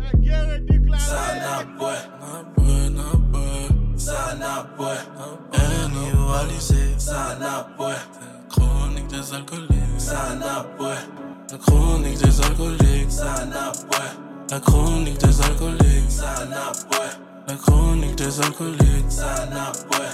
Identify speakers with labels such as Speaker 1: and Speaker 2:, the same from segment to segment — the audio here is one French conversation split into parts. Speaker 1: baby clown.
Speaker 2: Sana boy, na boy, na boy. Sana boy, annualisé. Sana boy, chronique des alcooliques. Sana boy, la chronique des alcooliques. Sana boy, la chronique des alcooliques. Sana boy, la chronique des alcooliques. Sana boy,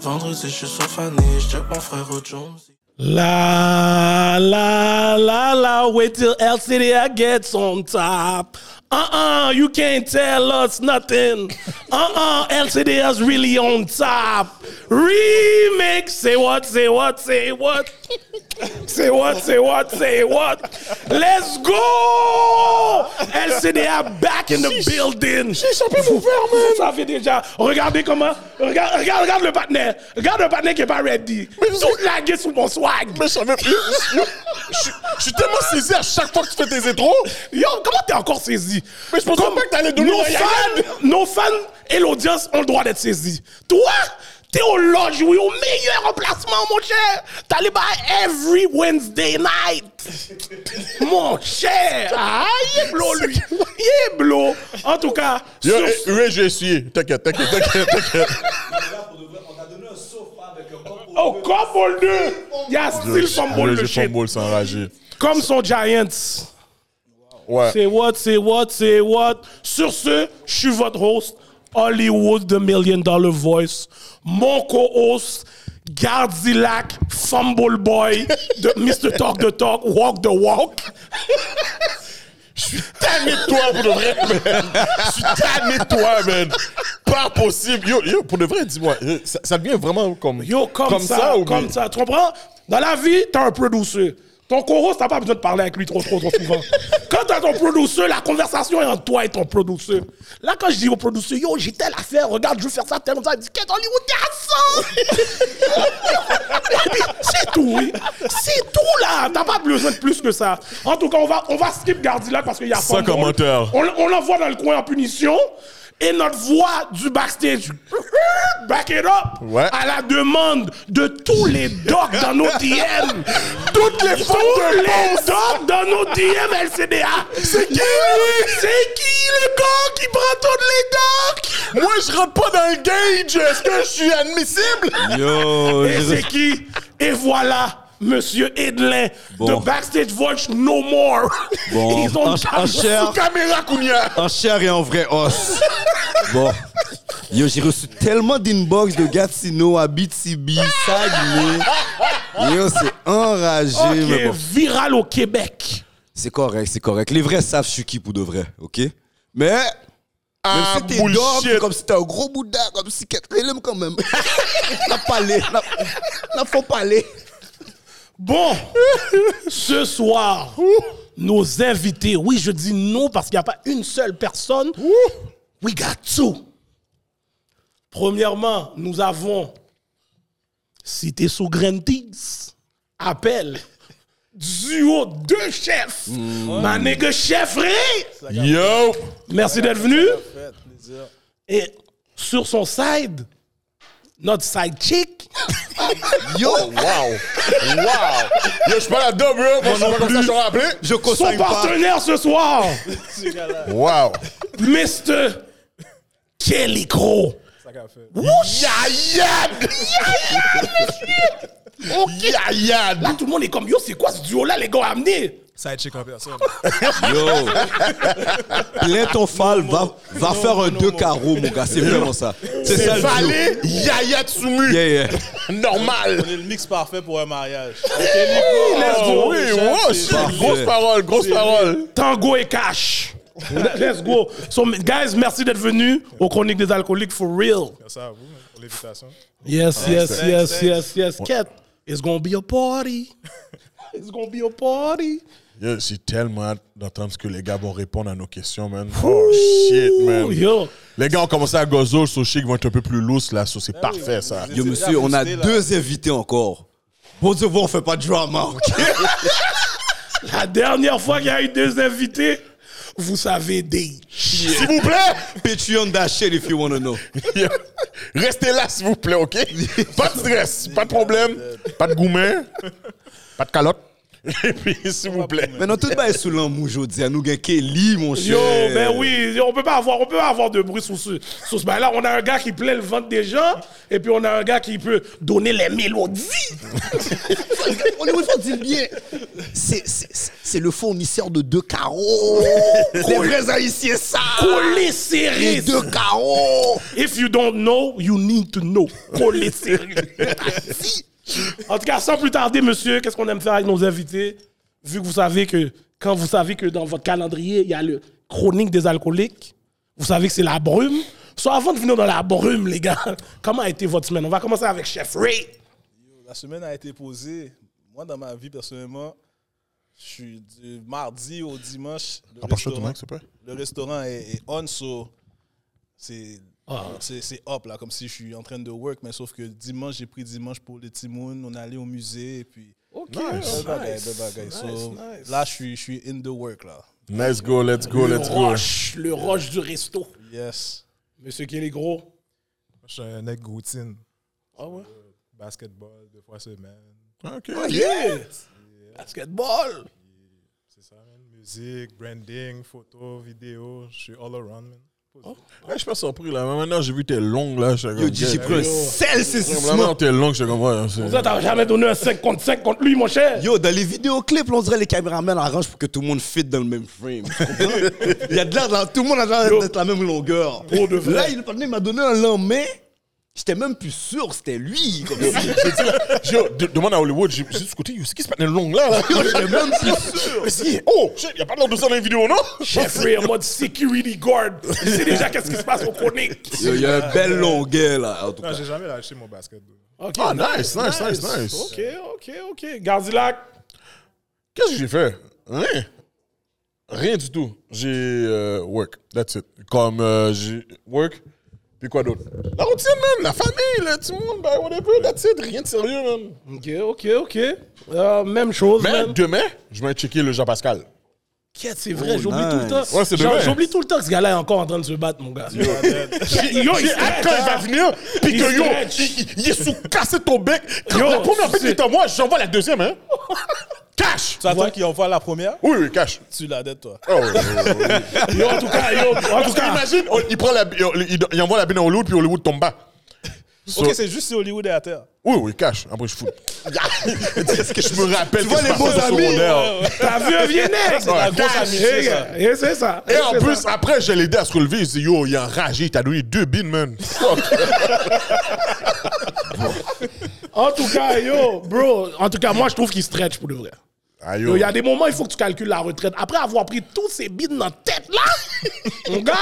Speaker 2: vendredi je suis sur Fanny, je pas frère Jones.
Speaker 3: La la la la wait till LCD gets on top. Uh-uh, you can't tell us nothing. Uh-uh, LCDR's really on top. Remix, say what, say what, say what. Say what, say what, say what. Let's go! LCDR back in the building.
Speaker 4: J'ai échappé mon verre, man.
Speaker 3: Ça fait déjà. Regardez comment. Regarde, regarde, regarde le partenaire. Regarde le partenaire qui n'est pas ready.
Speaker 4: vous-
Speaker 3: Tout lagué sous mon swag.
Speaker 4: Mais je savais plus. Je je- je suis tellement saisi à chaque fois que tu fais tes intros.
Speaker 3: Yo, comment t'es encore saisi?
Speaker 4: Mais je pensais
Speaker 3: Comme
Speaker 4: pas que t'allais donner
Speaker 3: nos
Speaker 4: la yayade.
Speaker 3: fans, nos fans et l'audience ont le droit d'être saisis. Toi, t'es au loge, oui, au meilleur emplacement, mon cher. T'allais by every Wednesday night. mon cher. Ah, il est bleu, lui. Il est bleu. En tout cas,
Speaker 4: Yo,
Speaker 3: sur-
Speaker 4: eh, ouais, j'ai essuyé. T'inquiète, t'inquiète, t'inquiète, t'inquiète.
Speaker 5: Là, pour de vrai, on t'a donné un sofa avec un copo.
Speaker 3: au Cobble 2, il y a still fumble le
Speaker 4: J'ai
Speaker 3: shit.
Speaker 4: fumble, c'est enragé.
Speaker 3: Comme son Giants.
Speaker 4: Ouais.
Speaker 3: C'est what, c'est what, c'est what. Sur ce, je suis votre host, Hollywood The Million Dollar Voice. Mon co-host, Gardilac, Fumble Boy, de Mr. Talk the Talk, Walk the Walk.
Speaker 4: tanné de toi pour de vrai, man. Je suis tanné de toi, man. Pas possible. Yo, yo pour de vrai, dis-moi, euh, ça, ça devient vraiment comme,
Speaker 3: Yo, comme, ça,
Speaker 4: ou
Speaker 3: comme
Speaker 4: bien-
Speaker 3: ça. Tu comprends? Dans la vie, t'as un producer. Ton co-host, t'as pas besoin de parler avec lui trop, trop, trop souvent. quand t'as ton producer, la conversation est entre toi et ton producer. Là, quand je dis au producer, yo, j'ai telle affaire, regarde, je veux faire ça, telle ça, il dit, qu'est-ce Hollywood, t'as ça? Et puis, c'est tout, oui. C'est tout, là. T'as pas besoin de plus que ça. En tout cas, on va, on va skip Gardilac parce qu'il y a
Speaker 4: Sans
Speaker 3: fumble.
Speaker 4: commentaire.
Speaker 3: On, on l'envoie dans le coin en punition. Et notre voix du backstage, back it up,
Speaker 4: Ouais.
Speaker 3: à la demande de tous les docs dans nos DM. Toutes les
Speaker 4: femmes de
Speaker 3: les docs dans nos DM LCDA. C'est qui, C'est qui le gars qui prend toutes les docs?
Speaker 4: Moi, je rentre pas dans le gauge. Est-ce que je suis admissible?
Speaker 5: Yo,
Speaker 3: Et
Speaker 5: je-
Speaker 3: c'est qui? Et voilà. Monsieur Edlin
Speaker 5: Bon.
Speaker 3: de Backstage Voice No More.
Speaker 5: Bon.
Speaker 3: Ils ont
Speaker 5: En- en chair.
Speaker 4: Sous caméra, Kounia.
Speaker 5: en chair et en vrai os. bon. Yo, j'ai reçu tellement d'inbox de Gatineau, Abitibi, Saguenay. Yo, c'est enragé, mais
Speaker 3: Ok,
Speaker 5: bon.
Speaker 3: viral au Québec.
Speaker 5: C'est correct, c'est correct. Les vrais savent je suis qui pour de vrai, ok? Mais. Même
Speaker 4: Ah,
Speaker 5: si t'es
Speaker 4: bullshit.
Speaker 5: dog, comme si t'es un gros bouddha, comme si quelqu'un quand même. n'a pas allé, n'a- n'a faut pas aller.
Speaker 3: Bon, ce soir, nos invités, oui, je dis non parce qu'il n'y a pas une seule personne. We got two. Premièrement, nous avons, si t'es sous Grand Tees, appel, duo de chefs, ma nigga chef Ray.
Speaker 4: Yo.
Speaker 3: Merci d'être venu. Et sur son side, notre side chick,
Speaker 5: Yo,
Speaker 4: Wow. Wow. Yo, je suis pas là-dedans, bro. Moi, je suis pas comme ça, je t'aurais appelé.
Speaker 5: je
Speaker 3: son
Speaker 5: conseille pas.
Speaker 3: partenaire ce soir.
Speaker 4: Wow.
Speaker 3: Mr. Kelly Crow.
Speaker 4: Yayad. Yayad.
Speaker 3: Là, tout le monde est comme yo, c'est quoi ce duo-là, les gars, à amener
Speaker 6: Ça a été chic en personne.
Speaker 5: Yo. Plein ton fal, va, va faire un deux carreaux, mon gars. C'est vraiment ça. C'est ça
Speaker 4: C'est
Speaker 5: le duo.
Speaker 4: Valé, Yayad Soumu.
Speaker 5: Yeah, yeah.
Speaker 4: Normal.
Speaker 6: On est le mix parfait pour un mariage.
Speaker 4: Oh, oui,
Speaker 6: Chef,
Speaker 4: wow,
Speaker 6: c'est-
Speaker 4: shit. grosse parole, grosse parole.
Speaker 3: Tango et Cash. Let's go. So, guys, merci d'être venus aux Chroniques des Alcooliques for real.
Speaker 6: Ça à vous, hein, pour l'invitation.
Speaker 3: Yes, yes,
Speaker 6: thanks,
Speaker 3: yes,
Speaker 6: thanks.
Speaker 3: yes, yes. Cat, it's gonna be a party. It's gonna be a party.
Speaker 4: Yo, J'ai tellement hâte d'entendre ce que les gars vont répondre à nos questions, man. Oh shit, man.
Speaker 3: Ouh, yo.
Speaker 4: Les gars ont commencé à gozo, so chic vont être un peu plus loose là, so c'est parfait ça.
Speaker 5: Yo, monsieur, on a
Speaker 6: Là.
Speaker 5: deux invités encore. Bon Dieu, on fait pas de drama, ok?
Speaker 3: La dernière fois qu'il y a eu deux invités, vous savez des.
Speaker 4: S'il vous plaît,
Speaker 5: Patreon that shit if you wanna know.
Speaker 4: Yo, restez là s'il vous plaît, ok? Pas de stress, pas de problème, pas de gourmet, pas de calotte. Et puis, s'il vous plaît.
Speaker 5: Maintenant, tout le monde est sous l'amour aujourd'hui. Nous avons Kelly, mon cher.
Speaker 3: Yo, ben oui, yo, on peut pas avoir, on peut pas avoir de bruit sur ce, sur ce bail-là. On a un gars qui plaît le ventre des gens, et puis on a un gars qui peut donner les mélodies.
Speaker 1: On est où il faut dire bien. C'est- C'est c'est le fournisseur de deux carreaux. Les vrais haïtiens, ça.
Speaker 3: Coller
Speaker 1: Les
Speaker 3: serré.
Speaker 1: deux carreaux.
Speaker 3: If you don't know, you need to know. Coller serré.
Speaker 1: Si.
Speaker 3: En tout cas, sans plus tarder, monsieur, qu'est-ce qu'on aime faire avec nos invités? Vu que vous savez que, quand vous savez que dans votre calendrier, il y a le chronique des alcooliques, vous savez que c'est la brume. Soit avant de venir dans la brume, les gars, comment a été votre semaine? On va commencer avec Chef Ray.
Speaker 6: La semaine a été posée. Moi, dans ma vie, personnellement, je suis du mardi au dimanche. Le restaurant, le restaurant est, est on, so c'est
Speaker 5: Ah.
Speaker 6: c'est- c'est up, là, comme si je suis en train de work. Mais sauf que dimanche, j'ai pris dimanche pour le Timoun. On est allé au musée et puis... Belle bagaille, belle bagaille. So, Là, je suis, je suis in the work, là.
Speaker 4: Let's go, let's go,
Speaker 3: Le
Speaker 4: let's go.
Speaker 3: roche, le roche du resto.
Speaker 6: Yes.
Speaker 3: Monsieur Kelly Gros.
Speaker 6: Je suis un nec routine. euh,
Speaker 3: Ah ouais?
Speaker 6: Basketball, deux fois semaine.
Speaker 4: Ok.
Speaker 3: Ah, Yeah! Basketball!
Speaker 6: C'est ça, man. Musique, branding, photo, vidéo. Je suis all around, man.
Speaker 4: Ouais, je suis pas surpris là. Mais Maintenant, j'ai vu tes longues là. Yo,
Speaker 5: Yo, j'ai pris un sel, c'est
Speaker 4: Vraiment, tes longues, je comprends. hein,
Speaker 3: Vous t'as jamais donné un 5 contre 5 contre lui, mon cher?
Speaker 5: Yo, dans les vidéoclips, on dirait les caméramans arrangent pour que tout le monde fit dans le même frame. Tu comprends? Il y a de l'air, dans- tout le monde a l'air d'être la même longueur.
Speaker 3: Pour de vrai.
Speaker 5: Là, il il m'a donné un lendemain. J'étais même plus sûr, que c'était lui. Comme ça.
Speaker 4: Yo, de- demande à Hollywood, j'ai j'ai dit ce côté, yo, c'est qui ce patin longue là, là?
Speaker 5: J'étais même plus sûr.
Speaker 4: Mais c'est qui? Oh, shit, y a pas l'air de ça dans les vidéos, non?
Speaker 3: Chef Ray en mode security guard. Il sait déjà qu'est-ce qui se passe au chronique.
Speaker 5: Yo, Il y a une belle longueur, là, en tout
Speaker 6: Non,
Speaker 5: cas.
Speaker 6: j'ai jamais lâché mon basket. bro.
Speaker 3: Ok,
Speaker 4: Ah, nice, nice, nice, nice.
Speaker 3: Ok, ok, ok. Gardilac.
Speaker 4: Qu'est-ce que j'ai fait? Rien. Rien du tout. J'ai euh, work. That's it. Comme euh, j'ai work. Puis quoi d'autre? La routine, man. La famille, le petit monde, ben, whatever. That's it. Rien de sérieux, man.
Speaker 3: Ok, ok, ok. Euh, même chose,
Speaker 4: Mais
Speaker 3: man.
Speaker 4: demain, je vais checker le Jean Pascal.
Speaker 3: Quête, c'est vrai, j'oublie tout le temps.
Speaker 4: Ouais, c'est
Speaker 3: Genre,
Speaker 4: demain.
Speaker 3: J'oublie tout le temps que ce gars-là est encore en train de se battre, mon gars. Yo, il
Speaker 4: J'ai hâte
Speaker 3: stresse,
Speaker 4: quand il
Speaker 3: hein.
Speaker 4: va venir, puis
Speaker 3: Il
Speaker 4: que yo,
Speaker 3: stretch.
Speaker 4: il, il- il est sous cassé ton bec. Quand
Speaker 3: Yo,
Speaker 4: la première
Speaker 3: c'est-
Speaker 4: bête est en moi, j'envoie la deuxième, hein. Cash!
Speaker 6: Tu attends qu'ils envoient la première?
Speaker 4: Oui, oui, cash.
Speaker 6: Tu la dettes, toi.
Speaker 4: Oh, oui, oui, oui.
Speaker 3: Yo, en tout cas, yo, en tout
Speaker 4: Parce que
Speaker 3: cas.
Speaker 4: imagine, on- il, prend la, il, il- il envoie la bine à Hollywood, puis Hollywood tombe bas.
Speaker 6: Ok, c'est juste si Hollywood est à terre.
Speaker 4: Oui, oui, cash. Après, je fous. Est-ce que je me rappelle
Speaker 5: vois
Speaker 4: que
Speaker 5: les
Speaker 4: je passais
Speaker 5: beaux
Speaker 4: au
Speaker 5: amis,
Speaker 4: secondaire.
Speaker 3: T'as vu un vieux nègre?
Speaker 6: C'est la grosse
Speaker 4: cash,
Speaker 6: amitié,
Speaker 3: Eh,
Speaker 6: ça.
Speaker 3: gars, eh, c'est ça.
Speaker 4: Et en
Speaker 3: C'est
Speaker 4: plus,
Speaker 3: ça.
Speaker 4: après, je l'ai aidé à se relever. Il s'est dit, yo, il est enragé, il t'a donné deux bines, man. Fuck.
Speaker 3: En tout cas, yo, bro. En tout cas, moi, je trouve qu'il stretch pour de vrai.
Speaker 4: Ah,
Speaker 3: Yo,
Speaker 4: yo.
Speaker 3: Il y a des moments, il faut que tu calcules la retraite. Après avoir pris tous ces bides dans la tête, là, mon gars,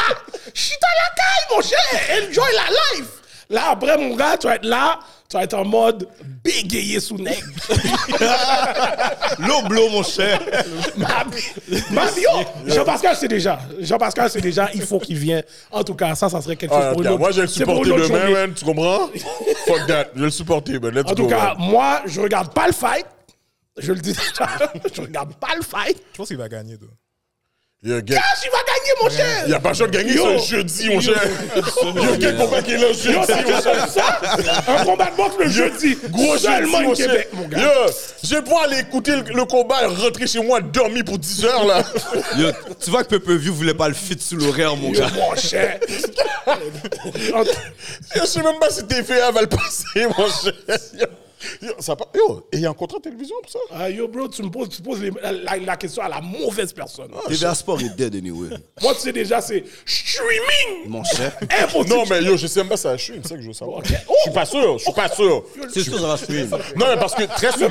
Speaker 3: shit à la caille, mon cher, enjoy la life. Là, après, mon gars, tu vas être là, tu vas être en mode bégayé sous nègre.
Speaker 5: L'oblo, mon cher.
Speaker 3: Ma- ma- yo, Jean-Pascal, c'est déjà. Jean-Pascal, c'est déjà, il faut qu'il vienne. En tout cas, ça, ça serait quelque chose
Speaker 4: Ah,
Speaker 3: pour une
Speaker 4: regarde,
Speaker 3: autre-
Speaker 4: moi, j'ai le
Speaker 3: c'est pour
Speaker 4: supporté
Speaker 3: une autre
Speaker 4: demain,
Speaker 3: journée.
Speaker 4: man. Tu comprends? Fuck that. Je vais le supporter, man. Let's
Speaker 3: En tout
Speaker 4: go.
Speaker 3: cas,
Speaker 4: man.
Speaker 3: moi, je regarde pas le fight. Je le dis déjà, je regarde pas le fight.
Speaker 6: Je pense qu'il va gagner, toi.
Speaker 4: Yo, get-
Speaker 3: Ah, tu vas gagner, mon cher!
Speaker 4: Il n'y a pas le choix de gagner
Speaker 3: Yo.
Speaker 4: ce jeudi, mon cher. Yo, quel combat qui est là jeudi,
Speaker 3: Yo,
Speaker 4: mon
Speaker 3: ça,
Speaker 4: cher.
Speaker 3: ça, un combat de boxe le jeudi.
Speaker 4: Gros
Speaker 3: Seulement
Speaker 4: jeudi,
Speaker 3: au
Speaker 4: mon cher.
Speaker 3: Québec, mon gars.
Speaker 4: Yo, je vais pouvoir aller écouter le, le combat, rentrer chez moi, dormir pour 10 heures, là.
Speaker 5: Yo, tu vois que Pepe View voulait pas le fit sous l'horaire, mon
Speaker 3: Yo,
Speaker 5: gars.
Speaker 3: mon cher.
Speaker 4: Je sais même pas si TVA va le passer, mon cher. Yo, yo, ça pas... Yo, et il y a un contrat de télévision pour ça?
Speaker 3: Ah, yo, bro, tu me poses, tu poses les- la, la question à la mauvaise personne.
Speaker 4: Ah.
Speaker 5: TVA Sport est dead anyway,
Speaker 3: Moi, tu sais déjà, c'est streaming.
Speaker 5: mon cher.
Speaker 3: Impossible.
Speaker 4: Non, mais yo, je sais même pas si ça chute, c'est ça que je veux savoir.
Speaker 3: Ok. Oh.
Speaker 4: Je suis pas sûr, je suis pas sûr.
Speaker 5: C'est sûr, ça va suivre.
Speaker 4: Non, mais parce que très souvent,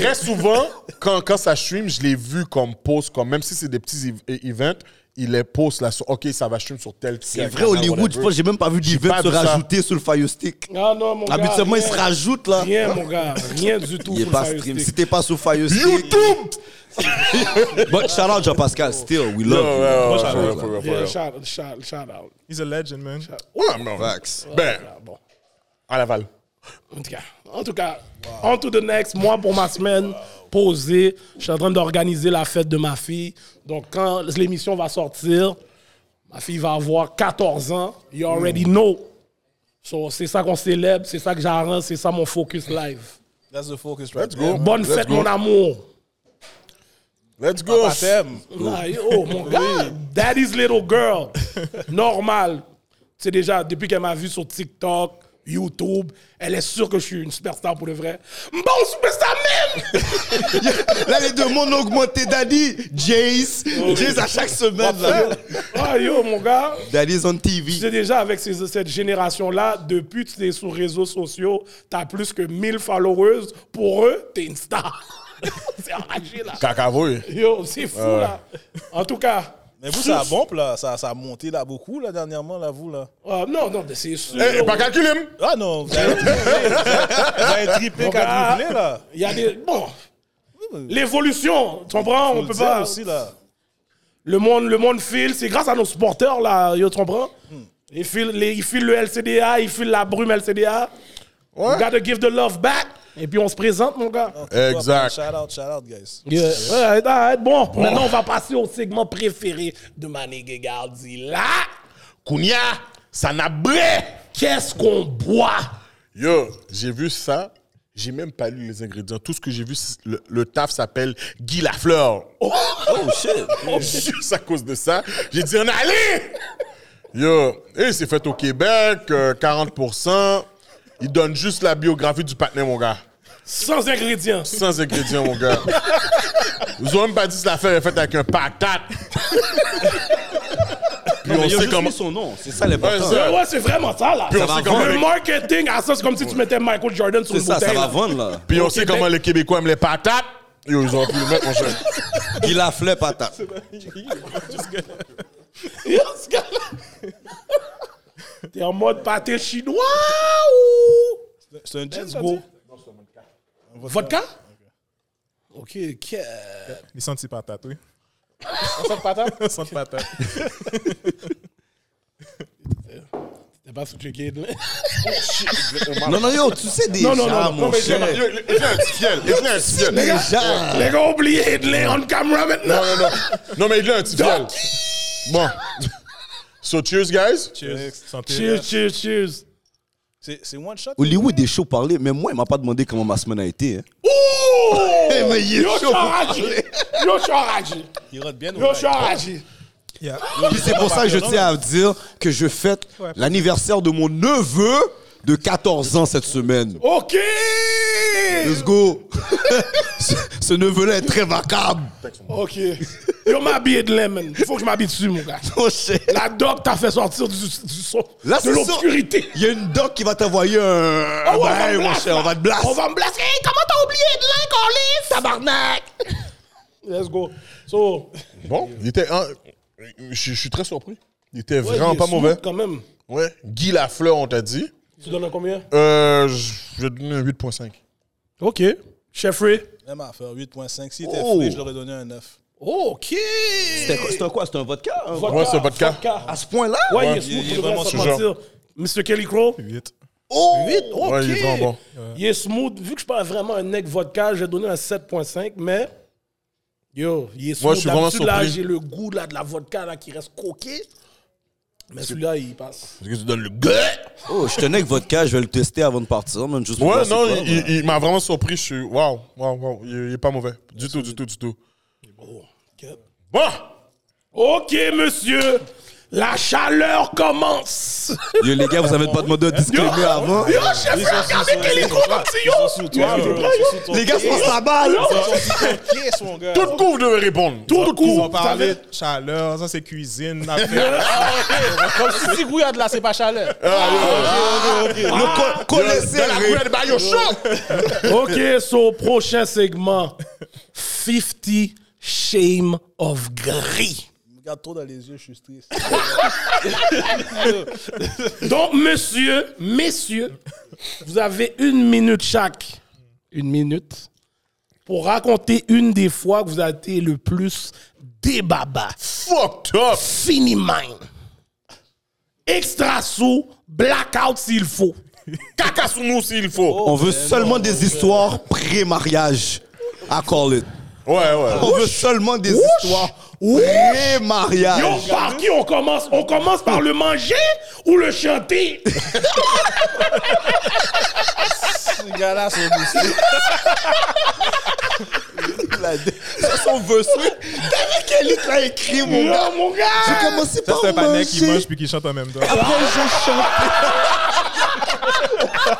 Speaker 4: très souvent, quand, quand ça stream, je l'ai vu comme post, comme même si c'est des petits ev- events, il les post là sur, ok, ça va stream sur tel.
Speaker 5: C'est vrai, Hollywood, je pense que j'ai même pas vu d'event
Speaker 4: pas
Speaker 5: se
Speaker 4: vu ça.
Speaker 5: rajouter sur le Fire Stick.
Speaker 3: Ah, non, mon gars.
Speaker 5: Habituellement, il
Speaker 3: rien.
Speaker 5: se rajoute là.
Speaker 3: Rien, mon gars. Rien du tout.
Speaker 5: Il est
Speaker 3: pour
Speaker 5: pas
Speaker 3: le
Speaker 5: stream. Si
Speaker 3: Firestick.
Speaker 5: t'es pas sur Fire Stick.
Speaker 4: YouTube!
Speaker 5: But shout out Jean-Pascal, still, we
Speaker 4: Ouais,
Speaker 5: love you.
Speaker 4: ouais, ouais,
Speaker 5: Shout
Speaker 4: ouais,
Speaker 5: out.
Speaker 4: ouais, ouais, ouais.
Speaker 3: Yeah, shout, shout, shout out.
Speaker 6: He's a legend, man.
Speaker 4: Ouais, mais-
Speaker 5: Facts.
Speaker 4: Ben,
Speaker 3: Ah, bon.
Speaker 4: à Laval.
Speaker 3: En tout cas, en tout cas, on to the next. Moi, pour ma semaine posée, je suis en train d'organiser la fête de ma fille. Donc, quand l'émission va sortir, ma fille va avoir 14 ans. You already know. So, c'est ça qu'on célèbre, c'est ça que j'arrange, c'est ça mon focus live.
Speaker 6: That's the focus right
Speaker 4: Let's
Speaker 6: there.
Speaker 4: go.
Speaker 3: Bonne
Speaker 4: Let's
Speaker 3: fête,
Speaker 4: go.
Speaker 3: mon amour.
Speaker 4: Let's go.
Speaker 6: Pas thème.
Speaker 4: Oh.
Speaker 3: Ah, yo, mon gars, daddy's little girl. Normal. Tu sais déjà, depuis qu'elle m'a vu sur TikTok, YouTube, elle est sûre que je suis une superstar pour de vrai. Bon, superstar même!
Speaker 5: Là, les demandes ont augmenté, Daddy. Jace. Jace à chaque semaine. Là.
Speaker 3: Ah, yo, mon gars.
Speaker 5: Daddy's on
Speaker 3: Tu
Speaker 5: TV.
Speaker 3: sais déjà, avec ces- cette génération-là, depuis que tu es sur les réseaux sociaux, t'as plus que 1000 followers. Pour eux, t'es une star. c'est enragé, là.
Speaker 4: Cacavoy.
Speaker 3: Yo, c'est fou, là. En tout cas.
Speaker 6: Mais vous, ça bombe, là. Ça, ça a monté, là, beaucoup, là, dernièrement, là, vous, là.
Speaker 3: Ah, non, non, mais c'est sûr.
Speaker 4: Eh, eh, pas calculé.
Speaker 6: Ah non, vous avez triplé. Vous avez triplé,
Speaker 3: gars.
Speaker 6: quadruplé, là.
Speaker 3: Il y a des. Bon. L'évolution, tu comprends? On
Speaker 6: le
Speaker 3: peut
Speaker 6: dire
Speaker 3: pas.
Speaker 6: aussi, là.
Speaker 3: Le monde, le monde file, c'est grâce à nos supporters là, yo, tu comprends? Ils filent, les- ils filent le LCDA, ils filent la brume LCDA.
Speaker 4: Ouais.
Speaker 3: We gotta give the love back. Et puis on se présente, mon gars.
Speaker 4: Exact.
Speaker 6: Shout out, shout out, guys.
Speaker 3: Yeah. Alright, alright. Bon, maintenant on va passer au segment préféré de Mané Gegardi. Là,
Speaker 1: Kounia, ça n'a bré.
Speaker 3: qu'est-ce qu'on boit?
Speaker 4: Yo, j'ai vu ça. J'ai même pas lu les ingrédients. Tout ce que j'ai vu, c'est- le, le taf s'appelle Guy Lafleur. Oh, shit! Juste à cause de ça, j'ai dit on allait! Yo, et c'est fait au Québec, euh, 40%. Ils donnent juste la biographie du patinet, mon gars.
Speaker 3: Sans ingrédients.
Speaker 4: Sans ingrédients, mon gars. Ils ont même pas dit que l'affaire est faite avec un patate. Puis on sait comment.
Speaker 5: son nom. C'est ça
Speaker 4: Ouais,
Speaker 5: l'important.
Speaker 4: ça.
Speaker 3: Ouais, ouais, c'est vraiment ça là.
Speaker 4: Puis on
Speaker 5: Ça
Speaker 4: sait
Speaker 5: va
Speaker 4: comment
Speaker 3: le
Speaker 4: les-
Speaker 3: marketing, à ça, c'est comme si tu mettais Michael Jordan sur
Speaker 5: C'est
Speaker 3: une
Speaker 5: ça, ça
Speaker 3: bouteille.
Speaker 5: va
Speaker 3: là.
Speaker 5: vendre, là.
Speaker 4: Puis on sait
Speaker 3: Québec.
Speaker 4: comment les Québécois aiment les patates. Yo, ils ont pu le mettre, mon cher.
Speaker 5: Il a fleur patate.
Speaker 3: Yo, ce gars-là. T'es en mode pâté chinois ou...
Speaker 6: C'est un Jets
Speaker 3: t'as
Speaker 6: Go.
Speaker 3: dit? Vodka? Ok, ok.
Speaker 7: Les senti patates, oui.
Speaker 3: T'es
Speaker 7: Senti patates.
Speaker 3: pas sous cliquer.
Speaker 5: Non, non, yo, tu sais déjà,
Speaker 3: Non, non, non, non,
Speaker 5: mon
Speaker 3: mais
Speaker 5: cher.
Speaker 4: Yo, il y a un petit fiel. Il y a un petit fiel.
Speaker 5: Déjà.
Speaker 3: Les gars, oubliez de les on camera maintenant.
Speaker 4: Non, non, non. Non, mais il a un petit fiel. Bon. So, cheers, guys.
Speaker 7: Cheers. Santé.
Speaker 3: Cheers, cheers, cheers.
Speaker 6: C'est c'est one shot.
Speaker 5: Hollywood est chaud parler, mais moi, il m'a pas demandé comment ma semaine a été. hein.
Speaker 3: Ouh!
Speaker 5: mais il est
Speaker 3: Yo, je suis
Speaker 5: chaud.
Speaker 3: enragé. Yo, je suis enragé.
Speaker 6: Il rentre bien. au
Speaker 3: Yo, je suis
Speaker 6: bail.
Speaker 3: enragé.
Speaker 7: Yeah.
Speaker 5: Puis c'est pour ça que je tiens à dire que je fête l'anniversaire de mon neveu de 14 ans cette semaine.
Speaker 3: Ok!
Speaker 5: Let's go. ce ce neveu-là est très macabre.
Speaker 3: Ok. Yo, m'habiller de lemon. Faut que je m'habille dessus, mon gars.
Speaker 5: Mon cher.
Speaker 3: La doc t'a fait sortir du, du son,
Speaker 5: Là,
Speaker 3: de
Speaker 5: c'est ça.
Speaker 3: l'obscurité.
Speaker 5: Il y a une doc qui va t'envoyer un.
Speaker 3: Ah ouais, on va me
Speaker 5: Ben, mon
Speaker 3: blast,
Speaker 5: cher,
Speaker 3: là.
Speaker 5: on va te blast.
Speaker 3: On va me blaster. Hey, comment t'as oublié de l'incoller, tabarnak? Let's go. So,
Speaker 4: Bon, il était. en- Je je suis très surpris. Il était
Speaker 3: ouais,
Speaker 4: vraiment
Speaker 3: il est
Speaker 4: pas
Speaker 3: smooth
Speaker 4: mauvais.
Speaker 3: Quand même.
Speaker 4: Ouais. Guy Lafleur, on t'a dit.
Speaker 3: Tu donnes un combien?
Speaker 4: Euh, je je vais donner un 8.5.
Speaker 3: Ok. Jeffrey.
Speaker 6: Même à faire 8.5. Si était
Speaker 5: Oh.
Speaker 6: frais, je l'aurais donné un 9.
Speaker 3: Ok.
Speaker 5: un quoi C'était un vodka hein?
Speaker 3: Vodka,
Speaker 4: Ouais, c'est vodka.
Speaker 5: À ce point-là
Speaker 3: Ouais, il est smooth.
Speaker 6: il
Speaker 3: Il
Speaker 6: est
Speaker 3: est vraiment
Speaker 6: vraiment
Speaker 4: ce genre.
Speaker 3: mentir. Mr. Kelly Crow.
Speaker 7: Vite.
Speaker 5: Oh
Speaker 3: Vite, ok.
Speaker 4: Ouais, il est vraiment
Speaker 3: Il est smooth. Vu que je parle vraiment un neck vodka, j'ai donné un 7.5, mais yo, il est smooth.
Speaker 4: Moi, je suis vraiment
Speaker 3: D'habitude, là,
Speaker 4: surpris.
Speaker 3: j'ai le goût là, de la vodka là, qui reste coquée. Mais celui-là, il passe.
Speaker 4: Est-ce que tu donnes le gars?
Speaker 5: Oh, je tenais que vodka, je vais le tester avant de partir, man, juste pour
Speaker 4: Ouais,
Speaker 5: voir c'est
Speaker 4: non,
Speaker 5: quoi,
Speaker 4: il,
Speaker 5: man.
Speaker 4: il- il m'a vraiment surpris. Je suis. Waouh, waouh, waouh. Il, il est pas mauvais. Du tout, du tout, du tout. Bon!
Speaker 3: Ok, monsieur. La chaleur commence.
Speaker 5: Yo, les gars, vous avez pas demandé un disclaimer avant
Speaker 3: Yo, chef, regardez quel est trop gentil, yo.
Speaker 6: Sous toi,
Speaker 3: yo.
Speaker 6: bro. Ils sont sous
Speaker 5: Les gars, se passent la balle
Speaker 6: Yes, mon gars.
Speaker 4: Toute couvre devait répondre.
Speaker 3: Tout le
Speaker 7: Ils
Speaker 3: coup,
Speaker 7: vont parler
Speaker 3: parlé.
Speaker 7: de chaleur, ça c'est cuisine, affaire.
Speaker 6: Comme si c'est grouillade là, c'est pas chaleur.
Speaker 5: Le co- connaissez
Speaker 4: De la
Speaker 5: le-
Speaker 4: couette, bah, yo, chaud!
Speaker 3: Ok, so, prochain segment 50 Shame of Gris.
Speaker 6: Il me regarde trop dans les yeux, je suis triste.
Speaker 3: Donc, monsieur, messieurs, vous avez une minute chaque, une minute, pour raconter une des fois que vous avez été le plus débaba.
Speaker 4: Fucked up!
Speaker 3: Fini mine. Extra sous, blackout s'il faut.
Speaker 4: Caca sur nous s'il faut.
Speaker 5: On veut seulement des histoires pré-mariage. I call it.
Speaker 4: Ouais, ouais.
Speaker 5: Oh. On veut seulement des histoires Et mariage.
Speaker 3: Yo, par qui on commence On commence par le manger ou le chanter
Speaker 6: Ce gars-là, c'est boosté.
Speaker 1: Ça, son vœu, c'est. T'as quel litre a écrit, mon
Speaker 3: Yo,
Speaker 1: gars
Speaker 3: mon
Speaker 1: J'ai
Speaker 3: gars
Speaker 1: commencé
Speaker 7: Ça,
Speaker 1: par
Speaker 7: c'est un
Speaker 5: Oh,
Speaker 7: panneau qui mange
Speaker 1: manger.
Speaker 7: puis qui chante en même temps.
Speaker 1: Après, je chante.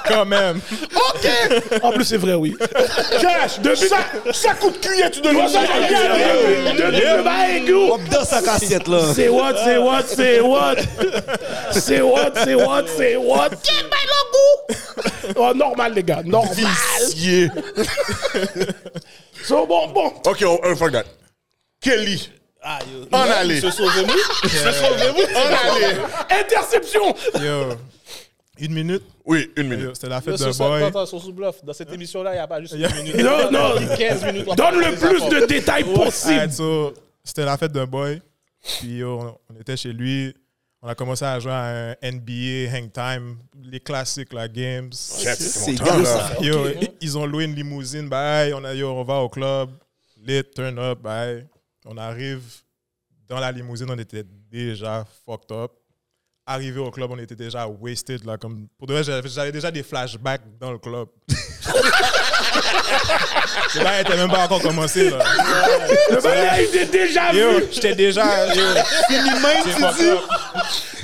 Speaker 7: Quand même.
Speaker 3: En plus, c'est vrai, oui. Cash, depuis ça, ça coupe cuillère, tu deviens. Depuis le bail
Speaker 5: On me dans sa cassette, là.
Speaker 3: C'est what, c'est what, c'est what C'est what, c'est what, c'est what Quel bail Oh, normal, les gars, normal.
Speaker 4: Yeah.
Speaker 3: So, bon, bon.
Speaker 4: Ok, on, on fuck that. Kelly. En aller.
Speaker 6: Ah, Se sauver-moi. Se sauver-moi.
Speaker 4: En aller.
Speaker 3: Interception
Speaker 7: Yo. Une minute.
Speaker 4: Oui, une minute.
Speaker 7: Yo, C'était la
Speaker 6: Là,
Speaker 7: fête
Speaker 6: sur
Speaker 7: d'un
Speaker 6: ça,
Speaker 7: boy.
Speaker 6: attends, attends, sur sous-bluff. Dans cette émission-là, il n'y a pas juste
Speaker 7: Y a-
Speaker 6: une minute.
Speaker 3: Non, non.
Speaker 6: 15 minutes. on
Speaker 3: Donne
Speaker 6: parle
Speaker 3: le
Speaker 6: des
Speaker 3: plus
Speaker 6: apports.
Speaker 3: de détails possible.
Speaker 7: Alright, so, C'était la fête d'un boy. Puis yo, on, on était chez lui. On a commencé à jouer à un NBA, Hang Time, les classiques, la Games.
Speaker 5: C'est
Speaker 4: temps,
Speaker 5: gars,
Speaker 4: là.
Speaker 5: ça.
Speaker 7: Yo, ils ont loué une limousine, bye. On a yo, on va au club, lit, turn up, bye. On arrive dans la limousine, on était déjà fucked up. Arrivé au club, on était déjà wasted là, comme pour de vrai, j'avais j'avais déjà des flashbacks dans le club. Le bail était même pas encore commencé là.
Speaker 3: Le bail a eu des déjà
Speaker 7: Yo,
Speaker 3: vu.
Speaker 7: j'étais déjà. Yo, c'est fucked up.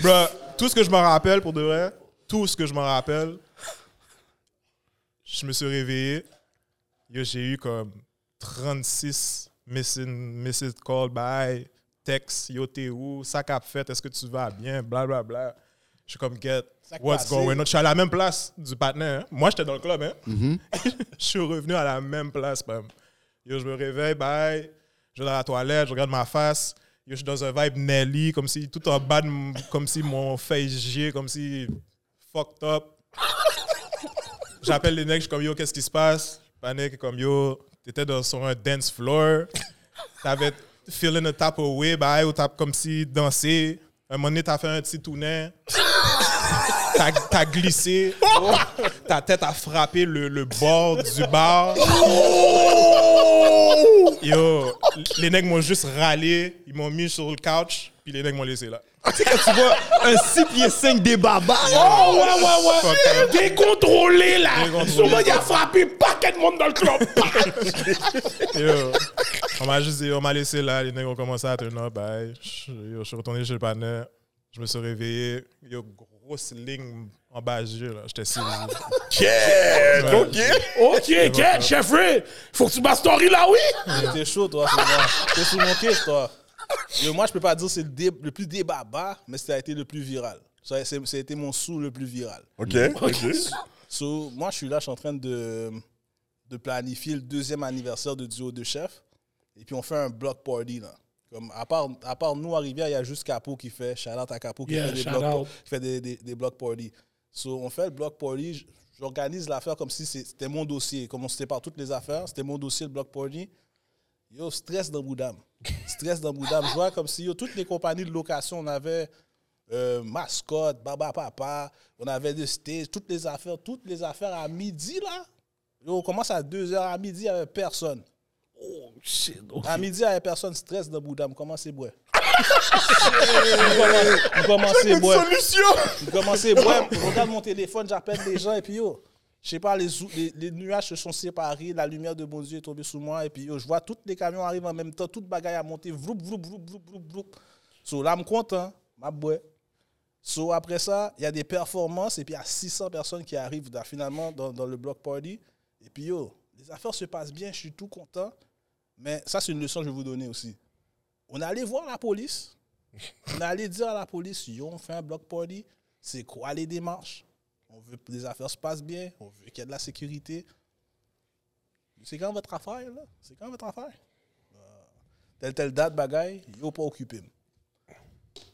Speaker 7: Bruh, tout ce que je me rappelle pour de vrai, tout ce que je me rappelle, je me suis réveillé. Yo, j'ai eu comme 36 missing, missed call by text. Yo, t'es où? Ça cap fait, est-ce que tu vas bien? Bla, bla, bla. Je suis comme, get, what's going on? Je suis à la même place du partenaire. hein. Moi, j'étais dans le club, hein? je suis revenu à la même place, bam. Yo, je me réveille, bye. Je vais dans la toilette, je regarde ma face. Yo, je suis dans un vibe Nelly, comme si tout en bas, de m- comme si mon face gier, comme si fucked up. J'appelle les mecs, je suis comme yo, qu'est-ce qui se passe? Panique, comme yo, t'étais dans, sur un dance floor. T'avais feeling a tap away, bye, ou tap comme si danser. Un moment donné, t'as fait un petit tournant. T'as t'as glissé. Ta tête a frappé le, le bord du bar. Yo, les nègres m'ont juste râlé. Ils m'ont mis sur le couch. Puis les nègres m'ont laissé là.
Speaker 5: Tu vois, un 6 pieds 5 des barbares.
Speaker 3: Oh, ouais, ouais,
Speaker 7: Fuck
Speaker 3: ouais.
Speaker 7: up.
Speaker 3: Décontrôlé, là.
Speaker 7: Décontrôlé.
Speaker 3: Son mec a frappé paquet de monde dans le club.
Speaker 7: Yo, on m'a juste dit, on m'a laissé là. Les nègres ont commencé à turn up. Bye. Je- Yo, je suis retourné chez le panneau. Je me suis réveillé. Yo, grosse ligne en bas du jeu là. J'étais sérieux.
Speaker 4: Yeah.
Speaker 7: Ouais.
Speaker 4: Ok.
Speaker 3: ok, Ken, Jeffrey, faut que tu passes story, là, oui.
Speaker 6: T'es chaud, toi, c'est moi. T'es sous mon pied, toi. Yo, moi, je peux pas dire que c'est le, dé- le plus débat mais ça a été le plus viral. Ça a, c'est- ça a été mon sou le plus viral.
Speaker 4: Ok. Ok.
Speaker 6: So, moi, je suis là, je suis en train de, de planifier le deuxième anniversaire de Duo de Chef. Et puis, on fait un block party, là. Comme, à, part, à part nous, à Rivière, il y a juste Capo qui fait, shout out à Capo qui
Speaker 3: Yeah,
Speaker 6: fait, des
Speaker 3: shout
Speaker 6: block,
Speaker 3: out.
Speaker 6: qui fait des, des, des block parties. So, on fait le block party, j- j'organise l'affaire comme si c'est- c'était mon dossier. Comme on se sépare toutes les affaires, c'était mon dossier, le block party. Yo, stress dans Boudam. Stress dans Boudam. Je vois comme si, yo, toutes les compagnies de location, on avait euh, mascotte, baba papa, on avait des stages, toutes les affaires, toutes les affaires à midi, là. Yo, on commence à 2h à midi, il n'y avait personne.
Speaker 3: Oh, Shit, ok.
Speaker 6: À midi, il n'y avait personne. Stress dans Boudam. Comment c'est, bois? Vous commencez, bois.
Speaker 4: Solution.
Speaker 6: Vous commencez, bois. Je regarde mon téléphone, j'appelle les gens, et puis yo. Je sais pas, les, zou- les, les nuages se sont séparés, la lumière de mon Dieu est tombée sur moi, et puis yo, je vois tous les camions arrivent en même temps, toute bagaille a monté, vroup, vroup, vroup, vroup, vroup, vroup. So là, je suis content, ma boy. So après ça, il y a des performances, et puis il y a 600 personnes qui arrivent dans- finalement dans, dans le block party. Et puis yo, les affaires se passent bien, je suis tout content. Mais ça, c'est une leçon que je vais vous donner aussi. On est allé voir la police. On est allé dire à la police, yo, on fait un block party. C'est quoi les démarches? On veut que les affaires se passent bien. On veut qu'il y ait de la sécurité. C'est quand votre affaire, là? C'est quand votre affaire? Euh, telle, telle date, bagaille, yo, pas occupé.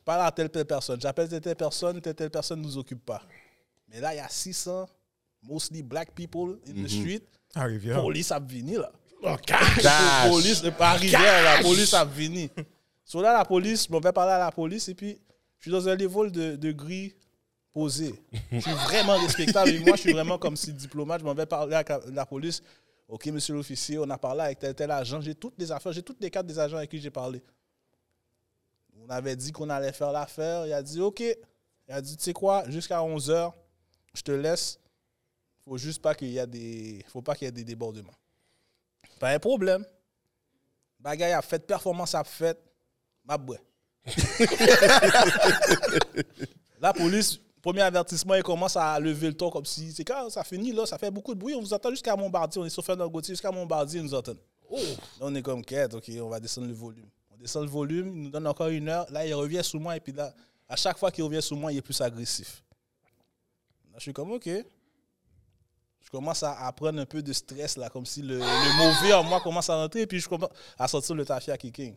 Speaker 6: Parle à telle, telle personne. J'appelle telle, telle personne, telle, telle personne ne nous occupe pas. Mais là, il y a 600, mostly black people in the street.
Speaker 7: À Rivière.
Speaker 6: Police a venu, là.
Speaker 3: Oh, cash.
Speaker 6: La police n'est pas arrivée, la police a fini. So là, la police, je vais parler à la police et puis je suis dans un niveau de, de gris posé. Je suis vraiment respectable. Et moi, je suis vraiment comme si diplomate, je m'en vais parler à ca- la police. Ok, monsieur l'officier, on a parlé avec tel, tel agent. J'ai toutes les affaires, j'ai toutes les cartes des agents avec qui j'ai parlé. On avait dit qu'on allait faire l'affaire. Il a dit OK. Il a dit, tu sais quoi, jusqu'à 11h, je te laisse. Faut juste pas qu'il y ait des. Faut pas qu'il y ait des débordements. Pas un problème. Bagaille a fait, performance a fait. Ma bouée. La police, premier avertissement, ils commencent à lever le ton comme si. C'est quand ça finit là, ça fait beaucoup de bruit. On vous entend jusqu'à Montbardier. On est sur Fernand Gauthier jusqu'à Montbardier, ils nous entendent. Là, on est comme quête, ok, on va descendre le volume. On descend le volume, il nous donne encore une heure. Là, il revient sous moi et puis là, à chaque fois qu'il revient sous moi, il est plus agressif. Là, je suis comme ok. Je commence à, à prendre un peu de stress là, comme si le, le mauvais en moi commence à rentrer et puis je commence à sentir le tafia kicking.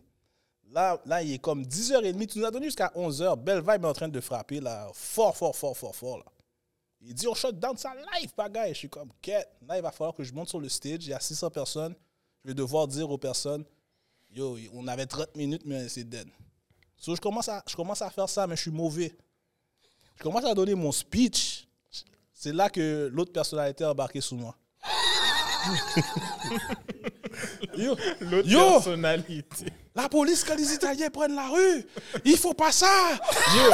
Speaker 6: Là, là, il est comme 10h30. Tu nous as donné jusqu'à 11h. Belle vibe est en train de frapper, là. Fort, fort, fort, fort, fort, là. Il dit, on shut down sa live, bagaille. Je suis comme, quête. Là, il va falloir que je monte sur le stage. Il y a 600 personnes. Je vais devoir dire aux personnes, yo, on avait 30 minutes, mais c'est dead. So, je commence, à, je commence à faire ça, mais je suis mauvais. Je commence à donner mon speech. C'est là que l'autre personnalité a embarqué sous moi. yo,
Speaker 7: L'autre
Speaker 6: Yo!
Speaker 7: personnalité.
Speaker 6: La police, quand les Italiens prennent la rue, il faut pas ça. Yo,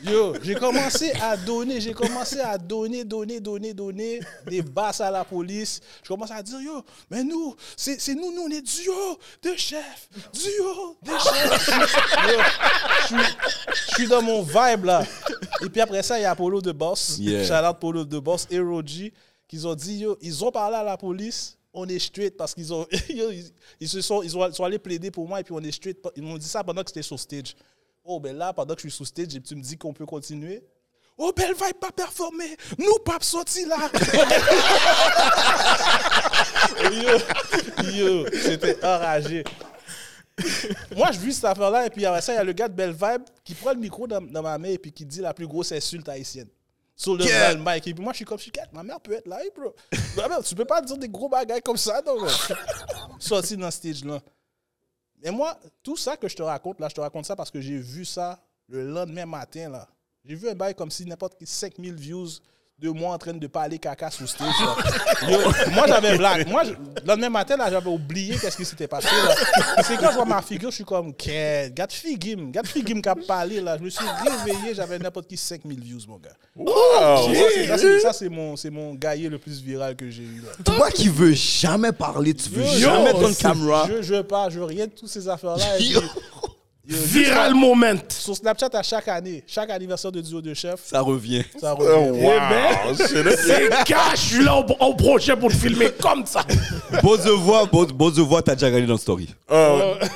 Speaker 6: Yo, j'ai commencé à donner, j'ai commencé à donner, donner, donner, donner des basses à la police. Je commence à dire, yo, mais nous, c'est c'est nous, nous, on est duo de chef, duo de chef. Yo, je suis- je suis dans mon vibe là. Et puis après ça, il y a Polo de Boss,
Speaker 5: Yeah.
Speaker 6: Shout out Polo de Boss et Roji, qu'ils ont dit, yo, ils ont parlé à la police, on est straight parce qu'ils ont, yo, ils, ils se sont, ils ont- ils sont allés plaider pour moi et puis on est straight. Ils m'ont dit ça pendant que j'étais sur stage. Oh, ben là, pendant que je suis sur stage, et tu me dis qu'on peut continuer. Oh, belle vibe, pas performer. Nous, pas sorti là. yo, yo, c'était enragé. Moi, je vis cette affaire-là, et puis après ça, il y a le gars de Belle Vibe qui prend le micro dans, dans ma main et puis qui dit la plus grosse insulte haïtienne. Sur le
Speaker 1: Yeah.
Speaker 6: Val mic. Et puis moi, je suis comme, je suis quatre, ma mère peut être là, hey, bro. Ma mère, tu peux pas dire des gros bagailles comme ça, non, bro. Sorti dans ce stage-là. Mais moi, tout ça que je te raconte, là, je te raconte ça parce que j'ai vu ça le lendemain matin, là. J'ai vu un bail comme si n'importe qui, 5000 views de moi en train de parler caca sous stage. là. Yo, moi, j'avais blague. Moi, je- le lendemain matin, là, j'avais oublié qu'est-ce qui s'était passé. là. C'est quand je vois ma figure, je suis comme, qu'est-ce que figim, gars de figim qui a parlé, là. Je me suis réveillé, j'avais n'importe qui 5000 views, mon gars.
Speaker 4: Wow!
Speaker 6: Ça, c'est- ça, c'est- Ça, c'est mon, c'est mon gaillé le plus viral que j'ai eu, là.
Speaker 5: Toi qui veux jamais parler, tu veux
Speaker 6: Yo,
Speaker 5: jamais
Speaker 6: yo,
Speaker 5: ton
Speaker 6: c'est-
Speaker 5: caméra.
Speaker 6: Je, je veux pas, je veux rien de toutes ces affaires-là. Et
Speaker 5: Yo.
Speaker 6: puis, yo, juste
Speaker 3: Viral
Speaker 6: à-
Speaker 3: moment.
Speaker 6: Sur Snapchat, à chaque année, chaque anniversaire de duo de chef,
Speaker 5: Ça revient.
Speaker 6: ça
Speaker 4: Oh,
Speaker 6: revient.
Speaker 4: wow!
Speaker 3: ben.
Speaker 4: C'est là-
Speaker 3: C'est cash, je suis là au, au projet pour te filmer comme ça.
Speaker 5: Beau de voix, beau, beau de voix, t'as déjà regardé dans le story.
Speaker 4: Oh,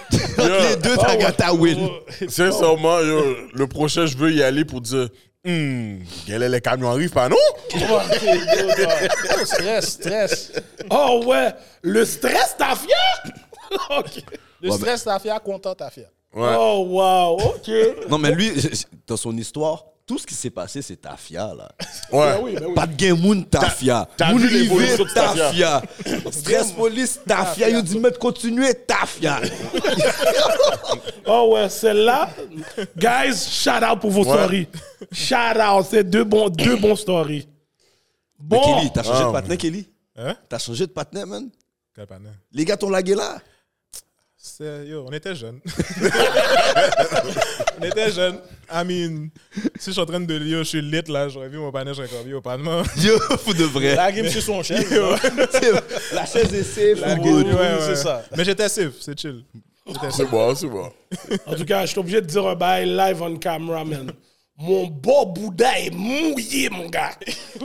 Speaker 5: Entre les deux, t'as gagné ta win.
Speaker 4: sincèrement, yo, le prochain, je veux y aller pour dire Hmm, quel est le camion arrive pas, non?
Speaker 6: Oh, ok, yo, toi. Oh, stress, stress.
Speaker 3: Oh ouais, le stress t'a fier? Ok.
Speaker 6: Le stress, t'as fait, content, t'as fait.
Speaker 4: Ouais.
Speaker 3: Oh wow, ok.
Speaker 5: Non, mais lui, je- je- dans son histoire, tout ce qui s'est passé, c'est Tafia, là.
Speaker 4: ouais.
Speaker 5: Pas de game, Moon Tafia.
Speaker 4: T'as- t'as
Speaker 5: Moon
Speaker 4: vu l'évolution
Speaker 5: Rivet,
Speaker 4: de
Speaker 5: Tafia. Stress Police, Tafia. Il dit, mais continuer, Tafia.
Speaker 3: Oh ouais, celle-là. Guys, shout out pour vos
Speaker 4: Ouais.
Speaker 3: stories. Shout out, c'est deux bons, deux bons stories.
Speaker 5: Mais
Speaker 3: Bon.
Speaker 5: Kelly, t'as changé
Speaker 4: Ah.
Speaker 5: de partenaire, Kelly?
Speaker 7: Hein?
Speaker 5: T'as changé de partenaire, man?
Speaker 7: Quel panneau?
Speaker 5: Les gars t'ont lagué là?
Speaker 7: C'est- Yo, on était jeunes. on était jeunes. I mean, si je suis en train de lire, je suis lit là, j'aurais vu mon panneau, j'aurais comme, yo, panneau.
Speaker 5: Yo, fou de vrai.
Speaker 6: La game, c'est son chef.
Speaker 5: La chaise est safe,
Speaker 7: La
Speaker 5: we're
Speaker 7: gueule,
Speaker 5: good.
Speaker 6: oui, c'est ça.
Speaker 7: Mais j'étais safe, c'est chill. J'étais safe.
Speaker 4: C'est bon, c'est bon.
Speaker 3: En tout cas, je suis obligé de dire un bail live on camera, man. Mon beau Bouddha est mouillé, mon gars.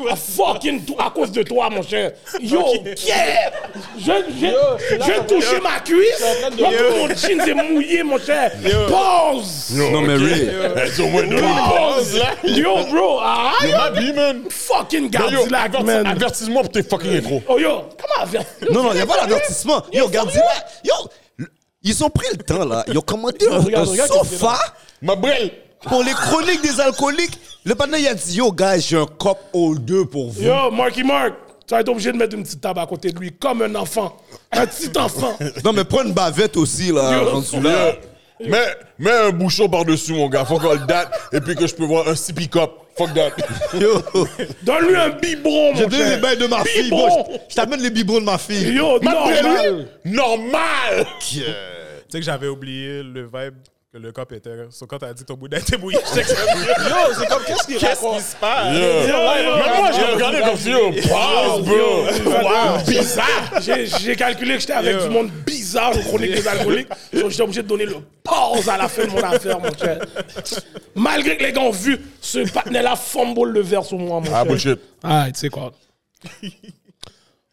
Speaker 3: À fucking tout à cause de toi, mon cher. Yo, yeah! Je, je, je touchais ma cuisse. Moi, tout mon jeans est mouillé, mon cher. Pause!
Speaker 5: Non, mais Ray,
Speaker 4: Elles ont moins de
Speaker 3: Pause! Yo, bro, ah,
Speaker 4: Yo, ma vie, man!
Speaker 3: fucking
Speaker 4: Yo,
Speaker 3: Godzilla,
Speaker 4: averti-
Speaker 3: man.
Speaker 4: avertissement pour tes fucking intros.
Speaker 3: Oh, yo, comment avertir?
Speaker 5: Non, non, il n'y a pas d'avertissement. Yo, regarde là. Yo, le- ils ont pris le temps, là. Ils ont commandé un,
Speaker 3: regarde,
Speaker 5: un
Speaker 3: regarde qu'est-ce qu'il y a
Speaker 5: sofa
Speaker 4: Ma brelle!
Speaker 5: pour les chroniques des alcooliques. Le panneau, il a dit, yo, gars, j'ai un cop holder pour vous.
Speaker 3: Yo, Marky Mark, tu vas être obligé de mettre une petite table à côté de lui, comme un enfant. Un petit enfant.
Speaker 5: Non, mais prends une bavette aussi, là.
Speaker 3: Yo.
Speaker 5: rendu là.
Speaker 4: euh, Mets, mets un bouchon par-dessus, mon gars. Fuck all that. Et puis que je peux voir un sippy cup. Fuck that.
Speaker 5: Yo,
Speaker 3: Donne-lui un biberon,
Speaker 5: j'ai
Speaker 3: mon
Speaker 5: donné les
Speaker 3: cher.
Speaker 5: bails de ma fille.
Speaker 3: Biberon.
Speaker 5: Bon, je je t'amène les biberons de ma fille.
Speaker 3: Yo,
Speaker 4: Ma brelle,
Speaker 3: normal.
Speaker 4: Normal!
Speaker 7: sais que j'avais oublié le vibe que le cop était. So, quand t'as dit que ton boudin était bouilli, j'étais comme,
Speaker 6: Yo, c'est comme qu'est-ce qu'il
Speaker 7: qu'est-ce
Speaker 6: raconte?
Speaker 7: qui se passe?
Speaker 4: Même moi, je l'ai regardé comme si, yo, pause, bro.
Speaker 3: Wow, bizarre! Ah, J'ai- J'ai calculé que j'étais avec
Speaker 7: Yo.
Speaker 3: du monde bizarre aux chroniques des alcooliques. Donc, J'étais obligé de donner le pause à la fin de mon affaire, mon cher. Malgré que les gars ont vu ce partenaire-là fumble le verre sur moi, mon
Speaker 4: Ah,
Speaker 3: cher.
Speaker 4: bullshit.
Speaker 3: Ah, tu sais quoi?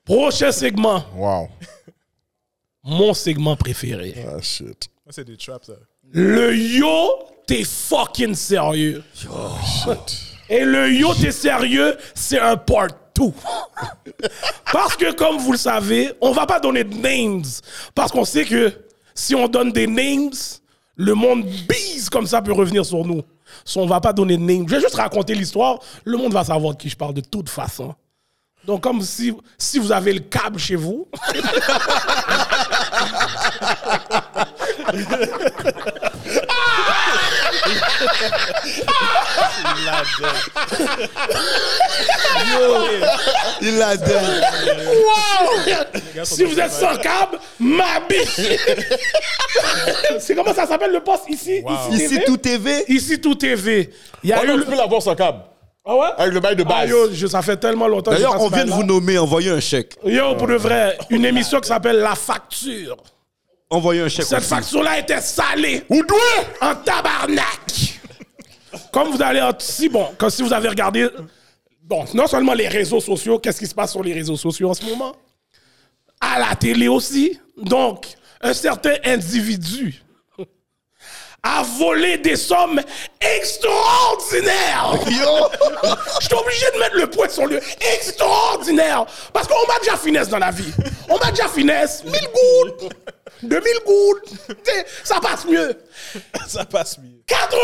Speaker 3: Prochain segment,
Speaker 4: Wow.
Speaker 3: mon segment préféré.
Speaker 4: Ah, shit.
Speaker 7: Moi, c'est des traps, ça.
Speaker 3: Le yo, t'es fucking sérieux. Et le yo, t'es sérieux, c'est un part tout. Parce que, comme vous le savez, on va pas donner de names. Parce qu'on sait que si on donne des names, le monde bise comme ça peut revenir sur nous. Si on va pas donner de names, je vais juste raconter l'histoire. Le monde va savoir de qui je parle de toute façon. Donc, comme si, si vous avez le câble chez vous.
Speaker 5: Il l'a dit.
Speaker 3: si vous êtes sans câble, ma biche. C'est comment ça s'appelle le poste ici Ici,
Speaker 5: Ici,
Speaker 3: TV?
Speaker 5: tout Oh, TV.
Speaker 3: Ici tout TV. Il y a
Speaker 4: Ah,
Speaker 3: eu
Speaker 4: non,
Speaker 3: le...
Speaker 4: tu peux l'avoir sans câble.
Speaker 3: Ah ouais
Speaker 4: Avec le bail de
Speaker 3: Ah,
Speaker 4: base.
Speaker 3: yo, je- ça fait tellement longtemps que
Speaker 5: D'ailleurs,
Speaker 3: j'ai pas
Speaker 5: on
Speaker 3: ce
Speaker 5: vient de vous
Speaker 3: bail-là.
Speaker 5: nommer, envoyez un chèque.
Speaker 3: Yo, pour de vrai, une émission qui s'appelle La Facture.
Speaker 5: Envoyez un chèque.
Speaker 3: Cette
Speaker 5: aussi.
Speaker 3: facture-là était salée. Où En tabarnak. Comme vous allez en- si bon, comme si vous avez regardé bon, non seulement les réseaux sociaux, qu'est-ce qui se passe sur les réseaux sociaux en ce moment À la télé aussi. Donc, un certain individu a volé des sommes extraordinaires. Je suis obligé de mettre le poids sur le extraordinaire. Parce qu'on m'a déjà finesse dans la vie. On m'a déjà finesse. 1000 gouttes. 2000 gouttes. T'sais, Ça passe mieux.
Speaker 6: Ça passe mieux.
Speaker 3: 80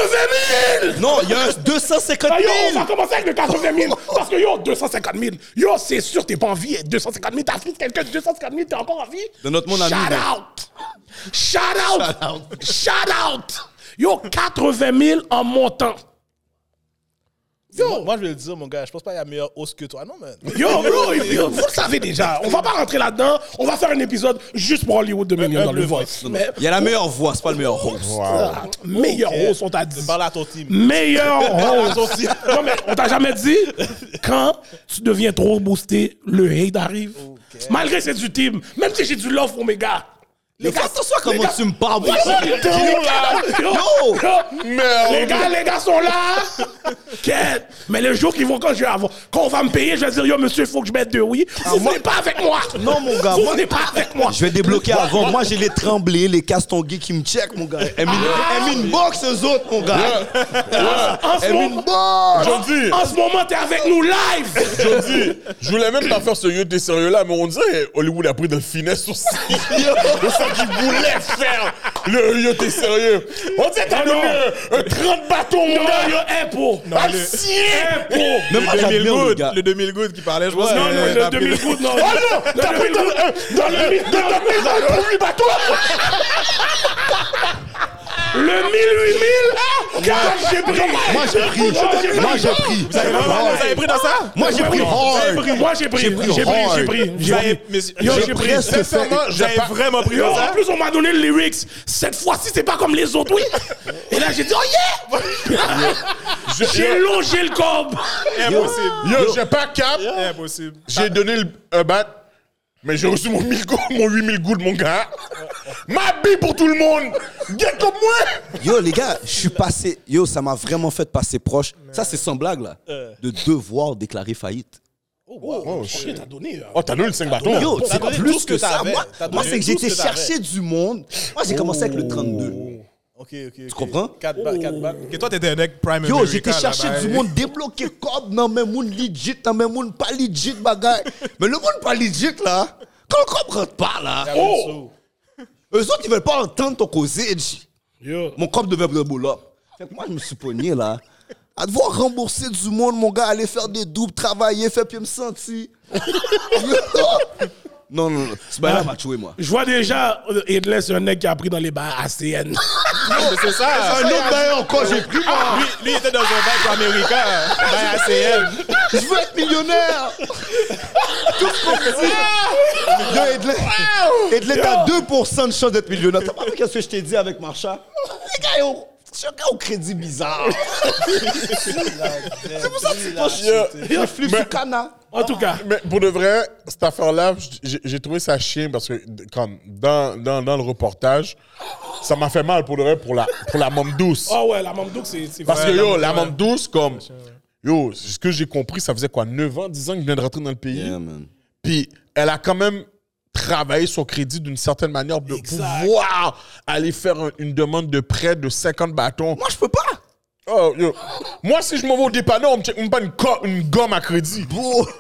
Speaker 3: 000
Speaker 5: Non, il y a un 250
Speaker 3: Ah, yo, on
Speaker 5: 000.
Speaker 3: va commencer avec le 80 000. Parce que yo, 250 000. Yo, c'est sûr, t'es pas en vie. 250 000, t'as foutu quelqu'un de 250 000, t'es encore en vie.
Speaker 5: Dans notre monde,
Speaker 3: Shout
Speaker 5: ami, là.
Speaker 3: out. Shout out. Shout out. Yo, 80 000 en montant. Yo,
Speaker 6: Moi, je vais le dire, mon gars, je pense pas qu'il y a meilleure hausse que toi. Non, man.
Speaker 3: yo, bro, yo, vous le savez déjà. On va pas rentrer là-dedans. On va faire un épisode juste pour Hollywood de millions dans le voice. Mais,
Speaker 5: Il y a la meilleure voix, c'est pas le meilleur host.
Speaker 3: ah, meilleur
Speaker 6: Ok.
Speaker 3: hausse, on t'a dit.
Speaker 6: Parle à ton team.
Speaker 3: meilleur host. non, mais on t'a jamais dit quand tu deviens trop boosté, le hate arrive. Malgré c'est du team, même si j'ai du love pour mes gars. Les
Speaker 5: fais attention à comment
Speaker 3: les gars-
Speaker 5: tu me parles,
Speaker 3: Ouais,
Speaker 5: mon
Speaker 3: ouais,
Speaker 5: Dieu.
Speaker 3: les gars- Yo,
Speaker 5: Yo.
Speaker 3: yo, Les gars, les gars sont là. Quête. Mais le jour qu'ils vont quand je vais avoir- quand on va me payer, je vais dire yo monsieur, il faut que je mette deux oui. Vous venez pas avec moi.
Speaker 5: Ah, Non, mon gars,
Speaker 3: Vous
Speaker 5: moi-
Speaker 3: venez pas avec moi.
Speaker 5: Je vais débloquer avant. Moi, j'ai les tremblés, les castongués qui me check, mon gars. Elle une box, eux autres, mon gars.
Speaker 3: En ce
Speaker 5: Elle
Speaker 3: moment,
Speaker 5: une
Speaker 3: Ah,
Speaker 5: box.
Speaker 4: Jody,
Speaker 3: en ce moment, t'es avec nous live.
Speaker 4: Jody, je voulais même pas faire ce yo des sérieux là, mais on dirait Hollywood a pris de finesse sur ça. C'est ça qu'il voulait faire, le yo des sérieux. On dirait t'as
Speaker 3: Ah, non.
Speaker 4: donné un- un 30 bâtons, mon
Speaker 3: Non,
Speaker 4: gars.
Speaker 3: yo, impôt.
Speaker 4: Ah,
Speaker 3: le-
Speaker 4: si.
Speaker 3: Impôt.
Speaker 5: Même moi,
Speaker 7: Le 2000
Speaker 5: j'admire le
Speaker 7: good,
Speaker 5: gars.
Speaker 7: le 2000 good qui parlait, je pense
Speaker 3: Non,
Speaker 7: que,
Speaker 3: non,
Speaker 7: euh,
Speaker 3: le
Speaker 7: t'as
Speaker 3: 2000
Speaker 7: pris-
Speaker 3: gouttes, non.
Speaker 4: Oh non,
Speaker 3: Le
Speaker 4: t'as
Speaker 3: 2000
Speaker 4: pris dans
Speaker 3: gouttes,
Speaker 4: le- dans le
Speaker 3: le-
Speaker 4: dans le prison, le premier bâton.
Speaker 3: Le 1000, 8000, quand j'ai pris.
Speaker 5: Moi, j'ai pris. Moi, j'ai pris.
Speaker 7: Ah, Vous avez pris dans ça?
Speaker 5: Moi, j'ai pris
Speaker 3: J'ai pris, Moi, j'ai pris. J'ai pris, j'ai pris. J'ai pris.
Speaker 7: Vous avez- mais-
Speaker 3: Yo,
Speaker 7: j'ai
Speaker 3: j'ai pris.
Speaker 5: presque fait-
Speaker 4: Sincèrement, j'ai
Speaker 7: J'avais
Speaker 4: pas-
Speaker 7: vraiment pris
Speaker 3: Yo,
Speaker 7: dans
Speaker 3: en
Speaker 7: ça.
Speaker 3: plus, on m'a donné le lyrics. Cette fois-ci, c'est pas comme les autres, oui. Et là, j'ai dit, oh yeah!
Speaker 4: Je-
Speaker 3: J'ai longé le corps.
Speaker 7: Impossible.
Speaker 4: Yo, j'ai pas cap.
Speaker 7: Impossible.
Speaker 4: J'ai donné le, un bat, mais j'ai reçu mon, 1000 go- mon 8000 gouttes, mon gars. Ma bille pour tout le monde. Get comme moi.
Speaker 5: Yo, les gars, je suis passé. Yo, ça m'a vraiment fait passer proche. Ça, c'est sans blague, là.
Speaker 6: Euh.
Speaker 5: De devoir déclarer faillite.
Speaker 3: Oh, shit, t'as donné.
Speaker 4: Oh, t'as donné le 5 bâtons.
Speaker 5: Yo,
Speaker 6: T'as
Speaker 5: c'est
Speaker 6: donné tout
Speaker 5: plus
Speaker 6: ce que
Speaker 5: que ça.
Speaker 6: t'avais.
Speaker 5: Moi,
Speaker 6: T'as
Speaker 5: moi,
Speaker 6: donné
Speaker 5: c'est que
Speaker 6: tout ce
Speaker 5: j'étais
Speaker 6: que t'avais. Oh.
Speaker 5: chercher du monde. Moi, j'ai commencé avec le 32.
Speaker 6: Ok, ok. Tu
Speaker 5: comprends?
Speaker 6: 4 balles, 4 balles.
Speaker 7: Et toi, t'étais un mec prime
Speaker 5: Yo,
Speaker 7: America,
Speaker 5: j'étais cherché
Speaker 7: là-bas.
Speaker 5: du monde débloqué comme non mais monde legit, non mais monde pas legit bagay. Mais le monde pas legit là, quand on comprend pas là,
Speaker 6: Oh!
Speaker 5: eux autres ils veulent pas entendre ton causage.
Speaker 3: Yo.
Speaker 5: Mon cop devait me boulot. Fait que moi je me suis pogné là. À devoir rembourser du monde, mon gars, aller faire des doubles, travailler, faire puis me sentir. Yo. non, non, non. Ce bail-là m'a tué, moi.
Speaker 3: Je vois déjà, euh, Edley, c'est un mec qui a pris dans les bars ACN.
Speaker 7: Mais C'est ça.
Speaker 5: Un autre bail encore, j'ai pris, moi.
Speaker 7: Lui, lui, il était dans un vibe américain. Ben, ACM.
Speaker 5: Je veux être millionnaire. Tout ce qu'on fait dit. Yo, Edley, Edley, t'as 2% de chance d'être millionnaire. T'as pas vu qu'est-ce que je t'ai dit avec Marcha? Les gars, ils ont- Chacun au crédit bizarre.
Speaker 6: C'est pour ça que tu
Speaker 5: Je flippe sur Cana.
Speaker 3: En tout cas,
Speaker 4: Mais pour de vrai, cette affaire-là, j'ai j'ai trouvé ça chien parce que d- comme dans, dans, dans le reportage, ça m'a fait mal pour de vrai pour la, pour la môme douce.
Speaker 3: oh ouais, la Mamdouk, c'est. c'est
Speaker 4: Parce que
Speaker 3: vrai.
Speaker 4: yo, la môme douce, comme. Yo, ce que j'ai compris, ça faisait quoi, 9 ans, 10 ans qu'il vient de rentrer dans le pays.
Speaker 5: man.
Speaker 4: Puis elle a quand même travaillé son crédit d'une certaine manière de
Speaker 3: Exact.
Speaker 4: pouvoir aller faire un- une demande de prêt de 50 bâtons.
Speaker 1: Moi, je peux pas.
Speaker 4: Oh, yo. Moi, si je m'en vais au dépanneur, on me check même pas une, co- une gomme à crédit.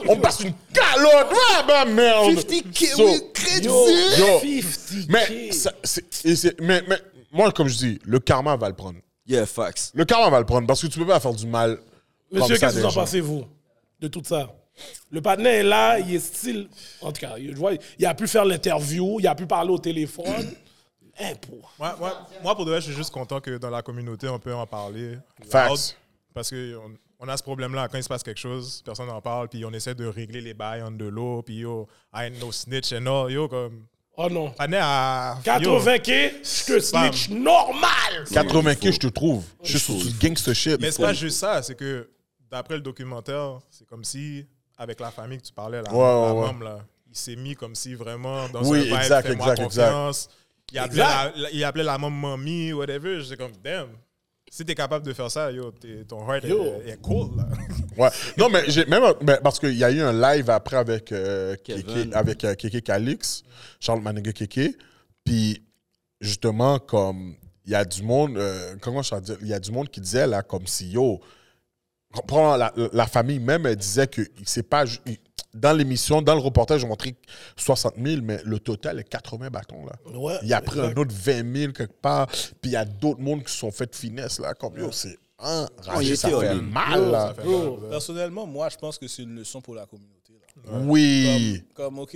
Speaker 4: On me passe une calotte. Ah, bah merde.
Speaker 1: 50K,
Speaker 4: So,
Speaker 1: oui, crédit.
Speaker 3: Yo,
Speaker 4: Yo.
Speaker 3: 50K.
Speaker 4: Mais, ça, c'est- et c'est- mais, mais moi, comme je dis, le karma va le prendre.
Speaker 5: Yeah, facts.
Speaker 4: Le karma va le prendre parce que tu peux pas faire du mal. comme
Speaker 3: Monsieur,
Speaker 4: ça
Speaker 3: qu'est-ce que
Speaker 4: des
Speaker 3: vous en
Speaker 4: gens.
Speaker 3: pensez, vous, de tout ça? Le partenaire est là, il est style. En tout cas, je vois, il a pu faire l'interview, il a pu parler au téléphone. Hein, pour.
Speaker 7: Moi, moi- moi, pour de vrai, je suis juste content que dans la communauté, on peut en parler.
Speaker 4: Facts.
Speaker 7: Loud, Parce qu'on on a ce problème-là. Quand il se passe quelque chose, personne n'en parle, puis on essaie de régler les bails en de l'eau, puis yo, I ain't no snitch and all. Yo, comme.
Speaker 3: Oh non.
Speaker 7: On est à. yo,
Speaker 3: 80K, je te
Speaker 7: Spam.
Speaker 3: snitch normal.
Speaker 4: 80K, je te trouve. Je suis sur du gangster shit.
Speaker 7: Mais c'est pas juste ça, c'est que d'après le documentaire, c'est comme si, avec la famille que tu parlais, la,
Speaker 4: Ouais, ouais,
Speaker 7: la
Speaker 4: ouais.
Speaker 7: maman, là, il s'est mis comme si vraiment dans
Speaker 4: Oui,
Speaker 7: un vibe,
Speaker 4: exact,
Speaker 7: fais-moi
Speaker 4: exact, exact.
Speaker 7: confiance. Il appelait,
Speaker 3: Exact.
Speaker 7: La, la- il appelait la maman mamie, whatever. J'étais comme, damn, si t'es capable de faire ça, yo, t'es- ton heart
Speaker 3: Yo.
Speaker 7: Est, est cool, là.
Speaker 4: Ouais. Non, mais j'ai même mais parce qu'il y a eu un live après avec euh, Keke, avec euh, Keke Calix, Charles Maniga Keke, puis justement comme il y a du monde, euh, comment je vais dire, il y a du monde qui disait là comme si yo, Prends la, la famille même elle disait que c'est pas ju- dans l'émission, dans le reportage, j'ai montré 60 000, mais le total est 80 bâtons là.
Speaker 3: Ouais,
Speaker 4: il y a pris un autre 20 000 quelque part, puis il y a d'autres mondes qui se sont fait de finesse là, comme yo, c'est
Speaker 5: il
Speaker 6: Oh,
Speaker 4: enragé,
Speaker 5: était
Speaker 4: ça fait
Speaker 5: horrible.
Speaker 4: mal là.
Speaker 6: Personnellement, moi, je pense que c'est une leçon pour la communauté. là.
Speaker 4: Oui.
Speaker 6: Comme, OK,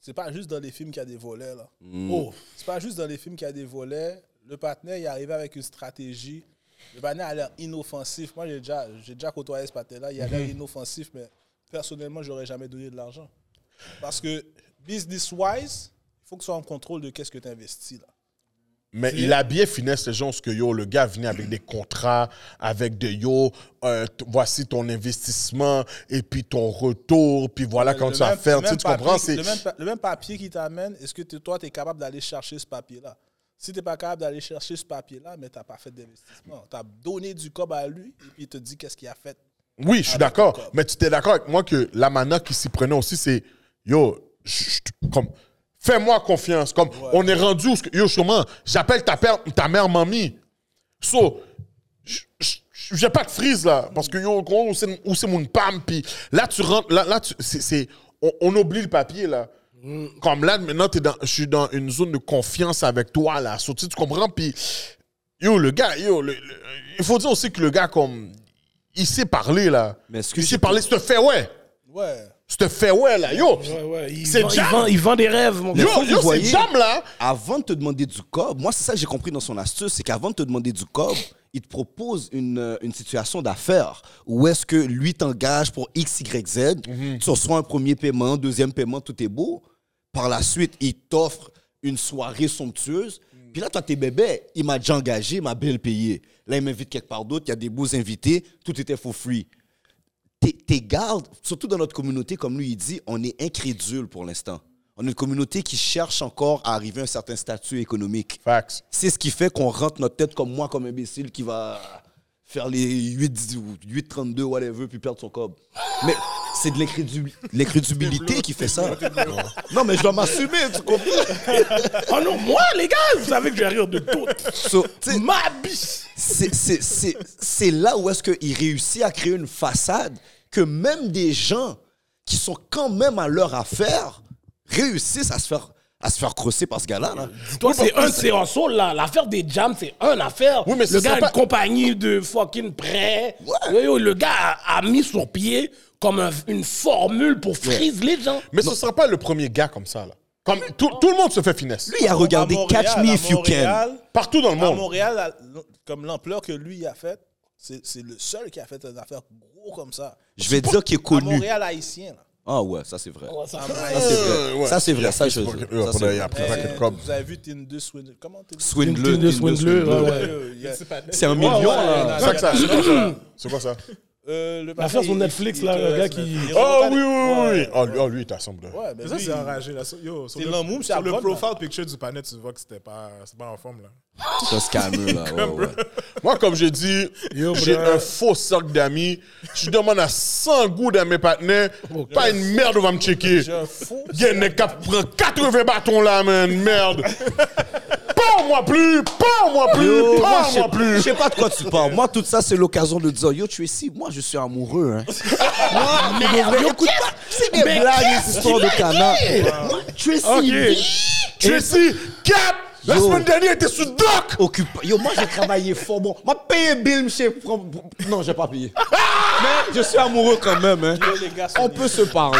Speaker 6: c'est pas juste dans les films qu'il y a des volets, là.
Speaker 7: Mm.
Speaker 3: Oh,
Speaker 6: C'est pas juste dans les films qu'il y a des volets. Le partenaire, il est arrivé avec une stratégie. Le partenaire a l'air inoffensif. Moi, j'ai déjà, j'ai déjà côtoyé ce partenaire-là. Il a l'air inoffensif, mais personnellement, j'aurais jamais donné de l'argent. Parce que business-wise, il faut que tu sois en contrôle de qu'est-ce que tu investis, là.
Speaker 4: Mais il a bien finesse les gens parce que yo, le gars venait avec des contrats, avec de yo, euh, t- voici ton investissement et puis ton retour, puis voilà quand
Speaker 6: Le
Speaker 4: tu vas
Speaker 6: même-
Speaker 4: faire.
Speaker 6: le
Speaker 4: Tu sais,
Speaker 6: même
Speaker 4: tu comprends?
Speaker 6: papier-
Speaker 4: C'est
Speaker 6: Le même, pa- le même papier qui t'amène, est-ce que t'es- toi, tu es capable d'aller chercher ce papier-là? Si tu n'es pas capable d'aller chercher ce papier-là, mais tu n'as pas fait d'investissement. Tu as donné du cob à lui et puis il te dit qu'est-ce qu'il a fait.
Speaker 4: Oui, je suis Ah, d'accord. Mais tu t'es d'accord avec moi que la mana qui s'y prenait aussi, c'est yo, je- je- comme fais-moi confiance. Comme on est rendu où ce que- yo, sûrement, j'appelle ta, père- ta mère mamie. So, je- je- j'ai pas de frise là, parce que yo, gros, où c'est où c'est mon pam, puis là tu rentres, là, là tu- c'est, c'est- on, on oublie le papier là. Comme là, maintenant, t'es dans, je suis dans une zone de confiance avec toi là. So, tu sais, tu comprends, puis yo, le gars, yo, le- le- il faut dire aussi que le gars, comme il sait parler là.
Speaker 5: Mais ce que
Speaker 4: il
Speaker 5: j'ai-
Speaker 4: sait parler, c'est un fait ouais.
Speaker 6: Ouais.
Speaker 4: C'est un fait ouais là. Yo,
Speaker 3: ouais, ouais. Il,
Speaker 4: C'est
Speaker 3: vend, il,
Speaker 4: Jam.
Speaker 3: vend, il vend des rêves, mon gars.
Speaker 4: yo, yo, c'est
Speaker 5: voyez-
Speaker 4: jam là.
Speaker 5: Avant de te demander du cob, moi, c'est ça que j'ai compris dans son astuce, c'est qu'avant de te demander du cob, il te propose une, euh, une situation d'affaires où est-ce que lui t'engage pour X, Y, Z, tu reçois un premier paiement, deuxième paiement, tout est beau. Par la suite, il t'offre une soirée somptueuse. Puis là, toi, t'es bébé, il m'a déjà engagé, il m'a bien payé. Là, il m'invite quelque part d'autre, il y a des beaux invités, tout était for free. Tes- tes gardes, surtout dans notre communauté, comme lui il dit, on est incrédule pour l'instant. On est une communauté qui cherche encore à arriver à un certain statut économique.
Speaker 4: Fax.
Speaker 5: C'est ce qui fait qu'on rentre notre tête comme moi, comme imbécile, qui va faire les 8, 8 32, whatever, puis perdre son cob. Mais c'est de l'incrédul- l'incrédulité qui fait ça. Non, mais je dois m'assumer, tu comprends?
Speaker 3: Oh non, moi, les gars, vous savez que je vais rire de tout.
Speaker 5: So, tu sais,
Speaker 3: Ma biche.
Speaker 5: c'est- c'est- c'est c'est là où est-ce qu'il réussit à créer une façade que même des gens qui sont quand même à leur affaire réussissent à se faire, à se faire crosser par ce gars-là. là.
Speaker 3: Toi, c'est un de ces rançons, là. L'affaire des jams, c'est un affaire.
Speaker 4: Oui, mais
Speaker 3: le
Speaker 4: ce
Speaker 3: gars
Speaker 4: serait
Speaker 3: a une
Speaker 4: pas-
Speaker 3: compagnie de fucking prêts.
Speaker 5: Ouais.
Speaker 3: Yo, yo, le gars a, a mis sur pied comme un- une formule pour freeze les gens.
Speaker 4: Mais ce sera pas le premier gars comme ça là. Comme tout, tout le monde se fait finesse.
Speaker 5: Lui, il a regardé
Speaker 6: À Montréal,
Speaker 5: Catch Me
Speaker 6: à
Speaker 5: If You Can.
Speaker 6: Montréal,
Speaker 4: Partout dans le
Speaker 6: À
Speaker 4: monde.
Speaker 6: Montréal, à- comme l'ampleur que lui a faite, c'est c'est le seul qui a fait des affaires gros comme ça.
Speaker 5: Je vais dire qu'il est
Speaker 6: À
Speaker 5: connu.
Speaker 6: Montréal haïtien, là.
Speaker 5: Ah ouais, ça c'est vrai.
Speaker 3: Ouais, ça-
Speaker 5: Ça c'est vrai.
Speaker 4: Euh, Ouais.
Speaker 5: Ça c'est vrai, ça je
Speaker 4: Pour-
Speaker 5: sais.
Speaker 4: euh,
Speaker 5: Ça,
Speaker 4: pour
Speaker 5: c'est
Speaker 4: d'ailleurs,
Speaker 5: vrai.
Speaker 4: après ça, que
Speaker 6: Euh,
Speaker 4: comme.
Speaker 6: Vous avez vu Tinder Swindler? Comment t'es
Speaker 5: Swindler,
Speaker 3: Tinder,
Speaker 5: Tinder,
Speaker 3: Swindler,
Speaker 5: Swindler.
Speaker 3: ouais.
Speaker 6: Euh, il y a-
Speaker 5: C'est un million là.
Speaker 4: Ça que ça, c'est quoi ça? C'est quoi ça?
Speaker 6: Euh, le
Speaker 3: L'affaire sur
Speaker 6: il-
Speaker 3: Netflix,
Speaker 6: il
Speaker 3: là,
Speaker 6: te-
Speaker 3: le gars
Speaker 6: il-
Speaker 3: qui-
Speaker 6: il-
Speaker 4: Oh
Speaker 6: il-
Speaker 4: oui, oui, oui.
Speaker 6: Ouais,
Speaker 4: Oh, lui, oh, lui, il t'assemble.
Speaker 6: Ouais, mais
Speaker 7: Ça,
Speaker 6: lui,
Speaker 7: c'est enragé, là. Sur- Yo, sur
Speaker 6: C'est
Speaker 7: le,
Speaker 6: l'homme, c'est
Speaker 7: sur
Speaker 6: la
Speaker 7: le
Speaker 6: bonne,
Speaker 7: profile picture du panel, tu vois que c'était pas, c'est pas en forme, là.
Speaker 5: C'est un scammer là. ouais, ouais.
Speaker 4: Moi, comme j'ai dit, j'ai un faux cercle d'amis. Je demande à 100 goûts dans mes partenaires. Pas une merde, on va me checker.
Speaker 6: J'ai un fou.
Speaker 4: Il y en a qui prend 80 bâtons là, man. Merde. Pas moi plus. Pas moi
Speaker 5: Yo,
Speaker 4: plus.
Speaker 5: moi,
Speaker 4: Pas
Speaker 5: je sais-
Speaker 4: moi
Speaker 5: Je
Speaker 4: plus.
Speaker 5: sais pas de quoi tu parles. Moi, tout ça, c'est l'occasion de dire Yo, tu es si. Moi, je suis amoureux. Hein. Moi, mais de vrai, écoute pas. C'est des blagues, des histoires de canards. Moi, Tu es si.
Speaker 4: Tracy, Cap. La
Speaker 5: Yo.
Speaker 4: semaine dernière, était sous doc.
Speaker 5: Occupe- Yo, moi, j'ai travaillé fort. Bon, m'a payé Bill, monsieur. From- Non, j'ai pas payé. Mais je suis amoureux quand même. Hein.
Speaker 6: les gars sont
Speaker 5: On
Speaker 6: des-
Speaker 5: peut se parler.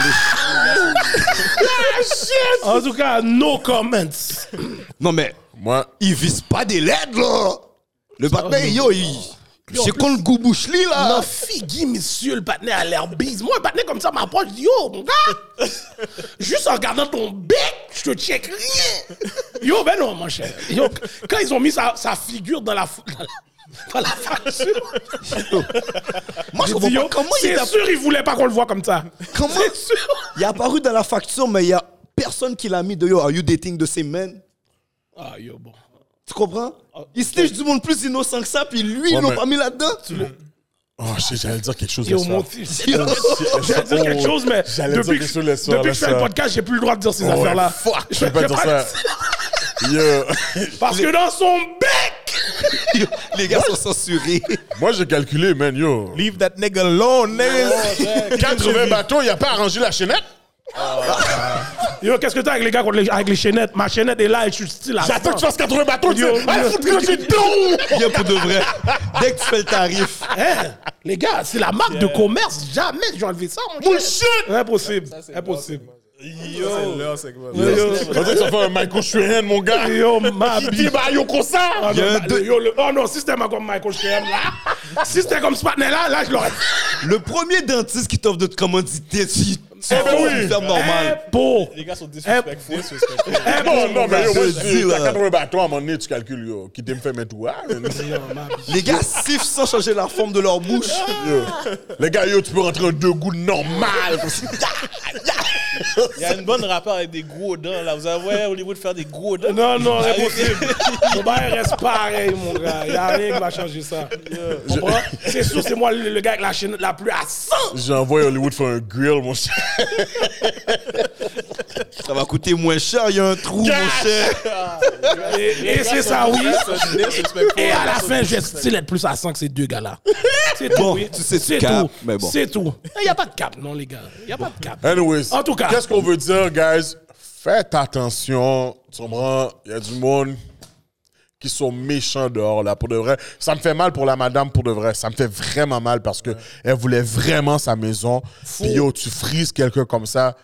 Speaker 3: En tout cas, no comments.
Speaker 5: Non, mais
Speaker 4: Moi,
Speaker 5: il vise pas des LED, là. Le Batman, yo, il. C'est con le goût boucheli, là.
Speaker 3: La figui, monsieur, le partenaire a l'air bise. Moi, un partenaire comme ça m'approche, je dis, yo, mon gars, juste en regardant ton bec, je te check rien. Yo, ben non, mon cher. Yo, quand ils ont mis sa, sa figure dans la, fou- dans la, dans la facture,
Speaker 5: Moi,
Speaker 3: j'ai
Speaker 5: je comprends
Speaker 3: dit,
Speaker 5: pas
Speaker 3: yo,
Speaker 5: comment il
Speaker 3: c'est
Speaker 5: t'a-
Speaker 3: sûr, ils voulaient pas qu'on le voit comme ça.
Speaker 5: Comment
Speaker 3: C'est sûr.
Speaker 5: Il est apparu dans la facture, mais il y a personne qui l'a mis de yo, are you dating the same man?
Speaker 3: Ah, yo, bon.
Speaker 5: Tu comprends? Il snitch du monde plus innocent que ça, puis lui, ils
Speaker 4: Ouais,
Speaker 5: l'ont
Speaker 4: mais-
Speaker 5: pas mis là-dedans.
Speaker 4: oh, je sais, j'allais dire quelque chose.
Speaker 3: Yo,
Speaker 4: laisse
Speaker 3: mon
Speaker 4: faire.
Speaker 3: fils.
Speaker 5: Yo.
Speaker 3: J'allais dire quelque chose, mais
Speaker 4: Oh, J'allais dire
Speaker 3: depuis, que,
Speaker 4: quelque chose, laisse faire,
Speaker 3: depuis que
Speaker 4: laisse
Speaker 3: je fais le
Speaker 4: faire.
Speaker 3: podcast, j'ai plus le droit de dire ces
Speaker 4: Oh, Ouais,
Speaker 3: affaires-là.
Speaker 4: fuck, je vais pas dire ça. Yo.
Speaker 3: Parce que dans son bec,
Speaker 5: Yo, Les gars sont censurés.
Speaker 4: Moi, j'ai calculé, man, yo. Oh,
Speaker 7: Leave that nigga alone, niggas.
Speaker 4: 80 bâtons, il a pas arrangé la chaînette.
Speaker 3: Yo, qu'est-ce que t'as avec les gars contre les- avec les chaînettes Ma chaînette est là et je suis style à
Speaker 4: J'attends que tu fasses 80 bâtons, tu
Speaker 3: Yo,
Speaker 4: sais. Ah,
Speaker 3: yo.
Speaker 4: foutre que tu tombes.
Speaker 5: Bien pour de vrai. Dès que tu fais le tarif.
Speaker 3: Hein? Les gars, c'est la marque de commerce. Jamais j'ai enlevé ça, mon Bullshit! Impossible. Impossible.
Speaker 7: C'est là, c'est quoi?
Speaker 3: Yo,
Speaker 4: On dirait que ça fait un Michael Schwerin, mon gars.
Speaker 3: yo, ma
Speaker 4: Il dit,
Speaker 3: bille.
Speaker 4: bah, yo, comme ça.
Speaker 3: Yo, le- Oh non, si c'était comme Michael Schem, là, si c'était comme Spatner, là, là, je l'aurais.
Speaker 5: Le premier dentiste qui t'offre de te commanditer, tu, tu
Speaker 3: Eh ben
Speaker 5: fais une
Speaker 3: oui.
Speaker 5: ferme normale.
Speaker 3: Impôt.
Speaker 6: Les gars sont disrespectful.
Speaker 4: Eh, Non, non, mais yo, moi,
Speaker 5: Je
Speaker 4: je
Speaker 5: dis,
Speaker 4: dis,
Speaker 5: là.
Speaker 4: t'as 80 bâtons, à un moment donné, tu calcules, yo. Qui t'aime faire hein. mes doigts.
Speaker 5: Les gars sifflent sans changer la forme de leur bouche.
Speaker 4: Yo. Les gars, yo, tu peux rentrer en deux goûts normal.
Speaker 6: Il y a une bonne rapport avec des gros dents, là. Vous avez ouais, Hollywood faire des gros dents.
Speaker 3: Non, non, impossible. Mon bail reste pareil, mon gars. Y'a rien qui va changer ça. Comprends? C'est sûr, c'est moi le le gars avec la chaînette la plus à 100.
Speaker 4: J'ai envoyé Hollywood faire un grill, mon cher.
Speaker 5: Ça va coûter moins cher, il y a un trou, mon cher.
Speaker 3: Et, et c'est ça, oui. Et à la fin, j'estime être plus à 100 que ces deux gars-là. C'est tout.
Speaker 5: Bon,
Speaker 3: oui.
Speaker 5: tu sais, tu
Speaker 3: C'est
Speaker 5: capes,
Speaker 3: tout.
Speaker 5: mais bon.
Speaker 3: C'est tout. Il n'y a pas de cap, non, les gars. Il n'y a pas de cap.
Speaker 4: Anyways.
Speaker 3: En tout cas.
Speaker 4: Qu'est-ce qu'on veut dire, guys? Faites attention. Tu comprends? Il y a du monde qui sont méchants dehors, là, pour de vrai. Ça me fait mal pour la madame, pour de vrai. Ça me fait vraiment mal parce que elle voulait vraiment sa maison. Puis yo, tu frises quelqu'un comme ça.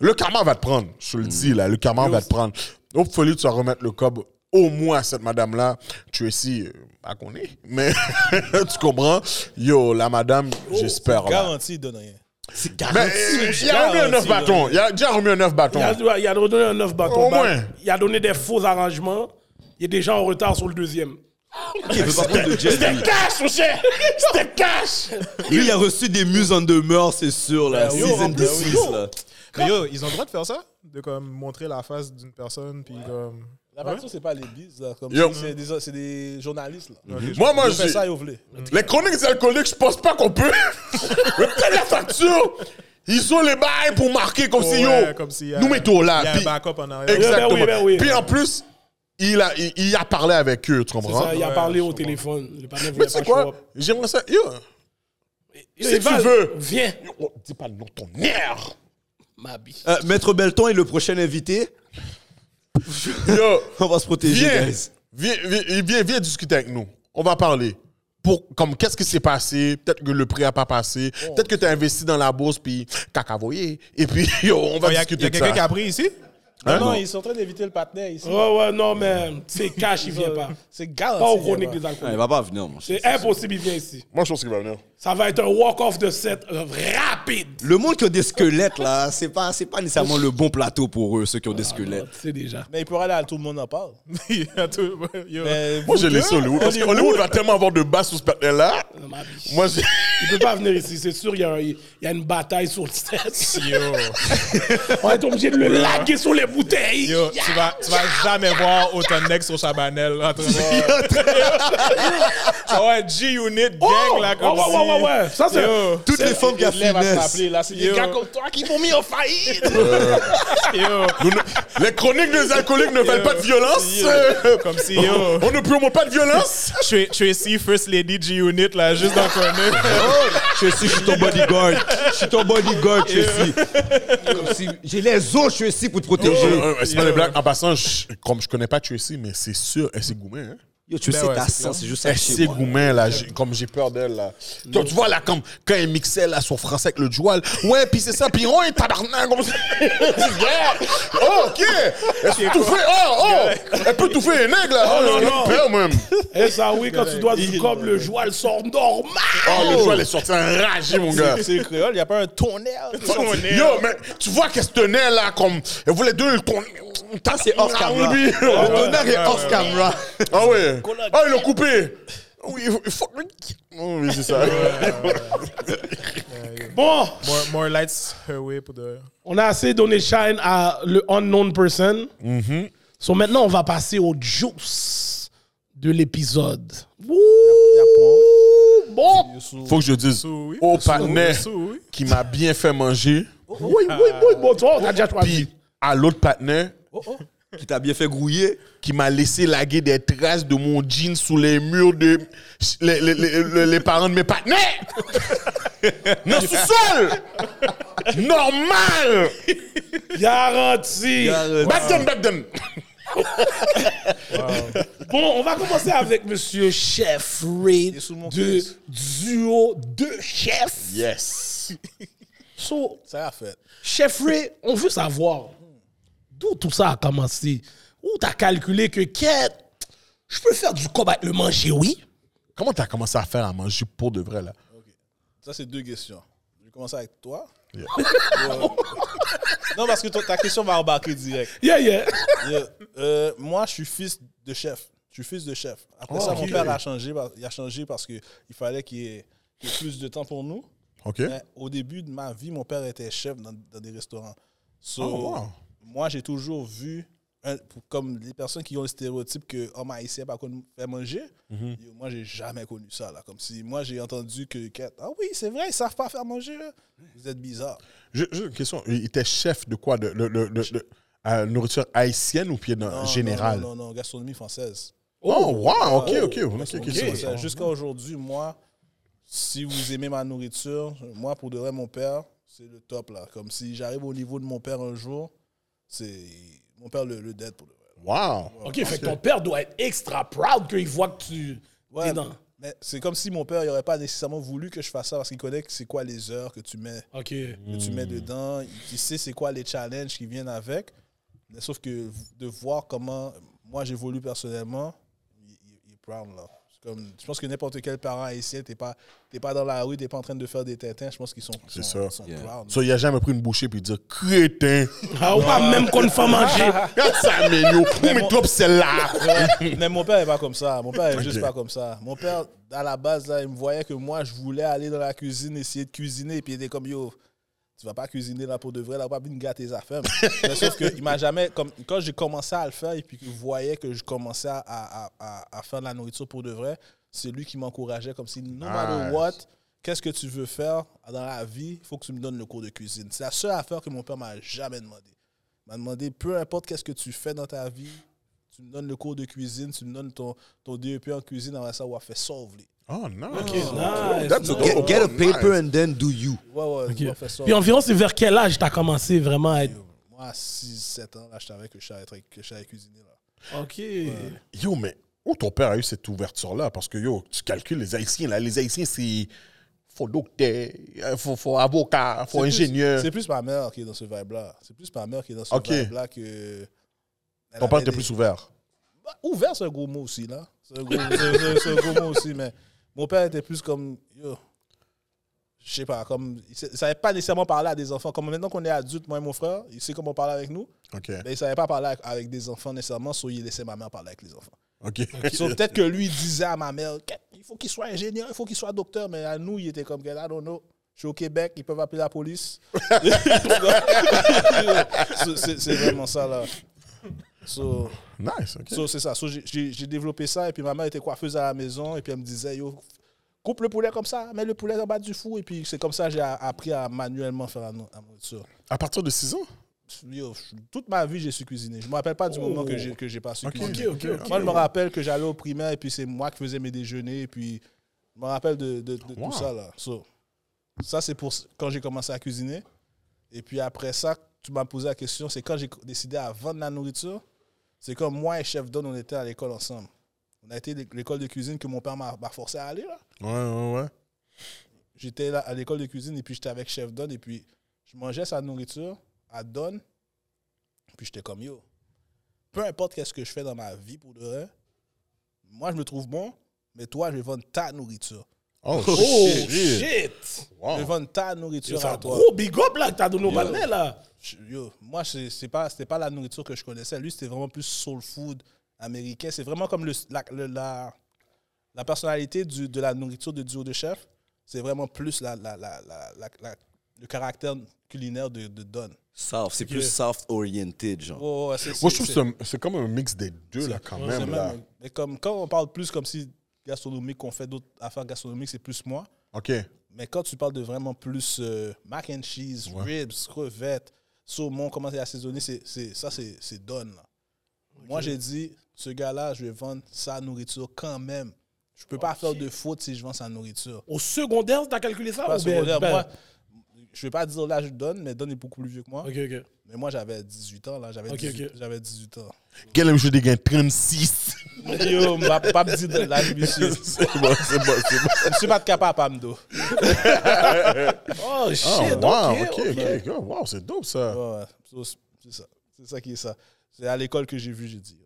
Speaker 4: Le karma va te prendre. Je te le dis, là. Le karma va te prendre. Au folie, tu vas remettre le cob au moins à cette madame-là. Tu es si... euh, à qu'on est. Mais tu comprends? Yo, la madame,
Speaker 3: Oh,
Speaker 4: j'espère, là.
Speaker 6: Garantie, il donne rien.
Speaker 5: C'est garanti.
Speaker 4: Mais euh, il a remis un 9 bâtons. Il a déjà remis un 9
Speaker 3: Il
Speaker 4: bâtons.
Speaker 3: a, il a donné un 9 bâton.
Speaker 4: Au moins.
Speaker 3: Il a donné des faux arrangements. Il est déjà en retard sur le deuxième.
Speaker 5: Il veut pas prendre de jet, lui.
Speaker 3: Cash, mon cher! C'était cash!
Speaker 5: Lui, il a reçu des muses en demeure, c'est sûr, là.
Speaker 6: Ben oui,
Speaker 5: Ben Season
Speaker 6: en plus,
Speaker 5: 16,
Speaker 6: yo.
Speaker 5: là.
Speaker 7: Mais yo, ils ont le droit de faire ça? De comme montrer la face d'une personne, puis comme.
Speaker 6: La partie, c'est pas les bises, là. Comme
Speaker 4: Yo.
Speaker 6: si c'est des, c'est des journalistes, là.
Speaker 4: Moi, moi,
Speaker 6: Ils font
Speaker 4: je
Speaker 6: ça, ils voulaient.
Speaker 4: Les chroniques des alcooliques, je pense pas qu'on peut. Mais peut-être la facture, ils ont les bails pour marquer comme si, yo,
Speaker 7: Ouais, comme si, euh,
Speaker 4: nous mettons là.
Speaker 7: Il y a un
Speaker 4: Puis-
Speaker 7: backup en arrière.
Speaker 4: Exactement.
Speaker 3: ben oui.
Speaker 4: Puis en plus, il a, il, il a parlé avec eux, tu comprends?
Speaker 3: Ça, il a
Speaker 7: Ouais,
Speaker 3: parlé
Speaker 7: je
Speaker 3: au
Speaker 7: comprends.
Speaker 3: téléphone. Le partenaire
Speaker 4: Mais
Speaker 3: voulait
Speaker 4: tu sais
Speaker 3: pas show
Speaker 4: quoi?
Speaker 3: up.
Speaker 4: J'aimerais ça. Yo,
Speaker 3: Il
Speaker 4: Si
Speaker 3: dit,
Speaker 4: tu
Speaker 3: Val,
Speaker 4: veux.
Speaker 3: Viens,
Speaker 4: yo, oh, dis pas le nom de ton nerf.
Speaker 3: ma biche.
Speaker 5: Euh, Maître Belton est le prochain invité.
Speaker 4: Yo,
Speaker 5: On va se protéger,
Speaker 4: viens,
Speaker 5: guys.
Speaker 4: viens, viens, viens, viens discuter avec nous. On va parler. Pour, comme qu'est-ce qui s'est passé, peut-être que le prix a pas passé,
Speaker 7: Oh.
Speaker 4: peut-être que tu as investi dans la bourse puis t'as cavoyé. Et puis yo, on va
Speaker 7: Il Oh, y a, y a
Speaker 4: discuter de
Speaker 7: quelqu'un qui
Speaker 4: ça. Hein?
Speaker 7: a pris ici?
Speaker 6: Non, non, ils sont en train d'éviter le partenaire ici.
Speaker 3: Ouais, ouais, non, mais c'est cash, il vient pas.
Speaker 6: C'est garanti.
Speaker 3: Pas au
Speaker 6: qu'il y a
Speaker 3: chronique
Speaker 6: pas.
Speaker 3: des
Speaker 5: Ah, il
Speaker 3: alcools.
Speaker 5: va pas venir, mon cher.
Speaker 3: C'est impossible, il vient ici.
Speaker 4: Moi, je pense qu'il va venir.
Speaker 3: Ça va être un walk-off de set euh, rapide.
Speaker 5: Le monde qui a des squelettes, là, c'est pas, c'est pas nécessairement le bon plateau pour eux, ceux qui ont des squelettes.
Speaker 3: C'est déjà.
Speaker 6: Mais il pourrait aller à tout le monde en parle.
Speaker 7: Il y a tout- yo.
Speaker 6: Mais
Speaker 4: Moi,
Speaker 6: vous
Speaker 4: j'ai
Speaker 6: deux,
Speaker 4: laissé Hollywood. Parce que Hollywood va tellement avoir de basse sur ce partenaire-là.
Speaker 3: Non, ma vie.
Speaker 4: Moi, j'ai.
Speaker 3: Il peut pas venir ici, c'est sûr, il y, a un- il y a une bataille sur le set.
Speaker 7: Yo.
Speaker 3: On va être obligé de le laguer sur les bouteilles.
Speaker 7: Yo, tu vas, tu vas jamais voir autant de necks sur Chabanel. là, en train de voir. Ça va être G-Unit gang,
Speaker 3: Oh!
Speaker 7: là, comme
Speaker 3: Ouais, ouais, ouais, ouais, ouais. Ça, c'est-
Speaker 7: Yo,
Speaker 5: Toutes les femmes qui a
Speaker 6: Hitler va se
Speaker 5: finesse.
Speaker 6: rappeler, là, c'est des
Speaker 7: Yo.
Speaker 6: gars comme toi qui vont mis en faillite.
Speaker 7: yo.
Speaker 4: Nous ne- Les chroniques des alcooliques ne veulent pas de violence. Euh,
Speaker 7: Comme si, yo.
Speaker 4: On ne promeut pas de violence.
Speaker 7: Tra- Tracy, First Lady G-Unit, là, juste dans le corner.
Speaker 5: Tracy, je suis ton bodyguard. Je suis ton bodyguard, Tracy. Comme si- J'ai les os, Tracy, pour te protéger.
Speaker 4: Euh, euh, C'est pas des blagues. En passant, je- comme je connais pas Tracy, mais c'est sûr, elle s'est goumée. Hein?
Speaker 5: Yo, Tracy,
Speaker 7: Ben ouais,
Speaker 5: t'as
Speaker 7: c'est
Speaker 5: ça, c'est juste ça.
Speaker 4: Elle
Speaker 5: que je
Speaker 4: s'est
Speaker 5: sais, moi.
Speaker 4: goumée, là. j'ai- Comme j'ai peur d'elle, là. Toi, tu vois, là, comme, quand elle mixait, là, son français avec le joual. Ouais, puis c'est ça, puis on est tabarnak, comme ça. Yeah. Oh, ok. Elle peut tout faire. Oh, oh. Elle peut tout faire, les nègres, là.
Speaker 3: non,
Speaker 4: Oh,
Speaker 3: non.
Speaker 4: Père, même.
Speaker 3: Et Eh, ça, oui, quand tu dois du comme le joual sort normal.
Speaker 4: Oh, le joual est sorti enragé, mon gars.
Speaker 6: C'est le créole, il n'y a pas un tonnerre.
Speaker 4: Yo, mais tu vois qu'elle se tenait là comme. Elle voulait donner le ton.
Speaker 5: Ça, c'est hors camera. Le tonnerre est hors camera.
Speaker 4: Ah ouais. Ah, ils l'ont coupé. Oui, il faut- il faut. Oh, mais c'est ça.
Speaker 3: Bon,
Speaker 7: more, more lights her way pour de.
Speaker 3: on a assez donné shine à le unknown person.
Speaker 6: Mhm.
Speaker 3: So maintenant, on va passer au juice de l'épisode. Ouh, bon.
Speaker 4: Faut que je dise
Speaker 7: oui.
Speaker 4: au partenaire
Speaker 7: Sous, oui.
Speaker 4: qui m'a bien fait manger,
Speaker 3: Oui, oui, oui, bon, toi, on a déjà choisi.
Speaker 4: puis à l'autre partenaire
Speaker 5: Qui t'a bien fait grouiller.
Speaker 4: qui m'a laissé laguer des traces de mon jean sous les murs de les, les- les- les- les parents de mes partenaires. Non, sous-sol! Normal! Eh,
Speaker 3: Garanti.
Speaker 4: Back them, back them!
Speaker 3: Bon, on va commencer avec Monsieur Chef Ray
Speaker 6: est sous mon
Speaker 3: de
Speaker 6: cuisse.
Speaker 3: duo de chefs.
Speaker 4: Yes!
Speaker 3: So,
Speaker 6: Ça a fait.
Speaker 3: Chef Ray, on veut savoir d'où tout ça a commencé. Où t'as calculé que quête, je peux faire du combat le manger, oui.
Speaker 4: Comment t'as commencé à faire à manger pour de vrai, là?
Speaker 6: Ça, c'est deux questions. Je vais commencer avec toi. Euh, non, parce que ton- ta question va embarquer direct.
Speaker 3: Yeah, yeah.
Speaker 6: Yeah. Euh, moi, je suis fils de chef. Je suis fils de chef. Après ça, mon père a changé. par- Il a changé parce qu'il fallait qu'il y, ait- qu'il y ait plus de temps pour nous.
Speaker 4: OK?
Speaker 6: Mais au début de ma vie, mon père était chef dans, dans des restaurants. So,
Speaker 4: Oh, wow.
Speaker 6: Moi, j'ai toujours vu, un- pour- comme les personnes qui ont le stéréotype que oh, homme haïtien pas qu'on fait manger,
Speaker 4: Mm-hmm.
Speaker 6: yo, moi, j'ai jamais connu ça. Là. Comme si moi, j'ai entendu que, que- ah oui, c'est vrai, ils savent pas faire manger. là. Vous êtes bizarre.
Speaker 4: Ju- Juste une question. Il était chef de quoi? De, de- de- de- de- à nourriture haïtienne ou puis
Speaker 6: Non,
Speaker 4: en
Speaker 6: non,
Speaker 4: général?
Speaker 6: Non, non, non, gastronomie française.
Speaker 4: Oh, wow! OK, OK.
Speaker 6: Oh,
Speaker 4: OK,
Speaker 6: gastronomie
Speaker 4: OK,
Speaker 6: française.
Speaker 4: c'est bon.
Speaker 6: Jusqu'à aujourd'hui, moi, si vous aimez ma nourriture, moi, pour de vrai, mon père, c'est le top. là. Comme si j'arrive au niveau de mon père un jour, c'est mon père le, le dead pour de vrai.
Speaker 4: Wow!
Speaker 3: Ok, fait que ton père doit être extra proud qu'il voit que tu.
Speaker 6: Ouais,
Speaker 3: t'es dans.
Speaker 6: mais c'est comme si mon père n'aurait pas nécessairement voulu que je fasse ça parce qu'il connaît que c'est quoi les heures que tu mets,
Speaker 3: Ok.
Speaker 6: que tu
Speaker 4: Hmm.
Speaker 6: mets dedans. Il- Il sait c'est quoi les challenges qui viennent avec. Mais sauf que de voir comment moi j'évolue personnellement, il, il- il est proud là. C'est Comme, je pense que n'importe quel parent haïtien, t'es pas, t'es pas dans la rue, t'es pas en train de faire des tintins. Je pense qu'ils sont,
Speaker 4: C'est
Speaker 6: sont,
Speaker 4: ça.
Speaker 6: sont
Speaker 5: Yeah.
Speaker 6: proud.
Speaker 4: Ça, il a jamais pris une bouchée puis dire crétin!
Speaker 3: Ah, ou pas même qu'on ne fait manger.
Speaker 4: Regarde ça, Ménio! Où mes
Speaker 6: mon-
Speaker 4: troupes, celle-là?
Speaker 6: Mais mon père n'est pas comme ça. Mon père est juste
Speaker 4: Ok.
Speaker 6: pas comme ça. Mon père, à la base, là, il me voyait que moi, je voulais aller dans la cuisine, essayer de cuisiner. Puis il était comme, yo, tu vas pas cuisiner là pour de vrai, là, pas venir gâter tes affaires. Mais sauf qu'il m'a jamais. Comme, quand j'ai commencé à le faire et puis qu'il voyait que je commençais à, à- à- à faire de la nourriture pour de vrai, c'est lui qui m'encourageait comme si, no matter
Speaker 4: Nice.
Speaker 6: what, qu'est-ce que tu veux faire dans la vie, il faut que tu me donnes le cours de cuisine. C'est la seule affaire que mon père m'a jamais demandé. Il m'a demandé, peu importe qu'est-ce que tu fais dans ta vie, tu me donnes le cours de cuisine, tu me donnes ton, ton DEP en cuisine, avant ça, on va faire sauve. les.
Speaker 4: Oh, non!
Speaker 3: Nice,
Speaker 4: That's a
Speaker 3: nice.
Speaker 4: dope.
Speaker 5: Get, get a paper and then do you.
Speaker 6: Ouais, ouais, on va faire sauve.
Speaker 3: Puis environ, c'est vers quel âge t'as commencé vraiment à être.
Speaker 6: Moi, à 6-7 ans, là, je savais que je savais, que je savais cuisiner. Là.
Speaker 3: Ok.
Speaker 4: Yo, mais où ton père a eu cette ouverture-là? Parce que, yo, tu calcules les Haïtiens, là. Les Haïtiens, c'est... faut docteur, euh, faut, faut avocat, faut ingénieur.
Speaker 6: C'est plus ma mère qui est dans ce vibe-là. C'est plus ma mère qui est dans ce
Speaker 4: Ok.
Speaker 6: vibe-là que. elle
Speaker 4: Ton père
Speaker 6: avait
Speaker 4: était
Speaker 6: des-
Speaker 4: plus ouvert.
Speaker 6: Bah, Ouvert, c'est un gros mot aussi, là. C'est un gros, c'est- c'est- c'est un gros mot aussi, mais mon père était plus comme. Yo, je sais pas, comme. Il sa- il savait pas nécessairement parler à des enfants. Comme maintenant qu'on est adulte, moi et mon frère, il sait comment parler avec nous,
Speaker 4: OK.
Speaker 6: mais il savait pas parler avec, avec des enfants nécessairement, soit il laissait ma mère parler avec les enfants.
Speaker 4: OK.
Speaker 6: So, peut-être que lui disait à ma mère, Qu'est- il faut qu'il soit ingénieur, il faut qu'il soit docteur, mais à nous, il était comme, I don't know. Je suis au Québec, ils peuvent appeler la police. So, c'est, c'est vraiment ça, là. So,
Speaker 4: Nice, OK.
Speaker 6: so, c'est ça. So, j'ai, j'ai- j'ai développé ça, et puis ma mère était coiffeuse à la maison, et puis elle me disait, yo, coupe le poulet comme ça, mets le poulet en bas du four, et puis c'est comme ça que j'ai a- appris à manuellement faire la no- la nourriture.
Speaker 4: À partir de 6 ans?
Speaker 6: Yo, toute ma vie, j'ai su cuisiner. Je me rappelle pas du moment que j'ai, que j'ai pas su
Speaker 4: Oh. Ok,
Speaker 6: cuisiner.
Speaker 4: ok, ok.
Speaker 6: Moi, je me rappelle que j'allais au primaire et puis c'est moi qui faisais mes déjeuners. Et puis, je me rappelle de, de- de
Speaker 4: Wow.
Speaker 6: tout ça. Là. So, ça, c'est pour quand j'ai commencé à cuisiner. Et puis après ça, tu m'as posé la question c'est quand j'ai décidé à vendre la nourriture. C'est comme moi et Chef Don, on était à l'école ensemble. On a été à l'école de cuisine que mon père m'a m'a forcé à aller. là
Speaker 4: Ouais, ouais, ouais.
Speaker 6: j'étais là à l'école de cuisine et puis j'étais avec Chef Don et puis je mangeais sa nourriture à Don. Puis j'étais comme yo. Peu importe qu'est-ce que je fais dans ma vie pour de vrai, moi je me trouve bon, mais toi je vais vendre ta nourriture.
Speaker 4: Oh,
Speaker 3: Oh,
Speaker 4: shit.
Speaker 3: shit!
Speaker 4: Wow.
Speaker 6: Je vais vendre ta nourriture
Speaker 3: C'est un
Speaker 6: à toi.
Speaker 3: gros big up là que t'as donné au balai là.
Speaker 6: Je- yo, moi c'est c'est pas c'était pas la nourriture que je connaissais. Lui c'était vraiment plus soul food américain. C'est vraiment comme le la le- la, la personnalité du, de la nourriture de duo de chef. C'est vraiment plus la, la, la, la, la- la- le caractère culinaire de, de Don.
Speaker 5: South, c'est plus soft oriented, genre.
Speaker 6: Ouais, ouais, c'est-
Speaker 4: Moi, je
Speaker 6: c'est-
Speaker 4: trouve que
Speaker 6: c'est-
Speaker 4: c'est- c'est comme un mix des deux, là, quand
Speaker 6: c'est
Speaker 4: même. Là.
Speaker 6: même- mais comme quand on parle plus comme si gastronomique, qu'on fait d'autres affaires gastronomiques, c'est plus moi.
Speaker 4: OK.
Speaker 6: Mais quand tu parles de vraiment plus euh, mac and cheese, ribs, crevettes, saumon, comment c'est assaisonné, c'est, c'est- ça, c'est, c'est donne. là. Moi, j'ai dit, ce gars-là, je vais vendre sa nourriture quand même. Je peux pas faire de faute si je vends sa nourriture.
Speaker 3: Au secondaire, t'as calculé ça
Speaker 6: Pas
Speaker 3: ou bien-
Speaker 6: secondaire,
Speaker 3: ben-
Speaker 6: moi, je vais pas dire là, je donne, mais donne est beaucoup plus vieux que moi.
Speaker 3: Ok, ok.
Speaker 6: Mais moi, j'avais 18 ans, là. J'avais,
Speaker 3: Ok,
Speaker 6: 18,
Speaker 3: ok.
Speaker 6: j'avais 18 ans.
Speaker 4: Quel homme je dégaine 36?
Speaker 6: Yo, m'a pas me dire de la monsieur.
Speaker 4: c'est bon, c'est bon, c'est bon.
Speaker 6: Monsieur pas de capable à me dire. Ah,
Speaker 3: Oh shit!
Speaker 4: Oh, wow,
Speaker 3: ok,
Speaker 4: OK,
Speaker 3: ok.
Speaker 4: OK. Oh, wow, c'est dope, ça.
Speaker 6: Ouais, ouais. So, c'est- c'est ça. C'est ça qui est ça. C'est à l'école que j'ai vu, j'ai dit,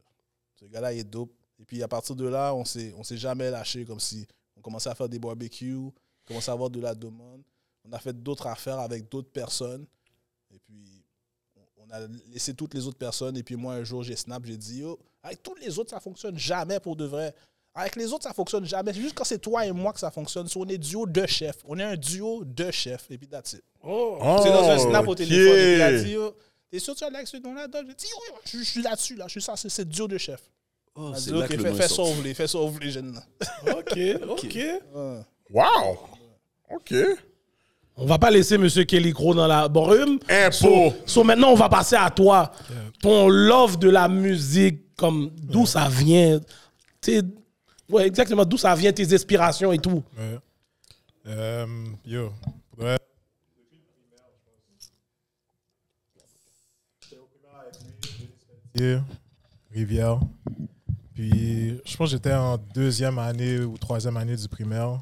Speaker 6: ce gars-là, il est dope. Et puis à partir de là, on s'est, on s'est jamais lâché comme si on commençait à faire des barbecues, on commençait à avoir de la demande. On a fait d'autres affaires avec d'autres personnes. Et puis, on- on a laissé toutes les autres personnes. Et puis moi, un jour, j'ai snap, j'ai dit, yo, avec tous les autres, ça fonctionne jamais pour de vrai. Avec les autres, ça fonctionne jamais. C'est juste quand c'est toi et moi que ça fonctionne. So, on est duo de chefs. On est un duo de chefs. Et puis, that's it.
Speaker 3: Oh.
Speaker 4: Oh,
Speaker 6: C'est dans un snap au
Speaker 4: OK.
Speaker 6: téléphone. Et puis, il a dit, Yo, t'es sûr que tu as l'accès dans la donne? J'ai dit, oui, oui, je, je suis là-dessus, là. Je suis ça, c'est, c'est dur de chef.
Speaker 5: Oh,
Speaker 6: Il a
Speaker 5: c'est
Speaker 6: dit,
Speaker 5: là
Speaker 6: ok,
Speaker 5: que le
Speaker 6: fais,
Speaker 5: nom
Speaker 6: fais
Speaker 5: est sorti.
Speaker 6: sauve les, fais sauve les jeunes. là.
Speaker 3: Ok, ok.
Speaker 6: Ouais.
Speaker 4: Wow. OK.
Speaker 3: On va pas laisser Monsieur Kelly Crow dans la brume.
Speaker 4: Impôt.
Speaker 3: So maintenant, on va passer à toi. Ton love de la musique, comme d'où ça vient. T'es- Ouais, exactement, d'où ça vient, tes inspirations et tout.
Speaker 7: Ouais. Euh, yo, pour de vrai, Yeah, Rivière. Puis, je pense que j'étais en deuxième année ou troisième année du primaire.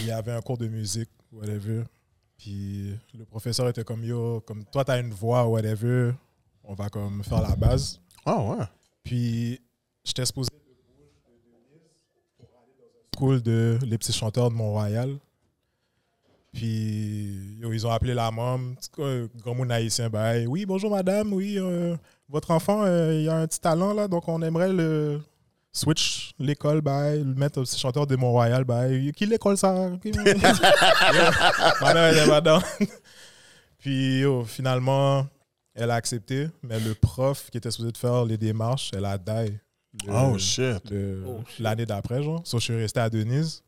Speaker 7: Il y avait un cours de musique, whatever. Puis, le professeur était comme, yo, comme toi, t'as une voix, whatever. On va comme faire la base.
Speaker 4: Ah, ouais.
Speaker 7: Puis, j'étais supposé de bouger de Denise pour aller dans un school de Les Petits Chanteurs de Mont-Royal. Puis, yo, ils ont appelé la môme. Tu sais, euh, Grand monde haïtien, bah, oui, bonjour madame, oui, euh, votre enfant, euh, il a un petit talent là, donc on aimerait le switch l'école, bah, le mettre au Petit Chanteur de Mont-Royal, bah, qui l'école ça Qui- Ma mère elle était pas dedans. Puis, yo, finalement, elle a accepté, mais le prof qui était supposé de faire les démarches, elle a die. le-
Speaker 4: Oh, shit.
Speaker 7: le-
Speaker 3: Oh, shit.
Speaker 7: L'année d'après, genre. So, je suis resté à Denise.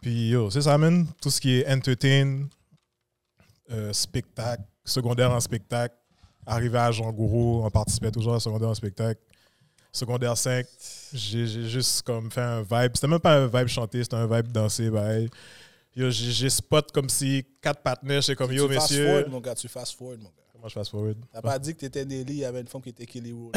Speaker 7: Puis, yo, c'est ça, man. Tout ce qui est entertain, euh, spectacle, secondaire en spectacle, arrivé à Jean Gouraud, on participait toujours à secondaire en spectacle. Secondaire 5, j'ai j'ai juste comme fait un vibe. C'était même pas un vibe chanté, c'était un vibe dansé. bye. Yo, j'ai j'ai spot comme si quatre partenaires, c'est comme yo,
Speaker 6: tu fast
Speaker 7: messieurs.
Speaker 6: forward, mon gars, tu fast forward, mon gars.
Speaker 7: Comment je fast forward?
Speaker 6: T'as pas dit que t'étais Nelly, il y avait une femme qui était Kelly Rowe.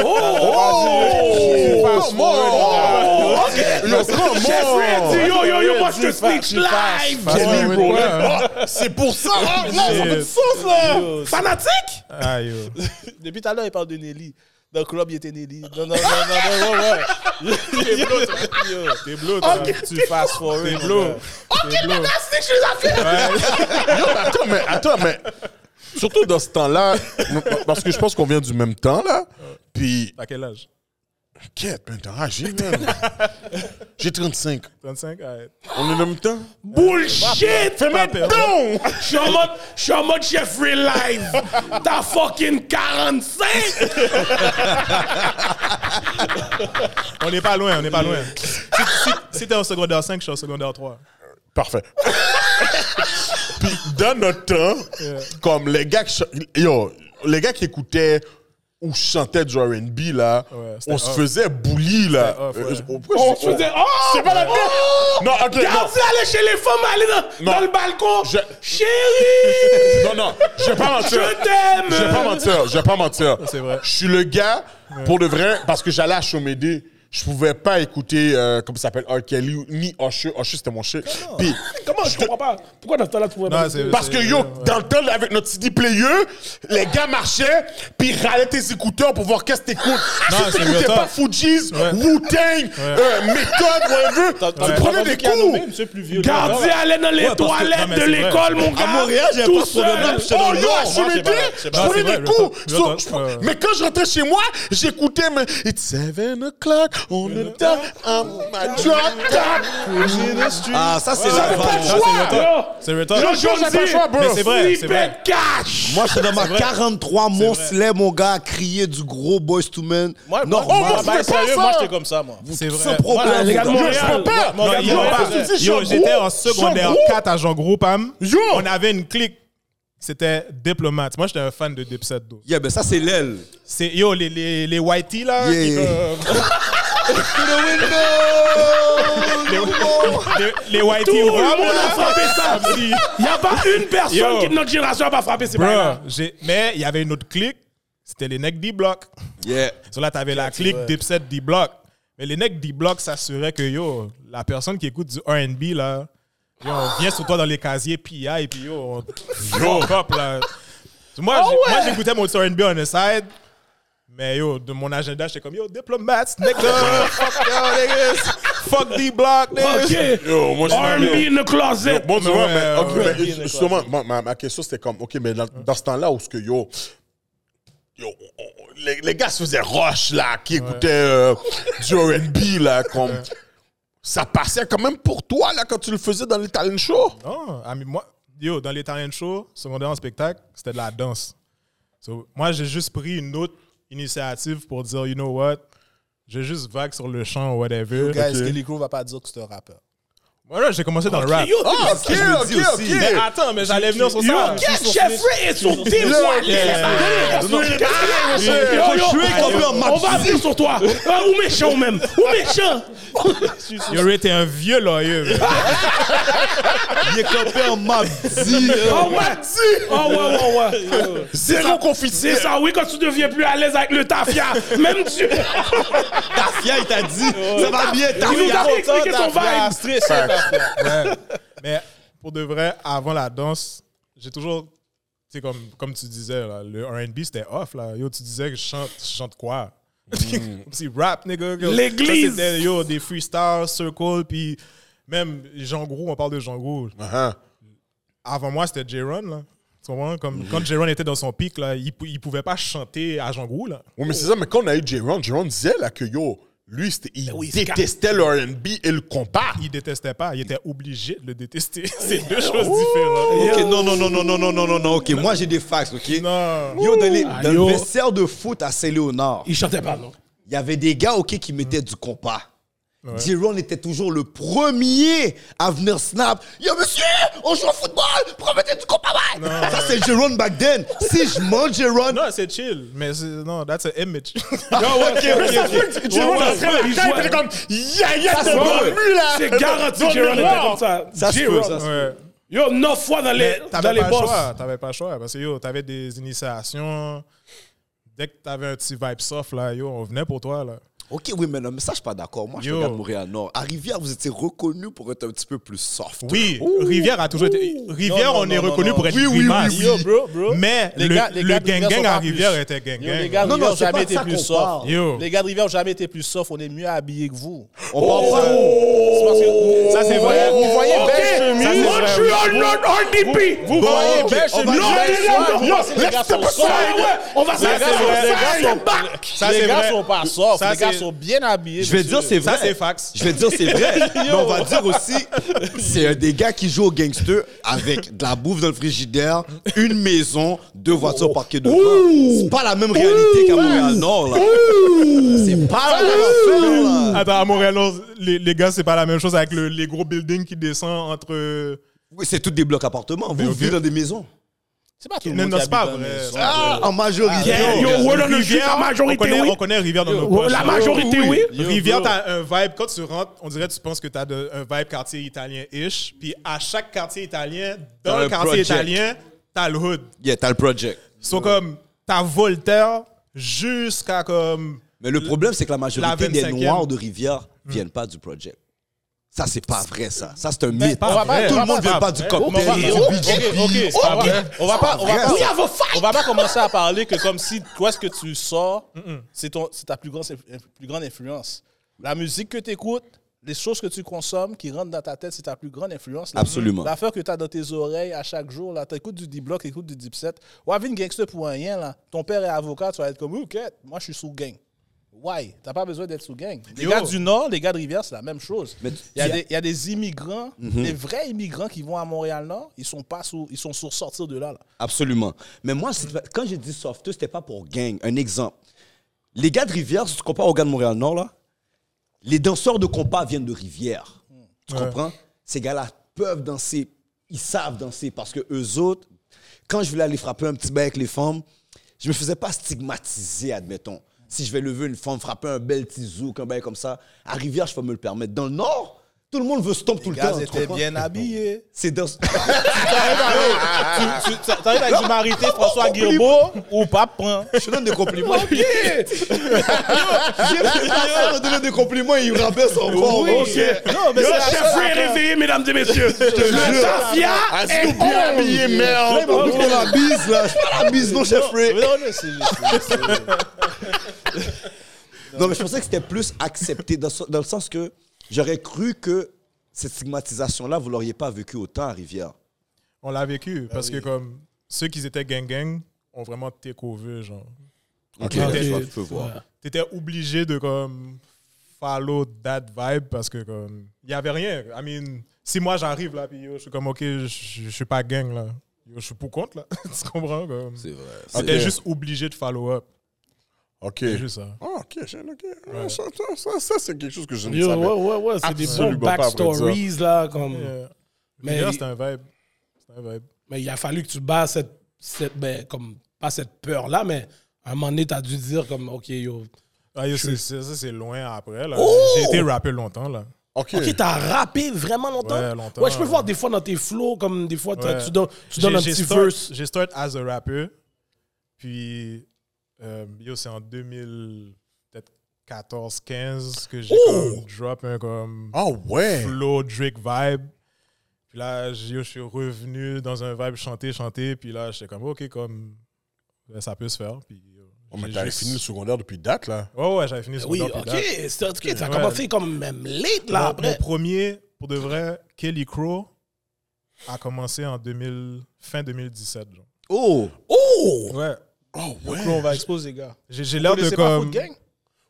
Speaker 3: Oh!
Speaker 4: Oh,
Speaker 6: Tu fast forward, mon gars.
Speaker 4: oh, Yo, comment?
Speaker 3: Fred, yo, yo, yo, moi, je te
Speaker 6: Fred,
Speaker 3: snitch
Speaker 6: tu fasses,
Speaker 3: live.
Speaker 7: Fast
Speaker 4: Kenny
Speaker 7: forward,
Speaker 4: Rowland.
Speaker 7: ouais.
Speaker 4: Ah, C'est pour ça! Ah, là, ça fait du
Speaker 7: Shit.
Speaker 4: sens, là!
Speaker 3: Fanatique?
Speaker 7: Ah, yo.
Speaker 6: Depuis tout à l'heure, il parle de Nelly. Dans le club, il était Nelly. Non, non, non, non, non, ouais, ouais.
Speaker 7: Yo, T'es bleu, toi.
Speaker 6: Tu fast forward.
Speaker 7: T'es
Speaker 6: mon
Speaker 7: bleu.
Speaker 6: gars.
Speaker 7: T'es bleu.
Speaker 4: Attends, mais, attends, mais. Surtout dans ce temps-là, parce que je pense qu'on vient du même temps, là. Puis,
Speaker 7: À quel âge?
Speaker 4: quête, ben, t'as âgé, man. J'ai 35.
Speaker 7: 35? Alright.
Speaker 4: On est dans le même temps?
Speaker 3: Bullshit!
Speaker 7: pas peur.
Speaker 3: Non! Je suis en mode, je suis en mode Jeffrey Live. T'as fucking 45!
Speaker 7: On n'est pas loin, on n'est pas loin. Si, si, si t'es en secondaire 5, je suis en secondaire 3.
Speaker 4: Parfait. Puis, dans notre temps, comme les gars qui, ch- yo, les gars qui écoutaient ou chantaient du R&B, là,
Speaker 7: Ouais, c'était
Speaker 4: on se
Speaker 7: off.
Speaker 4: faisait bully, là.
Speaker 7: off, ouais.
Speaker 4: Euh, je- pourquoi
Speaker 3: On
Speaker 4: je-
Speaker 3: se faisait, oh!
Speaker 4: C'est pas la peine. Non, ok, non.
Speaker 3: Garde ça, aller chez les femmes, aller dans,
Speaker 4: Non.
Speaker 3: dans le balcon!
Speaker 4: Je-
Speaker 3: Chérie!
Speaker 4: Non, non, je vais pas mentir.
Speaker 3: Je t'aime.
Speaker 4: Je vais pas mentir, je vais pas mentir.
Speaker 7: C'est vrai.
Speaker 4: Je suis le gars, pour de vrai, parce que j'allais à Chomédé, je pouvais pas écouter, euh, comment ça s'appelle, R. Kelly, ou- ni Usher. Usher, c'était mon shit. Puis,
Speaker 3: Comment je comprends pas? Pourquoi dans ce temps-là tu pouvais
Speaker 7: Non,
Speaker 3: pas.
Speaker 7: c'est-
Speaker 4: parce que yo, dans le temps, là, avec notre CD player, les gars marchaient, puis ils râlaient tes écouteurs pour voir qu'est-ce que t'écoutes.
Speaker 7: Non,
Speaker 4: si
Speaker 7: c'est
Speaker 4: t'écoutais
Speaker 7: retard.
Speaker 4: pas Fujis, Wu-Tang, euh, Méthode, whatever, tu prenais des coups.
Speaker 6: Monsieur plus vieux.
Speaker 3: Gardez aller dans les
Speaker 7: Ouais, parce que-
Speaker 3: toilettes
Speaker 7: non, mais
Speaker 3: de
Speaker 7: c'est vrai.
Speaker 3: l'école, mon gars!
Speaker 6: Montréal, j'ai un
Speaker 3: Tout
Speaker 6: poste pour le
Speaker 3: seul.
Speaker 6: même, je te
Speaker 4: Ah, Oh
Speaker 6: donne-
Speaker 4: yo,
Speaker 6: Non,
Speaker 4: je
Speaker 6: moi,
Speaker 4: m'étais,
Speaker 6: c'est malade, c'est
Speaker 4: je prenais
Speaker 6: malade.
Speaker 7: Non, c'est
Speaker 4: des
Speaker 7: vrai,
Speaker 4: coups.
Speaker 7: je
Speaker 4: So,
Speaker 7: l'entends, je l'entends.
Speaker 4: je- Mais quand je rentrais chez moi, j'écoutais, mais it's 7 o'clock, on the top, I'm my drop top.
Speaker 5: Ah, ça, c'est
Speaker 4: J'avais pas de
Speaker 7: Ça, c'est le
Speaker 4: choix.
Speaker 7: temps.
Speaker 3: Yo.
Speaker 7: C'est le temps.
Speaker 4: Yo, yo, j'avais pas de choix, bro.
Speaker 7: Mais c'est vrai, c'est vrai.
Speaker 3: Sleeping cash!
Speaker 5: Moi, j'étais dans ma
Speaker 7: vrai.
Speaker 5: 43, mon slay, mon gars, à crier du gros boys to men.
Speaker 6: Moi, moi,
Speaker 5: Normal.
Speaker 6: moi,
Speaker 4: moi,
Speaker 6: bah,
Speaker 4: je fais pas
Speaker 6: sérieux,
Speaker 4: ça.
Speaker 6: moi, j'étais comme ça, moi.
Speaker 7: C'est
Speaker 5: Sans
Speaker 7: vrai.
Speaker 5: problème.
Speaker 3: Ah, les gars de
Speaker 5: Yo,
Speaker 4: Je
Speaker 3: Montréal.
Speaker 4: peux pas.
Speaker 7: Non,
Speaker 4: Yo,
Speaker 7: il y a pas-
Speaker 4: parce que tu dis,
Speaker 7: Yo,
Speaker 4: je suis
Speaker 7: j'étais
Speaker 4: gros,
Speaker 7: en secondaire
Speaker 4: je suis gros.
Speaker 7: 4 à Jean Groupam.
Speaker 4: Yo.
Speaker 7: On avait une clique. C'était diplomate. Moi, j'étais un fan de Dipset, though.
Speaker 5: Yeah, ben ça, c'est l'aile.
Speaker 7: C'est, yo, les, les, les Whitey, là.
Speaker 5: Yeah.
Speaker 7: qui, euh, comme-
Speaker 5: To the window!
Speaker 7: les, les Whitey
Speaker 3: Tout le
Speaker 7: Rob,
Speaker 3: monde
Speaker 7: là.
Speaker 3: a frappé ça!
Speaker 7: Comme si-
Speaker 3: Y'a pas une personne
Speaker 7: Yo.
Speaker 3: qui de notre génération a pas frappé ces
Speaker 7: Bruh,
Speaker 3: balles
Speaker 7: j'ai- mais il y avait une autre clique, c'était les necks D-Block.
Speaker 5: Yeah.
Speaker 7: So là, t'avais la clique Dipset D-Block. Mais les necks D-Block s'assuraient que yo, la personne qui écoute du RB, là, yo, on vient sur toi dans les casiers PI, et puis yo, on fuck up, là. Moi, j'ai- moi, j'écoutais mon petit RB on the side. Mais yo, de mon agenda, j'étais comme yo, diplomats, nigga, fuck yo, niggas, fuck D-Block, niggas.
Speaker 3: Ok!
Speaker 4: Yo, moi, je suis dans le-
Speaker 3: R&B in the closet!
Speaker 4: Bon, tu
Speaker 7: Ouais,
Speaker 4: vois, mais,
Speaker 7: ouais,
Speaker 4: ok,
Speaker 7: ouais.
Speaker 4: mais justement, ma, ma- ma question, c'était comme, OK, mais dans, dans ce temps-là, où ce que, yo, yo on- on- les, les gars se faisaient rush, là, qui écoutaient euh, du R&B, là, comme... Ça passait quand même pour toi, là, quand tu le faisais dans les talent shows.
Speaker 7: Non, Ah, ami, moi, yo, dans les talent shows, secondaire en spectacle, c'était de la danse. So, moi, j'ai juste pris une autre initiative pour dire, you know what, j'ai juste vague sur le champ ou whatever.
Speaker 6: Guys, Kelly Crow va pas dire que c'est un rappeur.
Speaker 7: Voilà, j'ai commencé dans le rap.
Speaker 3: Yo,
Speaker 4: Ah, OK, OK, OK.
Speaker 7: Mais attends, mais j'allais venir sur
Speaker 3: yo,
Speaker 7: ça.
Speaker 3: qu'est-ce Jeffrey est sur tes voix?
Speaker 4: monsieur.
Speaker 3: Yo, yo, on va venir sur toi! Ah, Ou méchant même! Ou méchant!
Speaker 7: Yo, Ray, t'es un vieux lawyer. man.
Speaker 5: Il est copé en map.
Speaker 3: Oh ouais! Oh ouais, ouais, ouais!
Speaker 4: Zéro
Speaker 3: C'est
Speaker 4: confiture.
Speaker 3: ça, oui, quand tu deviens plus à l'aise avec le tafia, même tu.
Speaker 5: Tafia, il t'a dit, ça va bien,
Speaker 3: Il nous
Speaker 5: Tafia.
Speaker 3: a expliqué son vibe!
Speaker 6: stressé.
Speaker 7: mais pour de vrai, avant la danse, j'ai toujours. Tu sais, comme, comme tu disais, là, le RB, c'était off. Là. Yo, tu disais que je chante, je chante quoi? Comme si rap, nigga. Yo,
Speaker 3: L'église.
Speaker 7: ça, c'était, Yo, des freestyles, circle, puis même Jean Gros, on parle de Jean Gros.
Speaker 4: Ah,
Speaker 7: Avant moi, c'était J-Ron, là. Tu comprends? Comme, Quand J-Ron était dans son pic, là, il, pou- il pouvait pas chanter à Jean Gros, là.
Speaker 4: Oui, mais c'est ça, mais quand on a eu J-Ron, J-Ron disait, là, que, yo, lui, c'était- il détestait le R&B et le compas.
Speaker 7: Il détestait pas, il était obligé de le détester. C'est deux choses différentes.
Speaker 5: Ok, non, non, non, non, non, non, non, non, non, ok, moi j'ai des facts, ok?
Speaker 7: Non.
Speaker 5: Yo, dans, les- dans
Speaker 3: yo.
Speaker 5: le vestiaire de foot à Saint-Léonard,
Speaker 3: Il chantait pas, non?
Speaker 5: il y avait des gars, ok, qui mettaient du compas. J-Ron était toujours le premier à venir snap. Yo, monsieur, on joue au football, promettez du compas, ouais. Ça, c'est J-Ron back then. Si je mange J-Ron,
Speaker 7: Non, c'est chill, mais c'est- non, that's an image.
Speaker 4: Ah Mais ça se peut que J-Ron,
Speaker 3: Ouais,
Speaker 4: ça
Speaker 3: ouais,
Speaker 4: serait
Speaker 3: il
Speaker 4: la tête,
Speaker 3: jouait.
Speaker 4: il est comme, ya, ya,
Speaker 3: Ouais,
Speaker 4: t'es
Speaker 3: ouais.
Speaker 4: revenu, là.
Speaker 3: C'est garanti
Speaker 4: Dans
Speaker 3: que
Speaker 4: le
Speaker 3: Jérôme était
Speaker 4: noir.
Speaker 3: comme ça.
Speaker 5: ça se peut,
Speaker 3: J-Rock.
Speaker 5: ça se peut.
Speaker 7: Ouais.
Speaker 3: Yo, neuf fois dans les,
Speaker 7: Mais
Speaker 3: dans
Speaker 7: T'avais
Speaker 3: les
Speaker 7: pas le
Speaker 3: boss.
Speaker 7: choix, t'avais pas le choix. Parce que yo, t'avais des initiations. Dès que t'avais un petit vibe soft, là, yo, on venait pour toi, là.
Speaker 5: Ok, oui, mais non, mais ça, je suis pas d'accord. Moi, je
Speaker 7: Yo.
Speaker 5: regarde Montréal-Nord. À Rivière, vous étiez reconnu pour être un petit peu plus soft.
Speaker 7: Oui, Rivière a toujours été. Rivière,
Speaker 6: Non, non,
Speaker 7: on est
Speaker 6: non, non,
Speaker 7: reconnu
Speaker 6: non.
Speaker 7: pour être
Speaker 6: Oui, oui,
Speaker 7: grimace.
Speaker 6: oui, oui. Yo, bro, bro.
Speaker 7: Mais
Speaker 6: Les
Speaker 7: le,
Speaker 6: gars- les
Speaker 7: le
Speaker 6: gars de Rivière
Speaker 7: gang-gang
Speaker 6: sont
Speaker 7: à
Speaker 6: pas
Speaker 7: Rivière
Speaker 6: plus.
Speaker 7: était gang
Speaker 6: Yo, les
Speaker 7: gang.
Speaker 6: gars de
Speaker 1: Non, non,
Speaker 6: Rivière ont
Speaker 1: c'est pas
Speaker 6: jamais
Speaker 1: de
Speaker 6: été
Speaker 1: ça
Speaker 6: plus
Speaker 1: qu'on
Speaker 6: soft.
Speaker 1: parle.
Speaker 7: Yo.
Speaker 6: Les gars de Rivière ont jamais été plus soft. On est mieux habillés que vous. On
Speaker 7: Ça, c'est vrai.
Speaker 4: Oh,
Speaker 6: Vous voyez belle
Speaker 7: Ça,
Speaker 6: chemise.
Speaker 7: c'est vrai.
Speaker 4: euh,
Speaker 3: Montreal, not RDP.
Speaker 6: Vous voyez belle
Speaker 7: on va
Speaker 6: chemise.
Speaker 7: dire
Speaker 6: belle
Speaker 7: ça,
Speaker 6: soie.
Speaker 7: on
Speaker 6: Yo,
Speaker 3: On va
Speaker 6: les gars sont soft.
Speaker 7: va
Speaker 6: Les gars sont- les gars sont-
Speaker 7: Ça,
Speaker 6: les
Speaker 7: c'est
Speaker 6: gars
Speaker 7: vrai.
Speaker 6: sont pas soft.
Speaker 7: Ça,
Speaker 6: les gars
Speaker 7: c'est-
Speaker 6: sont bien habillés.
Speaker 5: Je vais
Speaker 6: monsieur.
Speaker 5: dire, c'est vrai.
Speaker 7: Ça, c'est fax.
Speaker 5: Je vais dire, c'est vrai. mais on va dire aussi, c'est un des gars qui joue au gangster avec de la bouffe dans le frigidaire, une maison, deux
Speaker 6: Oh.
Speaker 5: voitures parquées devant. C'est pas la même réalité qu'à Montréal-Nord, là. C'est pas la même affaire, là.
Speaker 7: Attends, à Montréal, on- les, les gars, c'est pas la même chose avec le- les gros buildings qui descendent entre.
Speaker 5: Oui, c'est tous des blocs appartements. Vous vivez dans des maisons.
Speaker 6: C'est pas tout le
Speaker 7: Non,
Speaker 6: monde
Speaker 7: non,
Speaker 6: qui
Speaker 7: c'est pas
Speaker 6: habite dans
Speaker 7: vrai.
Speaker 6: les maisons.
Speaker 5: Ah, en majorité.
Speaker 3: Yeah, yo, word on the street, la
Speaker 7: on
Speaker 3: majorité,
Speaker 7: connaît,
Speaker 3: oui.
Speaker 7: on connaît Rivière dans nos
Speaker 3: Yo,
Speaker 7: poches.
Speaker 3: La majorité, oui.
Speaker 6: Yo,
Speaker 7: Rivière,
Speaker 6: bro.
Speaker 7: t'as un vibe. Quand tu rentres, on dirait que tu penses que t'as de- un vibe quartier italien-ish. Puis à chaque quartier italien, dans
Speaker 5: T'as
Speaker 7: le
Speaker 5: un
Speaker 7: quartier
Speaker 5: project.
Speaker 7: italien, t'as le hood.
Speaker 5: Yeah, t'as le project.
Speaker 7: Ils sont comme, t'as Voltaire jusqu'à comme.
Speaker 5: Mais le problème, c'est que la majorité des
Speaker 7: 25e.
Speaker 5: Noirs de Rivière
Speaker 6: Hmm.
Speaker 5: viennent pas du project. Ça, c'est pas vrai, ça. Ça, c'est un mythe.
Speaker 6: on va pas-
Speaker 5: Tout
Speaker 6: on
Speaker 5: le
Speaker 6: va
Speaker 5: monde
Speaker 6: pas-
Speaker 5: vient pas du
Speaker 6: on va-
Speaker 5: cocktail.
Speaker 6: ok, ok, c'est pas vrai. On va pas, on va
Speaker 5: vrai,
Speaker 6: pas,
Speaker 5: ça.
Speaker 3: have a fight.
Speaker 6: on va pas commencer à parler que comme si toi ce que tu sors, c'est ton, c'est ta plus grande, plus grande influence. La musique que tu écoutes, les choses que tu consommes qui rentrent dans ta tête, c'est ta plus grande influence. La-
Speaker 5: Absolument.
Speaker 6: L'affaire que tu as dans tes oreilles à chaque jour, là, t'écoutes du D-Block, t'écoutes du Deep Set. Wavin gangster pour rien, là. Ton père est avocat, tu vas être comme, ok, moi je suis sous gang. Why? T'as pas besoin d'être sous gang. Les
Speaker 7: Yo.
Speaker 6: gars du Nord, les gars de Rivière, c'est la même chose.
Speaker 5: Mais- Mhm.
Speaker 6: Il y, a des, il y a des immigrants, des vrais immigrants qui vont à Montréal-Nord, ils sont pas sous, ils sont sur sortir de là. là.
Speaker 5: Absolument. Mais moi, c'est- quand j'ai dit soft, c'était pas pour gang. Un exemple. Les gars de Rivière, si tu compares aux gars de Montréal-Nord, là, les danseurs de compas viennent de Rivière. Tu comprends? Ces gars-là peuvent danser. Ils savent danser parce que eux autres, quand je voulais aller frapper un petit bain avec les femmes, je me faisais pas stigmatiser, admettons. Si je vais lever une femme, frapper un bel petit zouk, un bail comme ça, à Rivière, je peux me le permettre. Dans le Nord, tout le monde veut se tomber tout le
Speaker 6: Les
Speaker 5: temps.
Speaker 6: gars
Speaker 5: tu
Speaker 6: étaient
Speaker 5: comprends?
Speaker 6: bien habillés.
Speaker 5: C'est dans...
Speaker 6: tu tu- t'arrives avec du marité François Guirbeau ou Pape Point.
Speaker 5: Je te donne des compliments. J'ai me donner des compliments et il rabaisse encore.
Speaker 6: Non, mais
Speaker 3: Yo,
Speaker 6: c'est la
Speaker 3: chef
Speaker 6: seule
Speaker 3: frère
Speaker 6: affaire.
Speaker 3: réveillé, mesdames et messieurs. Le Safia est
Speaker 4: bien habillé,
Speaker 5: Là, il
Speaker 4: merde.
Speaker 5: m'a pris pour la bise, là. Je fais pas la bise, non, chef
Speaker 6: Mais
Speaker 5: Ray.
Speaker 6: non, mais c'est- c'est- c'est-
Speaker 5: Non, mais je pensais que c'était plus accepté dans, ce- dans le sens que j'aurais cru que cette stigmatisation-là, vous l'auriez pas vécu autant à Rivière.
Speaker 7: On l'a
Speaker 5: Ah
Speaker 7: vécu parce que comme ceux qui étaient gang gang ont vraiment take over genre.
Speaker 5: Ok,
Speaker 7: je
Speaker 5: peux voir.
Speaker 7: T'étais obligé de comme follow that vibe parce que comme il y avait rien. I mean, si moi j'arrive là puis yo, je suis comme ok, je je suis pas gang là. Yo, je suis pour compte là. tu comprends comme.
Speaker 5: C'est vrai.
Speaker 7: T'étais
Speaker 4: Ok.
Speaker 7: juste obligé de follow up.
Speaker 4: Ok.
Speaker 7: C'est juste ça.
Speaker 4: Ah, ok, j'ai- ok. Ah, Ça, ça, ça, ça, c'est quelque chose que je ne
Speaker 3: Yo,
Speaker 4: savais
Speaker 3: ouais, ouais, ouais, c'est des bons
Speaker 4: Absolument pas après
Speaker 3: backstories, là, comme...
Speaker 7: Yeah.
Speaker 3: Mais-
Speaker 7: Mais là c'était un vibe. C'était un vibe.
Speaker 3: Mais il a fallu que tu bats cette, cette ben, comme, pas cette peur-là, mais à un moment donné, t'as dû dire comme, OK, yo.
Speaker 7: Ah, yo, c'est- c'est- ça c'est loin après là. J'ai été rappé longtemps là.
Speaker 4: Ok.
Speaker 3: OK, t'as rappé vraiment longtemps?
Speaker 7: Ouais, longtemps.
Speaker 3: je peux voir des fois dans tes flows, comme des fois, t'as-
Speaker 7: Ouais.
Speaker 3: tu, donnes, tu
Speaker 7: J'ai-
Speaker 3: donnes un
Speaker 7: j'ai
Speaker 3: petit
Speaker 7: start-
Speaker 3: verse.
Speaker 7: J'ai start as a rapper. Puis, euh, yo, c'est en 2014 15 que j'ai comme drop un comme
Speaker 4: Ah, ouais.
Speaker 7: flow Drake vibe. Puis là, j- yo, je suis revenu dans un vibe chanté, chanté. Puis là, j'étais comme, OK, comme ben, ça peut se faire. Puis, yo,
Speaker 4: Oh, mais
Speaker 7: j'ai
Speaker 4: t'avais
Speaker 7: juste-
Speaker 4: fini le secondaire depuis date, là.
Speaker 7: Ouais, ouais, j'avais fini sur
Speaker 3: Oui,
Speaker 7: Dot
Speaker 3: OK,
Speaker 7: puis Dot.
Speaker 3: c'est OK, t'as
Speaker 7: Ouais.
Speaker 3: commencé comme même late, là,
Speaker 7: Mon- Mon
Speaker 3: après.
Speaker 7: premier, pour de vrai, Kelly Crow a commencé en 2000, fin 2017. genre.
Speaker 5: Oh!
Speaker 3: Oh!
Speaker 7: Ouais.
Speaker 4: Oh,
Speaker 6: Bro, on va exposer, les gars.
Speaker 7: J'ai j'ai
Speaker 6: Vous
Speaker 7: l'air de
Speaker 6: laissez pas
Speaker 7: comme.
Speaker 6: foutre gang?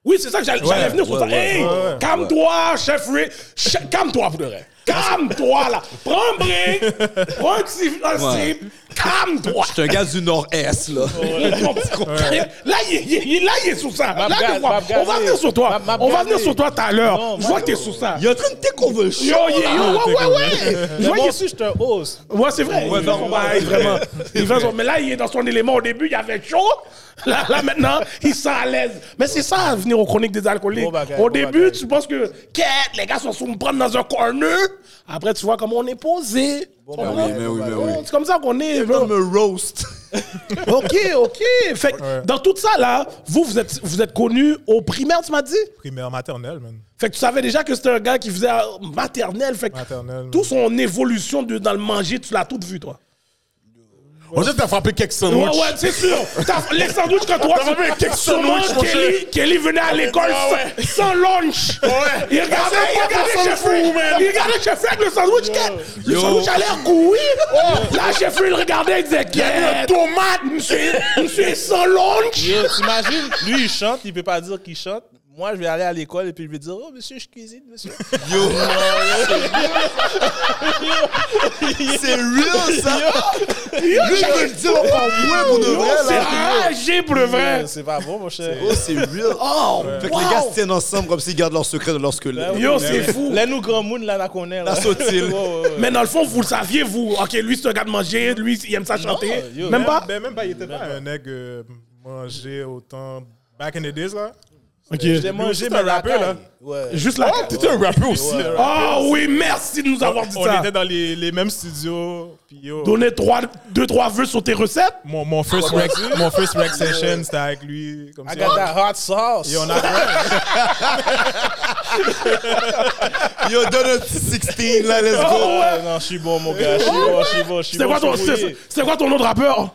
Speaker 3: Oui, c'est ça que j'allais j'allais venir sur
Speaker 5: ouais,
Speaker 3: ça.
Speaker 5: ouais,
Speaker 3: hey,
Speaker 7: ouais, ouais.
Speaker 3: calme-toi, chef Ray. Che- calme-toi, pour de vrai. Calme-toi, là. Prends un break. Prends un petit un
Speaker 5: Ouais.
Speaker 3: sip. Calme-toi.
Speaker 5: Je suis un gars du Nord-Est, là.
Speaker 3: Mon petit confrère. Euh, Là, il, il- il- là, il est sous ça. Là,
Speaker 6: Mabgaz,
Speaker 3: tu vois, on va
Speaker 6: Mabgazé.
Speaker 3: venir sur toi.
Speaker 6: Mab-
Speaker 3: On va
Speaker 6: Mabgazé.
Speaker 3: venir sur toi tout à l'heure.
Speaker 6: Non, Ah,
Speaker 3: Je vois
Speaker 6: Mab-
Speaker 3: que t'es sous ça.
Speaker 5: Il est en train de t'éconvulser.
Speaker 3: Yo, yo, yo, ouais, ouais, ouais. Je
Speaker 6: Mais
Speaker 3: vois
Speaker 6: moi
Speaker 3: qu'il
Speaker 6: aussi, je te hausse.
Speaker 3: Ouais, c'est vrai.
Speaker 5: Ouais,
Speaker 3: il fait
Speaker 5: non,
Speaker 3: son
Speaker 5: ouais.
Speaker 3: bail, vraiment. Il fait son- Mais là, il est dans son élément. Au début, il avait chaud. Là, là, maintenant, il sent à l'aise. Mais c'est ça, venir aux chroniques des alcooliques.
Speaker 6: Bon bagage,
Speaker 3: Au
Speaker 6: bon
Speaker 3: début,
Speaker 6: bagage.
Speaker 3: tu penses que, quête, les gars sont sous me prendre dans un corner. Après, tu vois comment on est posé.
Speaker 6: Bon,
Speaker 5: Mais oui, mais oui, mais oui.
Speaker 3: C'est comme ça qu'on est, bro.
Speaker 5: me roast.
Speaker 3: Ok, ok. Fait que
Speaker 7: Ouais.
Speaker 3: dans tout ça, là, vous, vous êtes, vous êtes connu au primaire, tu m'as dit?
Speaker 7: Primaire maternelle, man.
Speaker 3: Fait que tu savais déjà que c'était un gars qui faisait euh, maternelle. Fait que
Speaker 7: Maternelle.
Speaker 3: tout son évolution de, dans le manger, tu l'as toute vu, toi.
Speaker 4: On dirait que t'as frappé quelques
Speaker 3: Ouais,
Speaker 4: sandwichs.
Speaker 3: ouais, c'est sûr. T'as- Les sandwichs que toi,
Speaker 4: T'as fait quelques
Speaker 3: sûrement
Speaker 4: sandwichs, mon
Speaker 3: Kelly, Kelly venait à l'école
Speaker 4: Ah ouais.
Speaker 3: sans, sans lunch. Il regardait, il regardait chez Fred. Il regardait chez Fred le sandwich. qu'est- Le sandwich a l'air couille. Là, chez Fred, il le regardait, il disait Qu'est-ce tomate, monsieur, monsieur est sans lunch.
Speaker 6: Yo, T'imagines, lui, il chante, il peut pas dire qu'il chante. Moi, je vais aller à l'école et puis je vais dire, oh, monsieur, je cuisine, monsieur.
Speaker 5: Yo. C'est real, ça. Lui, je veux le dire encore moins pour de
Speaker 3: Yo,
Speaker 5: vrai,
Speaker 3: C'est
Speaker 5: là.
Speaker 3: arrangé pour le vrai.
Speaker 6: Yo, C'est pas bon, mon cher.
Speaker 5: Oh, Ben c'est real.
Speaker 3: Oh,
Speaker 5: Fait que
Speaker 3: wow.
Speaker 5: les gars se tiennent ensemble comme s'ils gardent leur secret de leur squelette.
Speaker 3: Yo, c'est fou.
Speaker 6: Là, nous, grand monde, là, là, qu'on est. Là,
Speaker 5: La sautille.
Speaker 6: Ouais, ouais, ouais.
Speaker 3: Mais dans le fond, vous le saviez, vous. Ok, lui, c'est un gars de manger. Lui, il aime ça chanter.
Speaker 6: yo,
Speaker 3: Même pas?
Speaker 7: Ben, même pas, il était pas un nègre euh, manger autant. Back in the days, là.
Speaker 3: Ok.
Speaker 6: J'ai mangé
Speaker 7: juste
Speaker 6: mes
Speaker 7: un rappeur, là.
Speaker 6: racailles. Ouais.
Speaker 3: Juste là.
Speaker 4: T'étais un rappeur aussi. là.
Speaker 3: Oh oui, merci de nous avoir dit
Speaker 7: on
Speaker 3: ça.
Speaker 7: était dans les, les mêmes studios. Puis yo,
Speaker 3: Donner trois, deux, trois vœux sur tes recettes.
Speaker 7: mon, mon first rec, mon first rec session, c'était avec lui. Comme
Speaker 6: I
Speaker 7: ça.
Speaker 6: got that hot sauce.
Speaker 7: Et on a
Speaker 5: Yo, donne un petit 16, là, let's
Speaker 6: Oh,
Speaker 5: go.
Speaker 6: ouais, Non, je suis bon, mon gars. Je suis bon, je suis bon, je suis
Speaker 3: C'est
Speaker 6: bon.
Speaker 3: quoi, ton-
Speaker 6: je suis
Speaker 3: c'est- c'est quoi ton nom de rappeur?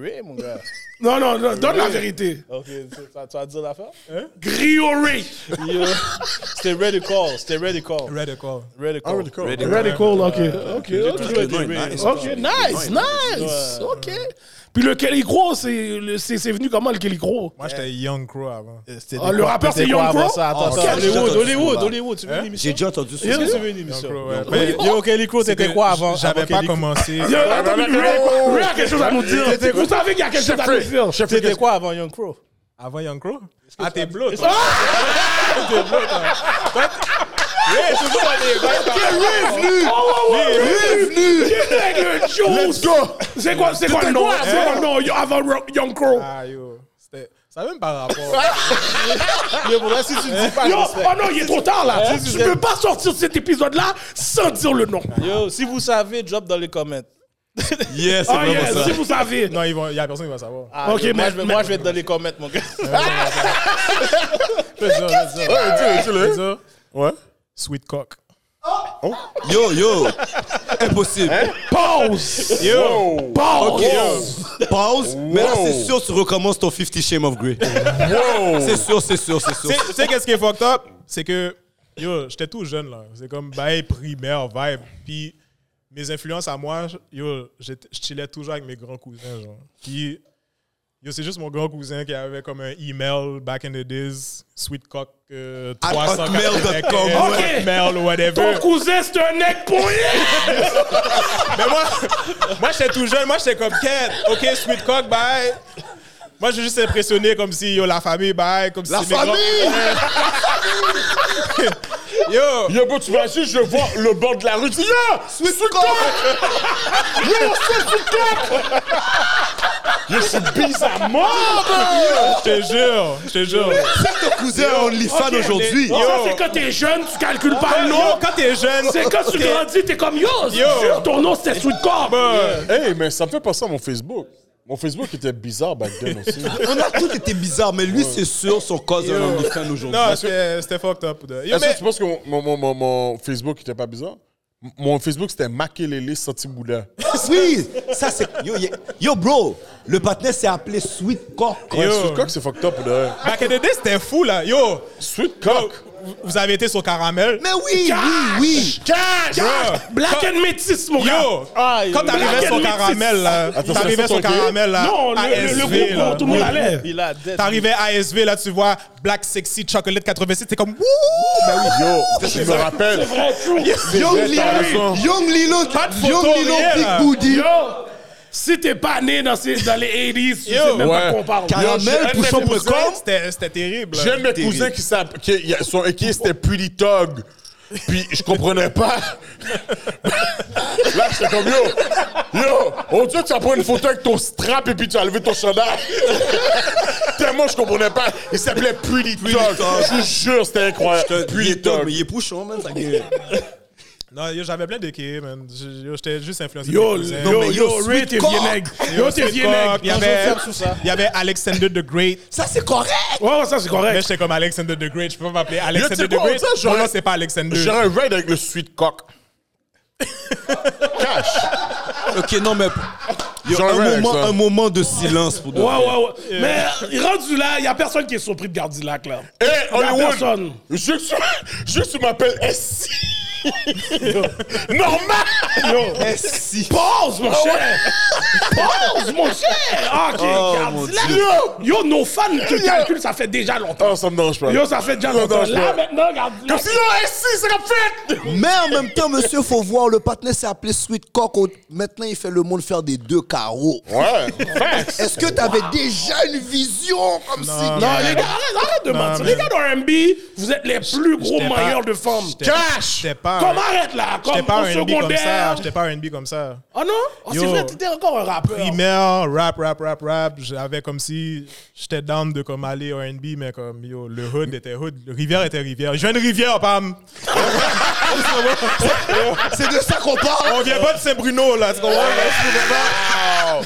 Speaker 6: Oui, mon gars.
Speaker 3: Non, non, non, donne la vérité.
Speaker 6: Ok, tu vas- tu vas dire l'affaire?
Speaker 3: Griori.
Speaker 6: Yo, C'était ready call. C'était ready call.
Speaker 7: Red Call.
Speaker 6: Ready call.
Speaker 3: Ready Cole, ok. Ok, ok.
Speaker 6: Toujours été
Speaker 5: Non, il est
Speaker 6: ready.
Speaker 5: nice.
Speaker 3: Ok, nice, nice. Ok. Puis le Kelly Crow, c'est le- c'est- c'est venu comment le Kelly Crow?
Speaker 7: Moi, j'étais Young Crow avant.
Speaker 6: C'était
Speaker 3: Ah, le
Speaker 6: quoi-
Speaker 3: rappeur,
Speaker 6: c'était
Speaker 3: c'est Ah,
Speaker 6: quoi
Speaker 3: Young
Speaker 6: avant
Speaker 3: Crow?
Speaker 6: ça? Attends,
Speaker 5: Oh,
Speaker 6: attends,
Speaker 5: ok, Hein? j'ai
Speaker 6: Hollywood,
Speaker 5: entendu
Speaker 6: Hollywood,
Speaker 5: ça.
Speaker 6: Hollywood. Tu veux une émission?
Speaker 5: J'ai déjà entendu ça.
Speaker 6: Est-ce que tu veux une
Speaker 7: Young
Speaker 6: émission?
Speaker 7: Crow, ouais.
Speaker 6: Mais
Speaker 7: Ben,
Speaker 6: Yo, Kelly Crow, c'était quoi avant?
Speaker 7: J'avais
Speaker 6: avant
Speaker 7: pas
Speaker 6: Kelly Crow?
Speaker 7: commencé.
Speaker 3: Yo, attends, mais Ray, Ray a quelque chose à nous dire. Vous savez qu'il y a quelque chose à nous dire.
Speaker 6: C'était quoi avant Young Crow?
Speaker 7: Avant Young Crow? Ah, t'es bleu. toi.
Speaker 3: Oh, ouais, ouais, Bienvenue! Avec le Let's go! C'est quoi, c'est quoi le nom? C'est quoi le nom? Yo, Avant Ro- Young Crow.
Speaker 7: Ah, yo. C'était. Ça avait même pas rapport.
Speaker 6: Yo, pour vrai, si tu dis pas, je
Speaker 3: Yo,
Speaker 6: respecte.
Speaker 3: oh non, il est trop tard là.
Speaker 6: Si, si,
Speaker 3: Tu
Speaker 6: si.
Speaker 3: peux pas sortir de cet épisode-là sans dire le nom.
Speaker 6: Yo, si vous savez, drop dans les comments.
Speaker 5: Yeah, c'est
Speaker 3: Ah
Speaker 5: vraiment
Speaker 3: yes,
Speaker 5: ça.
Speaker 3: si vous savez.
Speaker 7: Non, ils vont- il y a personne qui va savoir.
Speaker 6: Ah,
Speaker 3: Ok,
Speaker 6: yo, moi,
Speaker 3: mais-
Speaker 6: je vais,
Speaker 3: mais-
Speaker 6: moi, je vais être dans les comments, mon gars.
Speaker 7: Je peux dire, je peux dire.
Speaker 4: Ouais, dis-le,
Speaker 7: Je peux
Speaker 4: dis-le.
Speaker 7: dire.
Speaker 4: Ouais.
Speaker 7: Sweet Cock.
Speaker 5: Yo, yo. Impossible.
Speaker 3: Pause!
Speaker 4: Yo.
Speaker 3: Pause!
Speaker 5: Pause. Mais là,
Speaker 4: Wow.
Speaker 5: c'est sûr, tu recommences ton 50 Shame of Grey.
Speaker 4: Wow.
Speaker 5: C'est sûr, c'est sûr, c'est sûr.
Speaker 7: Tu sais- tu sais qu'est-ce qui est fucked up? C'est que, yo, j'étais tout jeune, là. C'est comme bail primaire, vibe. Puis, mes influences à moi, yo, j'étais- je chillais toujours avec mes grands cousins, genre. Puis, yo, c'est juste mon grand cousin qui avait comme un email back in the days, sweetcock euh,
Speaker 5: At
Speaker 7: 380,
Speaker 5: hotmail.com.
Speaker 7: at hotmail, whatever.
Speaker 3: Ton cousin, c'est un nec pourri!
Speaker 7: Mais moi, moi j'étais tout jeune, moi j'étais comme quête. Ok, sweet cock, bye. Moi, j'ai juste impressionné comme si yo, la famille, bye. Comme
Speaker 5: La
Speaker 7: si mes grands- Yo,
Speaker 4: Yo, bro, tu vas juste, je vois le bord de la rue. Tu dis, yo,
Speaker 5: Sweet Cock.
Speaker 4: yo, je suis bizarre mort.
Speaker 7: je te jure, je te jure.
Speaker 5: C'est ton cousin OnlyFans aujourd'hui.
Speaker 3: Ça, c'est quand t'es jeune, tu calcules pas le
Speaker 7: Yo,
Speaker 3: nom.
Speaker 7: quand t'es jeune,
Speaker 3: C'est quand tu
Speaker 7: t'es-
Speaker 3: grandis, t'es comme yo! c'est
Speaker 7: Yo.
Speaker 3: sûr, ton nom, c'était Sweet Corp!
Speaker 4: Bah, Hey, mais ça me fait penser à mon Facebook. Mon Facebook était bizarre back then aussi.
Speaker 5: On a tous été bizarres, mais lui, c'est sûr, son cause un OnlyFans aujourd'hui.
Speaker 7: Non, c'était c'était fucked up. de- Yo,
Speaker 4: Est-ce
Speaker 7: mais-
Speaker 4: que tu penses que mon, mon- mon- mon- mon Facebook était pas bizarre? M- Mon Facebook, c'était Makelele Santibouda.
Speaker 5: Oui, ça c'est. Yo, yeah. yo, bro, le partenaire s'est appelé Sweet Cock.
Speaker 4: Ouais,
Speaker 7: Yo.
Speaker 4: Sweet Cock, c'est fucked up, là.
Speaker 7: Back in the day, c'était fou, là. Yo,
Speaker 4: Sweet Cock!
Speaker 7: vous- vous avez été sur Caramel.
Speaker 5: Mais oui, oui, oui.
Speaker 3: Cash!
Speaker 7: Yo.
Speaker 3: Black and métis, mon gars!
Speaker 7: Yo,
Speaker 6: Ah, yo.
Speaker 7: quand t'arrivais
Speaker 3: Black
Speaker 7: sur
Speaker 3: and
Speaker 7: Caramel, là.
Speaker 4: Attends,
Speaker 7: T'arrivais
Speaker 4: c'est
Speaker 7: sur
Speaker 4: ça, ton
Speaker 7: Caramel, là.
Speaker 3: Non, le- le, le
Speaker 7: ASV,
Speaker 3: groupe,
Speaker 7: là.
Speaker 3: tout le monde allait.
Speaker 6: Il a dead.
Speaker 7: T'arrivais à ASV, là, tu vois Black Sexy Chocolate 86, t'es comme wouh!
Speaker 4: Ben Yo, je me rappelle.
Speaker 5: Young
Speaker 4: vrai, t'as
Speaker 5: Lilo,
Speaker 4: raison.
Speaker 5: Young Lilo, Young
Speaker 7: photo
Speaker 5: Lilo,
Speaker 7: réelle,
Speaker 5: Big
Speaker 7: là.
Speaker 5: Booty.
Speaker 3: Yo! Si t'es pas né dans, ces, dans les 80s, tu sais même pas
Speaker 4: Ouais.
Speaker 3: qu'on parle.
Speaker 5: Caramel,
Speaker 7: Poussons
Speaker 5: Pousson, Pousson.
Speaker 7: C'était c'était terrible.
Speaker 4: J'ai un de mes cousins qui s'appelle. Qui, il y a- son équipe, c'était Pretty Tog. Puis je comprenais pas. Là, j'étais comme yo. Yo, on dirait que tu as pris une photo avec ton strap et puis tu as levé ton chandail. Tellement je comprenais pas. Il s'appelait Pretty Tog.
Speaker 5: Tog.
Speaker 4: Je vous jure, c'était incroyable.
Speaker 5: Puis il
Speaker 4: Pretty
Speaker 5: est top,
Speaker 4: Tog.
Speaker 5: mais il est pouchon, man. ça gueule.
Speaker 7: Non, yo, j'avais plein de kids, man. J- yo, J'étais juste influencé.
Speaker 3: Yo,
Speaker 7: par mes cousins.
Speaker 3: yo,
Speaker 5: mais
Speaker 3: yo,
Speaker 5: yo,
Speaker 3: Ray,
Speaker 5: Sweet
Speaker 3: t'es
Speaker 5: Cock.
Speaker 3: vieux nègre. Yo, t'es
Speaker 7: Sweet
Speaker 3: vieux
Speaker 7: Cock,
Speaker 3: nègre.
Speaker 7: Il y avait,
Speaker 6: tout ça.
Speaker 7: il y avait Alexander the Great.
Speaker 1: Ça, c'est correct.
Speaker 3: Ouais, ouais, ça, c'est
Speaker 7: Mais
Speaker 3: correct.
Speaker 7: j'étais comme Alexander the Great. Je peux pas m'appeler
Speaker 4: tu
Speaker 7: Alexander
Speaker 4: sais
Speaker 7: the
Speaker 4: quoi,
Speaker 7: Great.
Speaker 4: ça,
Speaker 7: Mon
Speaker 4: j'aurais-
Speaker 7: nom, c'est pas Alexander.
Speaker 4: J'aurais un ride avec le sweet cock. Cash.
Speaker 5: Ok, non, mais. Yo,
Speaker 4: J'aurais
Speaker 5: un,
Speaker 4: avec
Speaker 5: moment,
Speaker 4: ça.
Speaker 5: un moment de silence pour de
Speaker 3: Ouais,
Speaker 5: vrai.
Speaker 3: ouais, ouais. Mais euh, rendu là, il n'y a personne qui est surpris de Gardilac, là.
Speaker 4: Hé,
Speaker 3: Y a
Speaker 4: Eh, Hollywood.
Speaker 3: personne.
Speaker 4: Je veux que tu- je veux que tu m'appelles SC. Normal.
Speaker 3: Eh, Pause, mon cher! Pause, mon cher! Ah, Ok, Gardilac. Yo, nos fans te calculent, ça fait déjà longtemps.
Speaker 4: Oh, ça me dérange pas.
Speaker 3: Yo, ça fait déjà longtemps.
Speaker 4: dérange
Speaker 3: Là,
Speaker 4: pas.
Speaker 3: maintenant,
Speaker 4: Comme
Speaker 3: Gardilac.
Speaker 4: si non, SC, c'est comme fait.
Speaker 1: Mais en même temps, monsieur, faut voir, le partenaire s'est appelé Sweet Cock. Au- Maintenant, il fait le monde faire des deux carreaux.
Speaker 4: Ouais, facts.
Speaker 1: Est-ce que t'avais déjà une vision comme si...
Speaker 3: Non, les gars, arrête, arrête de
Speaker 7: Non,
Speaker 3: mentir.
Speaker 7: mais-
Speaker 3: Les gars d'R&B, vous êtes les plus gros
Speaker 7: j'étais pas-
Speaker 3: mailleurs de femmes.
Speaker 7: j'étais-
Speaker 4: Cash.
Speaker 7: J'étais pas.
Speaker 3: Comme arrête là,
Speaker 7: Ah, J'étais
Speaker 3: comme
Speaker 7: pas
Speaker 3: au
Speaker 7: un NB comme ça.
Speaker 3: secondaire.
Speaker 7: J'étais pas un NB comme ça.
Speaker 3: Ah non? Oh, c'est
Speaker 7: Yo.
Speaker 3: vrai, t'étais encore un rappeur.
Speaker 7: Primaire, rap, rap, rap, rap. J'avais comme si j'étais down de comme aller au NB, mais comme yo, le hood était hood, le rivière était rivière. Je viens de rivière, pam.
Speaker 1: C'est de ça qu'on parle.
Speaker 7: On vient pas de Saint-Bruno, là. Tu comprends?
Speaker 3: Ah,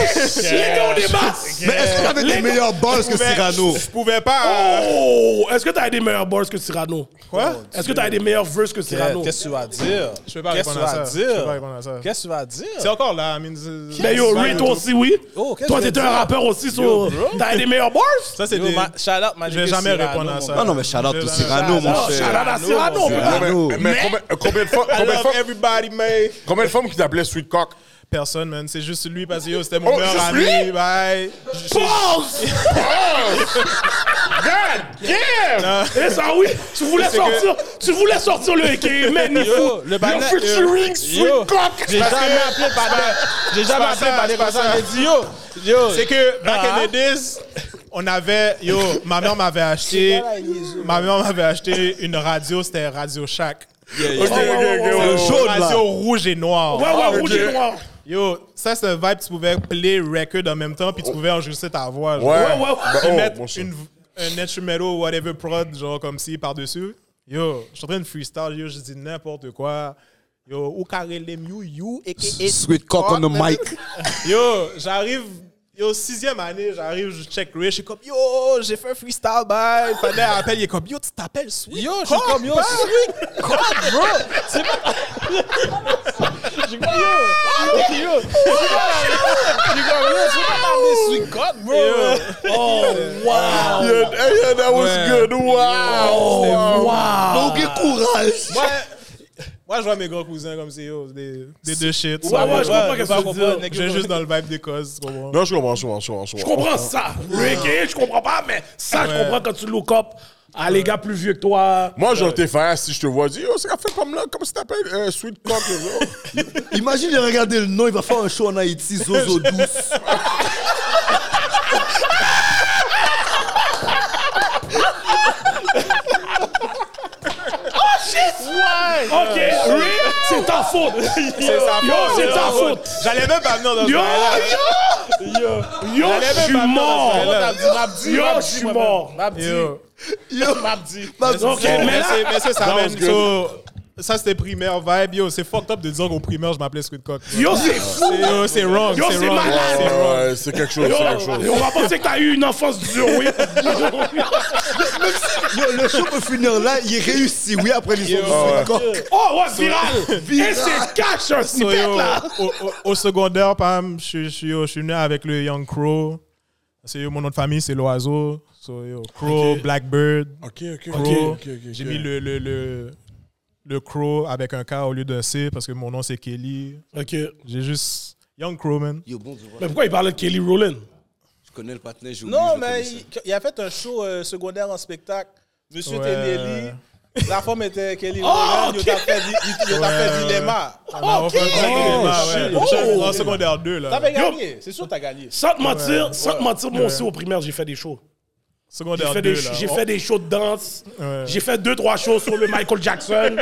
Speaker 3: Les gars, on débat.
Speaker 1: Mais est-ce que t'avais
Speaker 3: Les
Speaker 1: des
Speaker 3: gars-
Speaker 1: meilleurs balls que Cyrano
Speaker 7: Je pouvais pas. euh,
Speaker 3: Oh! Est-ce que t'as des meilleurs bars que Cyrano?
Speaker 7: Quoi?
Speaker 3: Est-ce que t'as des meilleurs verses que Cyrano?
Speaker 6: Qu'est-ce que tu vas dire?
Speaker 7: Je peux pas
Speaker 6: Qu'est-ce que
Speaker 7: répondre à
Speaker 6: tu vas
Speaker 7: ça.
Speaker 6: dire?
Speaker 7: Je peux pas répondre à ça.
Speaker 6: Qu'est-ce que tu vas
Speaker 7: C'est
Speaker 6: dire?
Speaker 7: encore là. I mean, c'est-
Speaker 3: Mais yo,
Speaker 7: c'est-
Speaker 3: Ray, toi aussi, oui.
Speaker 6: Oh, qu'est-ce
Speaker 3: Toi,
Speaker 6: que
Speaker 3: t'étais
Speaker 6: tu
Speaker 3: un
Speaker 6: dis?
Speaker 3: rappeur aussi sur. T'as des meilleurs bars?
Speaker 7: Ça, c'est
Speaker 6: Yo,
Speaker 7: des.
Speaker 6: ma- shout out, ma
Speaker 7: Je vais
Speaker 6: nigga
Speaker 7: jamais
Speaker 6: Cyrano,
Speaker 7: répondre à
Speaker 6: mon
Speaker 7: ça.
Speaker 6: gars.
Speaker 5: Ah non, mais shout out
Speaker 7: Je-
Speaker 5: to Cyrano,
Speaker 6: shout
Speaker 5: mon
Speaker 6: out,
Speaker 5: cher.
Speaker 6: shout
Speaker 3: Cyrano,
Speaker 6: Cyrano,
Speaker 3: Cyrano,
Speaker 6: mon
Speaker 3: mon
Speaker 6: gars.
Speaker 3: gars.
Speaker 4: Mais, mais,
Speaker 3: Mais-
Speaker 4: combien, combien de fois,
Speaker 7: I
Speaker 4: combien de
Speaker 7: love
Speaker 4: fois,
Speaker 7: everybody, man.
Speaker 4: combien de femmes qui t'appelaient Sweet Cock?
Speaker 7: Personne, man. C'est juste lui parce que yo, c'était mon
Speaker 4: Oh,
Speaker 7: meilleur
Speaker 4: juste
Speaker 7: ami.
Speaker 4: lui?
Speaker 7: Bye.
Speaker 3: Pause!
Speaker 4: God damn!
Speaker 3: Eh, ça, oui! Tu voulais
Speaker 7: C'est
Speaker 3: sortir, tu voulais sortir le K.M.
Speaker 6: Yo, le
Speaker 3: Le
Speaker 6: banana-
Speaker 3: featuring
Speaker 6: Yo,
Speaker 3: Sweet Cock!
Speaker 6: J'ai jamais appelé Badin. J'ai jamais
Speaker 7: pas
Speaker 6: appelé
Speaker 7: ça,
Speaker 6: Badin
Speaker 7: c'est pas
Speaker 6: comme ça.
Speaker 7: ça.
Speaker 6: J'ai dit yo, yo.
Speaker 7: C'est que back
Speaker 6: Ah.
Speaker 7: in the days, on avait yo, ma mère m'avait acheté, ma mère m'avait acheté une radio, c'était Radio Shack.
Speaker 5: Oh,
Speaker 4: Ok, ok, ok, ouais,
Speaker 7: Une
Speaker 4: ouais.
Speaker 7: radio rouge et noire.
Speaker 3: Ouais, ouais, rouge et
Speaker 4: ok.
Speaker 3: noir!
Speaker 7: Yo, ça c'est un vibe, tu pouvais play record en même temps, puis tu pouvais enregistrer ta voix. genre.
Speaker 4: Ouais,
Speaker 3: ouais.
Speaker 4: Ben,
Speaker 7: Puis
Speaker 4: oh,
Speaker 7: mettre
Speaker 4: bon sang.
Speaker 7: une, un instrumental, whatever prod, genre comme si par-dessus. Yo, je suis en train de freestyle, yo, je dis n'importe quoi. Yo, ou carré les you, you, aka
Speaker 5: Sweet cock on the mic.
Speaker 7: Yo, j'arrive, yo, sixième année, j'arrive, je check Rich, je suis comme, yo, j'ai fait un freestyle, bye. Pendant appel, il est comme, yo, tu t'appelles Sweet.
Speaker 6: Yo, je suis comme yo, sweet God, bro. C'est pas. J'ai comme yo, yo, yo. J'ai comme yo, c'est pas parler sweet God, bro.
Speaker 3: Oh, wow!
Speaker 4: Yeah, yeah, that was good. Wow!
Speaker 3: Oh, wow!
Speaker 1: Donc, courage
Speaker 7: Moi, moi, je vois mes grands cousins comme si, yo, des, des deux shit.
Speaker 3: Ouais, ouais, je comprends
Speaker 7: que
Speaker 3: qu'est-ce que tu veux dire.
Speaker 7: J'ai juste dans le vibe des causes, tu comprends?
Speaker 4: Non, je comprends, je comprends, je comprends.
Speaker 3: Je comprends ça. Reggae, je comprends pas, mais ça, je
Speaker 7: Ouais.
Speaker 3: comprends quand tu look up à les gars plus vieux que toi.
Speaker 4: Moi, j'aurais été fier si je te vois dire, oh, c'est qu'à fait comme là, comme si t'appelles euh, Sweet Cock. là.
Speaker 1: Imagine, il a regardé le nom, il va faire un show en Haïti, Zozo Douce.
Speaker 3: Ok, oui, c'est ta faute.
Speaker 7: C'est sa
Speaker 3: Yo,
Speaker 7: faute,
Speaker 3: c'est ta
Speaker 7: yo.
Speaker 3: faute.
Speaker 7: J'allais même pas venir dans
Speaker 3: Yo,
Speaker 7: ce
Speaker 3: yo, yo, je suis mort. Yo, je suis mort.
Speaker 7: bail Yo.
Speaker 3: Ok, mais là,
Speaker 7: c'est- mais c'est ça,
Speaker 4: That was
Speaker 7: même
Speaker 4: good.
Speaker 7: so, ça, c'était primaire vibe. Yo, c'est fucked up de dire qu'au primaire, je m'appelais Squid Cock.
Speaker 3: yo, c'est fou.
Speaker 7: C'est- Yo, c'est wrong.
Speaker 3: Yo, c'est
Speaker 7: wrong.
Speaker 3: malade.
Speaker 7: C'est wrong.
Speaker 4: Ouais, c'est quelque chose,
Speaker 3: Yo,
Speaker 4: c'est quelque chose.
Speaker 3: on va penser que t'as eu une enfance dure, oui.
Speaker 1: Yo, le show peut finir là, il réussit, oui, après l'histoire du Sweet Cock.
Speaker 3: Oh, ouais, viral. Et c'est cash, un
Speaker 7: So,
Speaker 3: snippet,
Speaker 7: yo,
Speaker 3: là.
Speaker 7: au, au- au secondaire, Pam, je suis- je suis je suis venu avec le Young Crow. C'est yo, mon nom de famille, c'est l'oiseau. So, yo, Crow, Blackbird,
Speaker 4: Ok, ok, Oh.
Speaker 7: Crow.
Speaker 4: ok, ok, ok.
Speaker 7: J'ai mis le, le, le, le Crow avec un K au lieu d'un C parce que mon nom c'est Kelly.
Speaker 3: Ok.
Speaker 7: J'ai juste Young Crow, man.
Speaker 5: Yo, bon, tu vois,
Speaker 3: Mais pourquoi il parlait de Kelly Rowland?
Speaker 5: je connais le partenaire, j'ai oublié.
Speaker 6: Non,
Speaker 5: je le
Speaker 6: mais
Speaker 5: connaissais.
Speaker 6: il, il a fait un show euh, secondaire en spectacle. Monsieur
Speaker 7: Ouais.
Speaker 6: Ténéli. La femme était Kelly
Speaker 3: Oh,
Speaker 6: Rowland. Il
Speaker 3: ok.
Speaker 6: t'a fait, di- il- il t'a
Speaker 7: Ouais,
Speaker 6: fait
Speaker 7: Ah, ouais.
Speaker 6: dilemma.
Speaker 7: On a offert un
Speaker 3: Ok.
Speaker 7: sac de débat,
Speaker 3: Oh,
Speaker 7: ouais.
Speaker 3: shit.
Speaker 7: J'ai-
Speaker 3: Oh.
Speaker 7: En secondaire 2, là.
Speaker 6: T'avais
Speaker 3: Yo.
Speaker 6: gagné. C'est sûr que t'as gagné.
Speaker 3: Sans te mentir, sans te mentir, moi
Speaker 7: Ouais.
Speaker 3: aussi, au primaire, j'ai fait des shows. J'ai
Speaker 7: Secondaire
Speaker 3: fait,
Speaker 7: 2,
Speaker 3: des,
Speaker 7: là.
Speaker 3: j'ai
Speaker 7: On-
Speaker 3: fait des shows de danse.
Speaker 7: Ouais.
Speaker 3: J'ai fait deux, trois shows sur le Michael Jackson.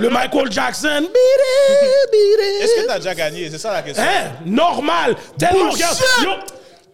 Speaker 3: le Michael Jackson. Beat it, beat it.
Speaker 6: Est-ce que t'as déjà gagné? C'est ça la question.
Speaker 3: Hein? Normal. Tellement, regarde, yo,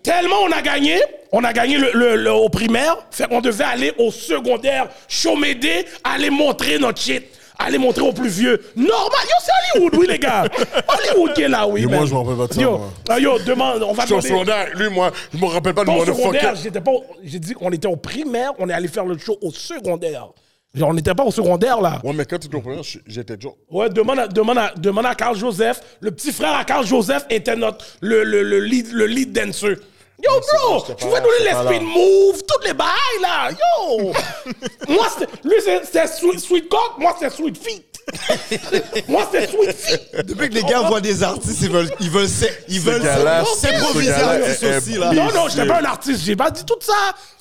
Speaker 3: tellement on a gagné. On a gagné le, le- le- au primaire. Fait qu'on devait aller au secondaire, chômédé, aller montrer notre shit. Allez montrer aux plus vieux. Normal. Yo, c'est Hollywood, oui, les gars. Hollywood qui est là, oui.
Speaker 4: Mais moi,
Speaker 3: man.
Speaker 4: je m'en rappelle pas de ça,
Speaker 3: Yo,
Speaker 4: moi.
Speaker 3: ah, yo, demande, on
Speaker 4: Je
Speaker 3: va
Speaker 4: suis au
Speaker 3: demander.
Speaker 4: secondaire. Lui, moi, je me rappelle pas de
Speaker 3: Pas au
Speaker 4: mon
Speaker 3: secondaire,
Speaker 4: fucking.
Speaker 3: j'étais pas. au- J'ai dit qu'on était au primaire, on est allé faire le show au secondaire. Genre, on n'était pas au secondaire là.
Speaker 4: Ouais, mais quand tu te comprends, j'étais Joe.
Speaker 3: Ouais, demande à, demande à, demande à Carl Joseph. Le petit frère à Carl Joseph était notre, le, le, le, lead, le lead dancer. Yo, bro, tu vois nous les spin move, toutes les bails là. Yo! moi, c'était- lui, c'est- c'est sweet, sweet cock, moi, c'est sweet feet. moi, c'est sweet feet.
Speaker 5: Depuis que les gars voient des artistes, ils veulent, ils veulent, s'é- ils veulent
Speaker 4: gars-là,
Speaker 5: s'é- s'improviser
Speaker 4: ce gars-là
Speaker 5: artistes
Speaker 4: est-
Speaker 5: aussi, là.
Speaker 4: est-
Speaker 3: Non, non, j'étais pas un artiste, j'ai pas dit tout ça.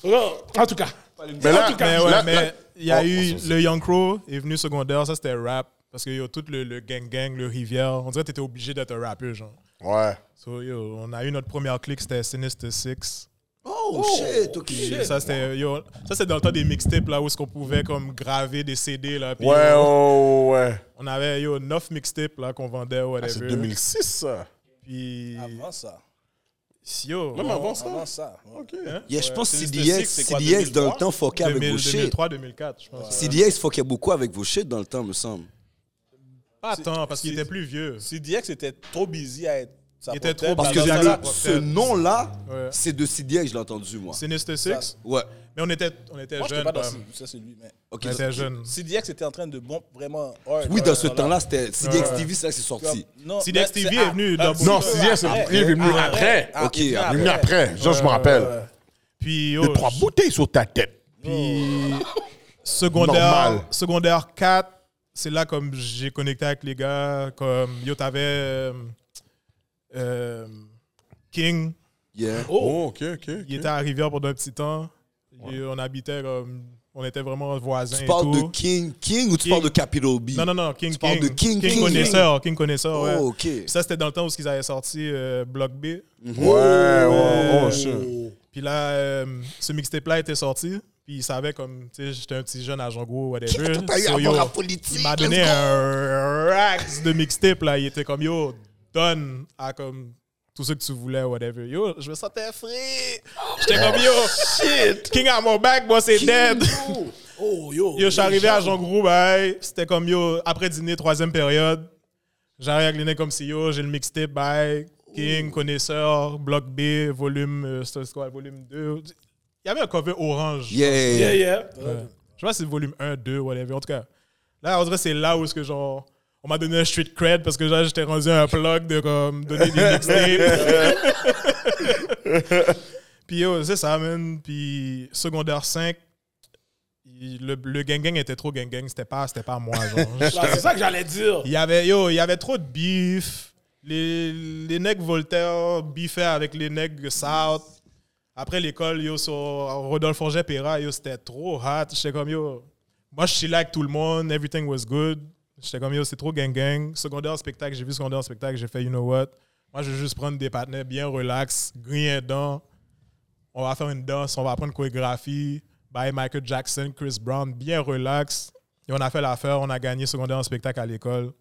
Speaker 3: Euh, En tout cas.
Speaker 4: Mais là,
Speaker 3: en tout cas,
Speaker 7: Mais
Speaker 4: là,
Speaker 7: ouais,
Speaker 4: là-
Speaker 7: mais il y a
Speaker 4: Oh,
Speaker 7: eu
Speaker 4: oh, ça,
Speaker 7: le Young Crow est venu secondaire, ça c'était rap. Parce que yo, tout le, le gang gang, le rivière, on dirait que t'étais obligé d'être un rappeur, genre.
Speaker 4: Ouais.
Speaker 7: So, yo, on a eu notre première clique, c'était Sinister Six.
Speaker 5: Oh, shit, ok.
Speaker 7: Ça c'était yo, ça c'était dans le temps des mixtapes là où est-ce qu'on pouvait comme graver des CD là. puis,
Speaker 4: Ouais,
Speaker 7: yo,
Speaker 4: oh, ouais.
Speaker 7: On avait yo neuf mixtapes là qu'on vendait whatever.
Speaker 4: C'est 2006, ça.
Speaker 7: Puis
Speaker 6: Avant ça.
Speaker 7: yo,
Speaker 4: Même
Speaker 7: on-
Speaker 4: avant ça.
Speaker 6: Avant ça. ouais.
Speaker 7: Hein?
Speaker 5: Yeah, je pense
Speaker 6: c'est
Speaker 5: que
Speaker 6: juste
Speaker 5: CDX,
Speaker 6: le cycle, c'est quoi,
Speaker 5: CDX dans le
Speaker 6: 2003?
Speaker 5: temps fuckait avec
Speaker 7: 2000,
Speaker 5: vos shit.
Speaker 7: 2003 2004 je pense.
Speaker 5: CDX fuckait beaucoup avec vos shit dans le temps, me semble.
Speaker 7: Pas tant parce qu'il
Speaker 6: c'est-
Speaker 7: était plus vieux.
Speaker 6: CDX était trop busy à être. sa
Speaker 7: Il était
Speaker 6: portée,
Speaker 7: trop
Speaker 6: puis
Speaker 5: Parce
Speaker 7: busy
Speaker 5: que
Speaker 6: avant
Speaker 7: à
Speaker 6: ça,
Speaker 7: être-
Speaker 5: le- ce
Speaker 7: ouais.
Speaker 5: nom-là,
Speaker 7: Ouais.
Speaker 5: c'est de CDX, je l'ai entendu, moi.
Speaker 7: Sinister Six.
Speaker 5: Ouais.
Speaker 7: Mais on était, on était
Speaker 6: Moi, j'étais
Speaker 7: jeunes.
Speaker 6: pas dans
Speaker 7: quand
Speaker 6: ce-
Speaker 7: même.
Speaker 6: ça, c'est lui, mais.
Speaker 5: Ok, ça-
Speaker 7: On était jeunes.
Speaker 6: CDX était en train de bomber vraiment hard. euh,
Speaker 5: Oui, dans ce
Speaker 6: Voilà.
Speaker 5: temps-là, c'était CDX
Speaker 7: Ouais.
Speaker 5: TV, c'est là que c'est sorti.
Speaker 6: Non,
Speaker 7: CDX
Speaker 6: mais c'est
Speaker 7: TV est venu
Speaker 6: ah,
Speaker 7: dans-
Speaker 6: ah,
Speaker 4: Non,
Speaker 7: Ouais,
Speaker 4: CDX, c'est
Speaker 6: après.
Speaker 4: après, il est venu
Speaker 6: Ah,
Speaker 4: après.
Speaker 6: ah,
Speaker 5: Ok,
Speaker 6: il est venu
Speaker 5: après.
Speaker 4: Il est venu après. Genre, je me rappelle.
Speaker 7: Puis, oh, yo,
Speaker 4: Les trois bouteilles sur ta tête.
Speaker 7: puis secondaire,
Speaker 4: Normal.
Speaker 7: secondaire 4, c'est là comme j'ai connecté avec les gars. Comme, yo, t'avais euh, euh, King,
Speaker 5: Yeah.
Speaker 4: Oh, ok, ok. ok.
Speaker 7: il était à Rivière pendant un petit temps. Et on habitait comme, on était vraiment voisins
Speaker 5: Tu
Speaker 7: et
Speaker 5: parles de
Speaker 7: tout.
Speaker 5: King King ou tu
Speaker 7: King.
Speaker 5: parles de Capital B
Speaker 7: Non, non, non, King,
Speaker 5: Tu
Speaker 7: King,
Speaker 5: parles de King, King, King.
Speaker 7: connaisseur, King connaisseur,
Speaker 5: Oh,
Speaker 7: ouais.
Speaker 5: ok.
Speaker 7: Puis ça, c'était dans le temps où ils avaient sorti euh, Block B.
Speaker 4: Ouais, ouais, oh, shit.
Speaker 7: Puis là, euh, ce mixtape-là était sorti. Puis il savait comme, tu sais, j'étais un petit jeune à Django, whatever.
Speaker 1: Qu'est-ce que t'as eu à
Speaker 7: yo,
Speaker 1: voir à politique?
Speaker 7: Il m'a
Speaker 1: Let's
Speaker 7: donné
Speaker 1: go.
Speaker 7: un rax de mixtape, là. Il était comme, yo, donne à comme tout ce que tu voulais, whatever. Yo, je me sentais free.
Speaker 1: Oh,
Speaker 7: J'étais comme, yo, shit. King à mon back, moi, c'est dead.
Speaker 3: Oh, yo.
Speaker 7: Yo, je suis arrivé à Jean Gros, bye. C'était comme yo, après dîner, troisième période. J'arrive à Glénay comme si yo, j'ai le mixtape, bye. King, connaisseur, bloc B, volume, euh, c'était quoi, volume 2. Il y avait un cover orange.
Speaker 5: Yeah.
Speaker 3: Yeah, yeah.
Speaker 7: Je sais pas si c'est volume 1, 2, whatever. En tout cas, là, on dirait que c'est là où est-ce que genre. On m'a donné un street cred parce que genre, j'étais rendu un plug de comme donner des mixtapes. Puis yo, c'est ça, man. Puis secondaire 5, il- le, le gang gang était trop gang gang. C'était pas, c'était pas moi, genre.
Speaker 3: Là, C'est ça que j'allais dire.
Speaker 7: Il y avait, yo, il y avait trop de beef. Les, les nègres Voltaire biffaient avec les nègres South. Après l'école, yo, sur Rodolphe Forget Pera, yo, c'était trop hot. J'étais comme, yo, moi, je suis là avec tout le monde. Everything was good. J'étais comme, yo, c'est trop gang-gang. Secondaire spectacle, j'ai vu secondaire spectacle, j'ai fait, you know what? Moi, je veux juste prendre des partenaires bien relax, grillés dents. On va faire une danse, on va prendre chorégraphie. By Michael Jackson, Chris Brown, bien relax. Et on a fait l'affaire, on a gagné secondaire en spectacle à l'école.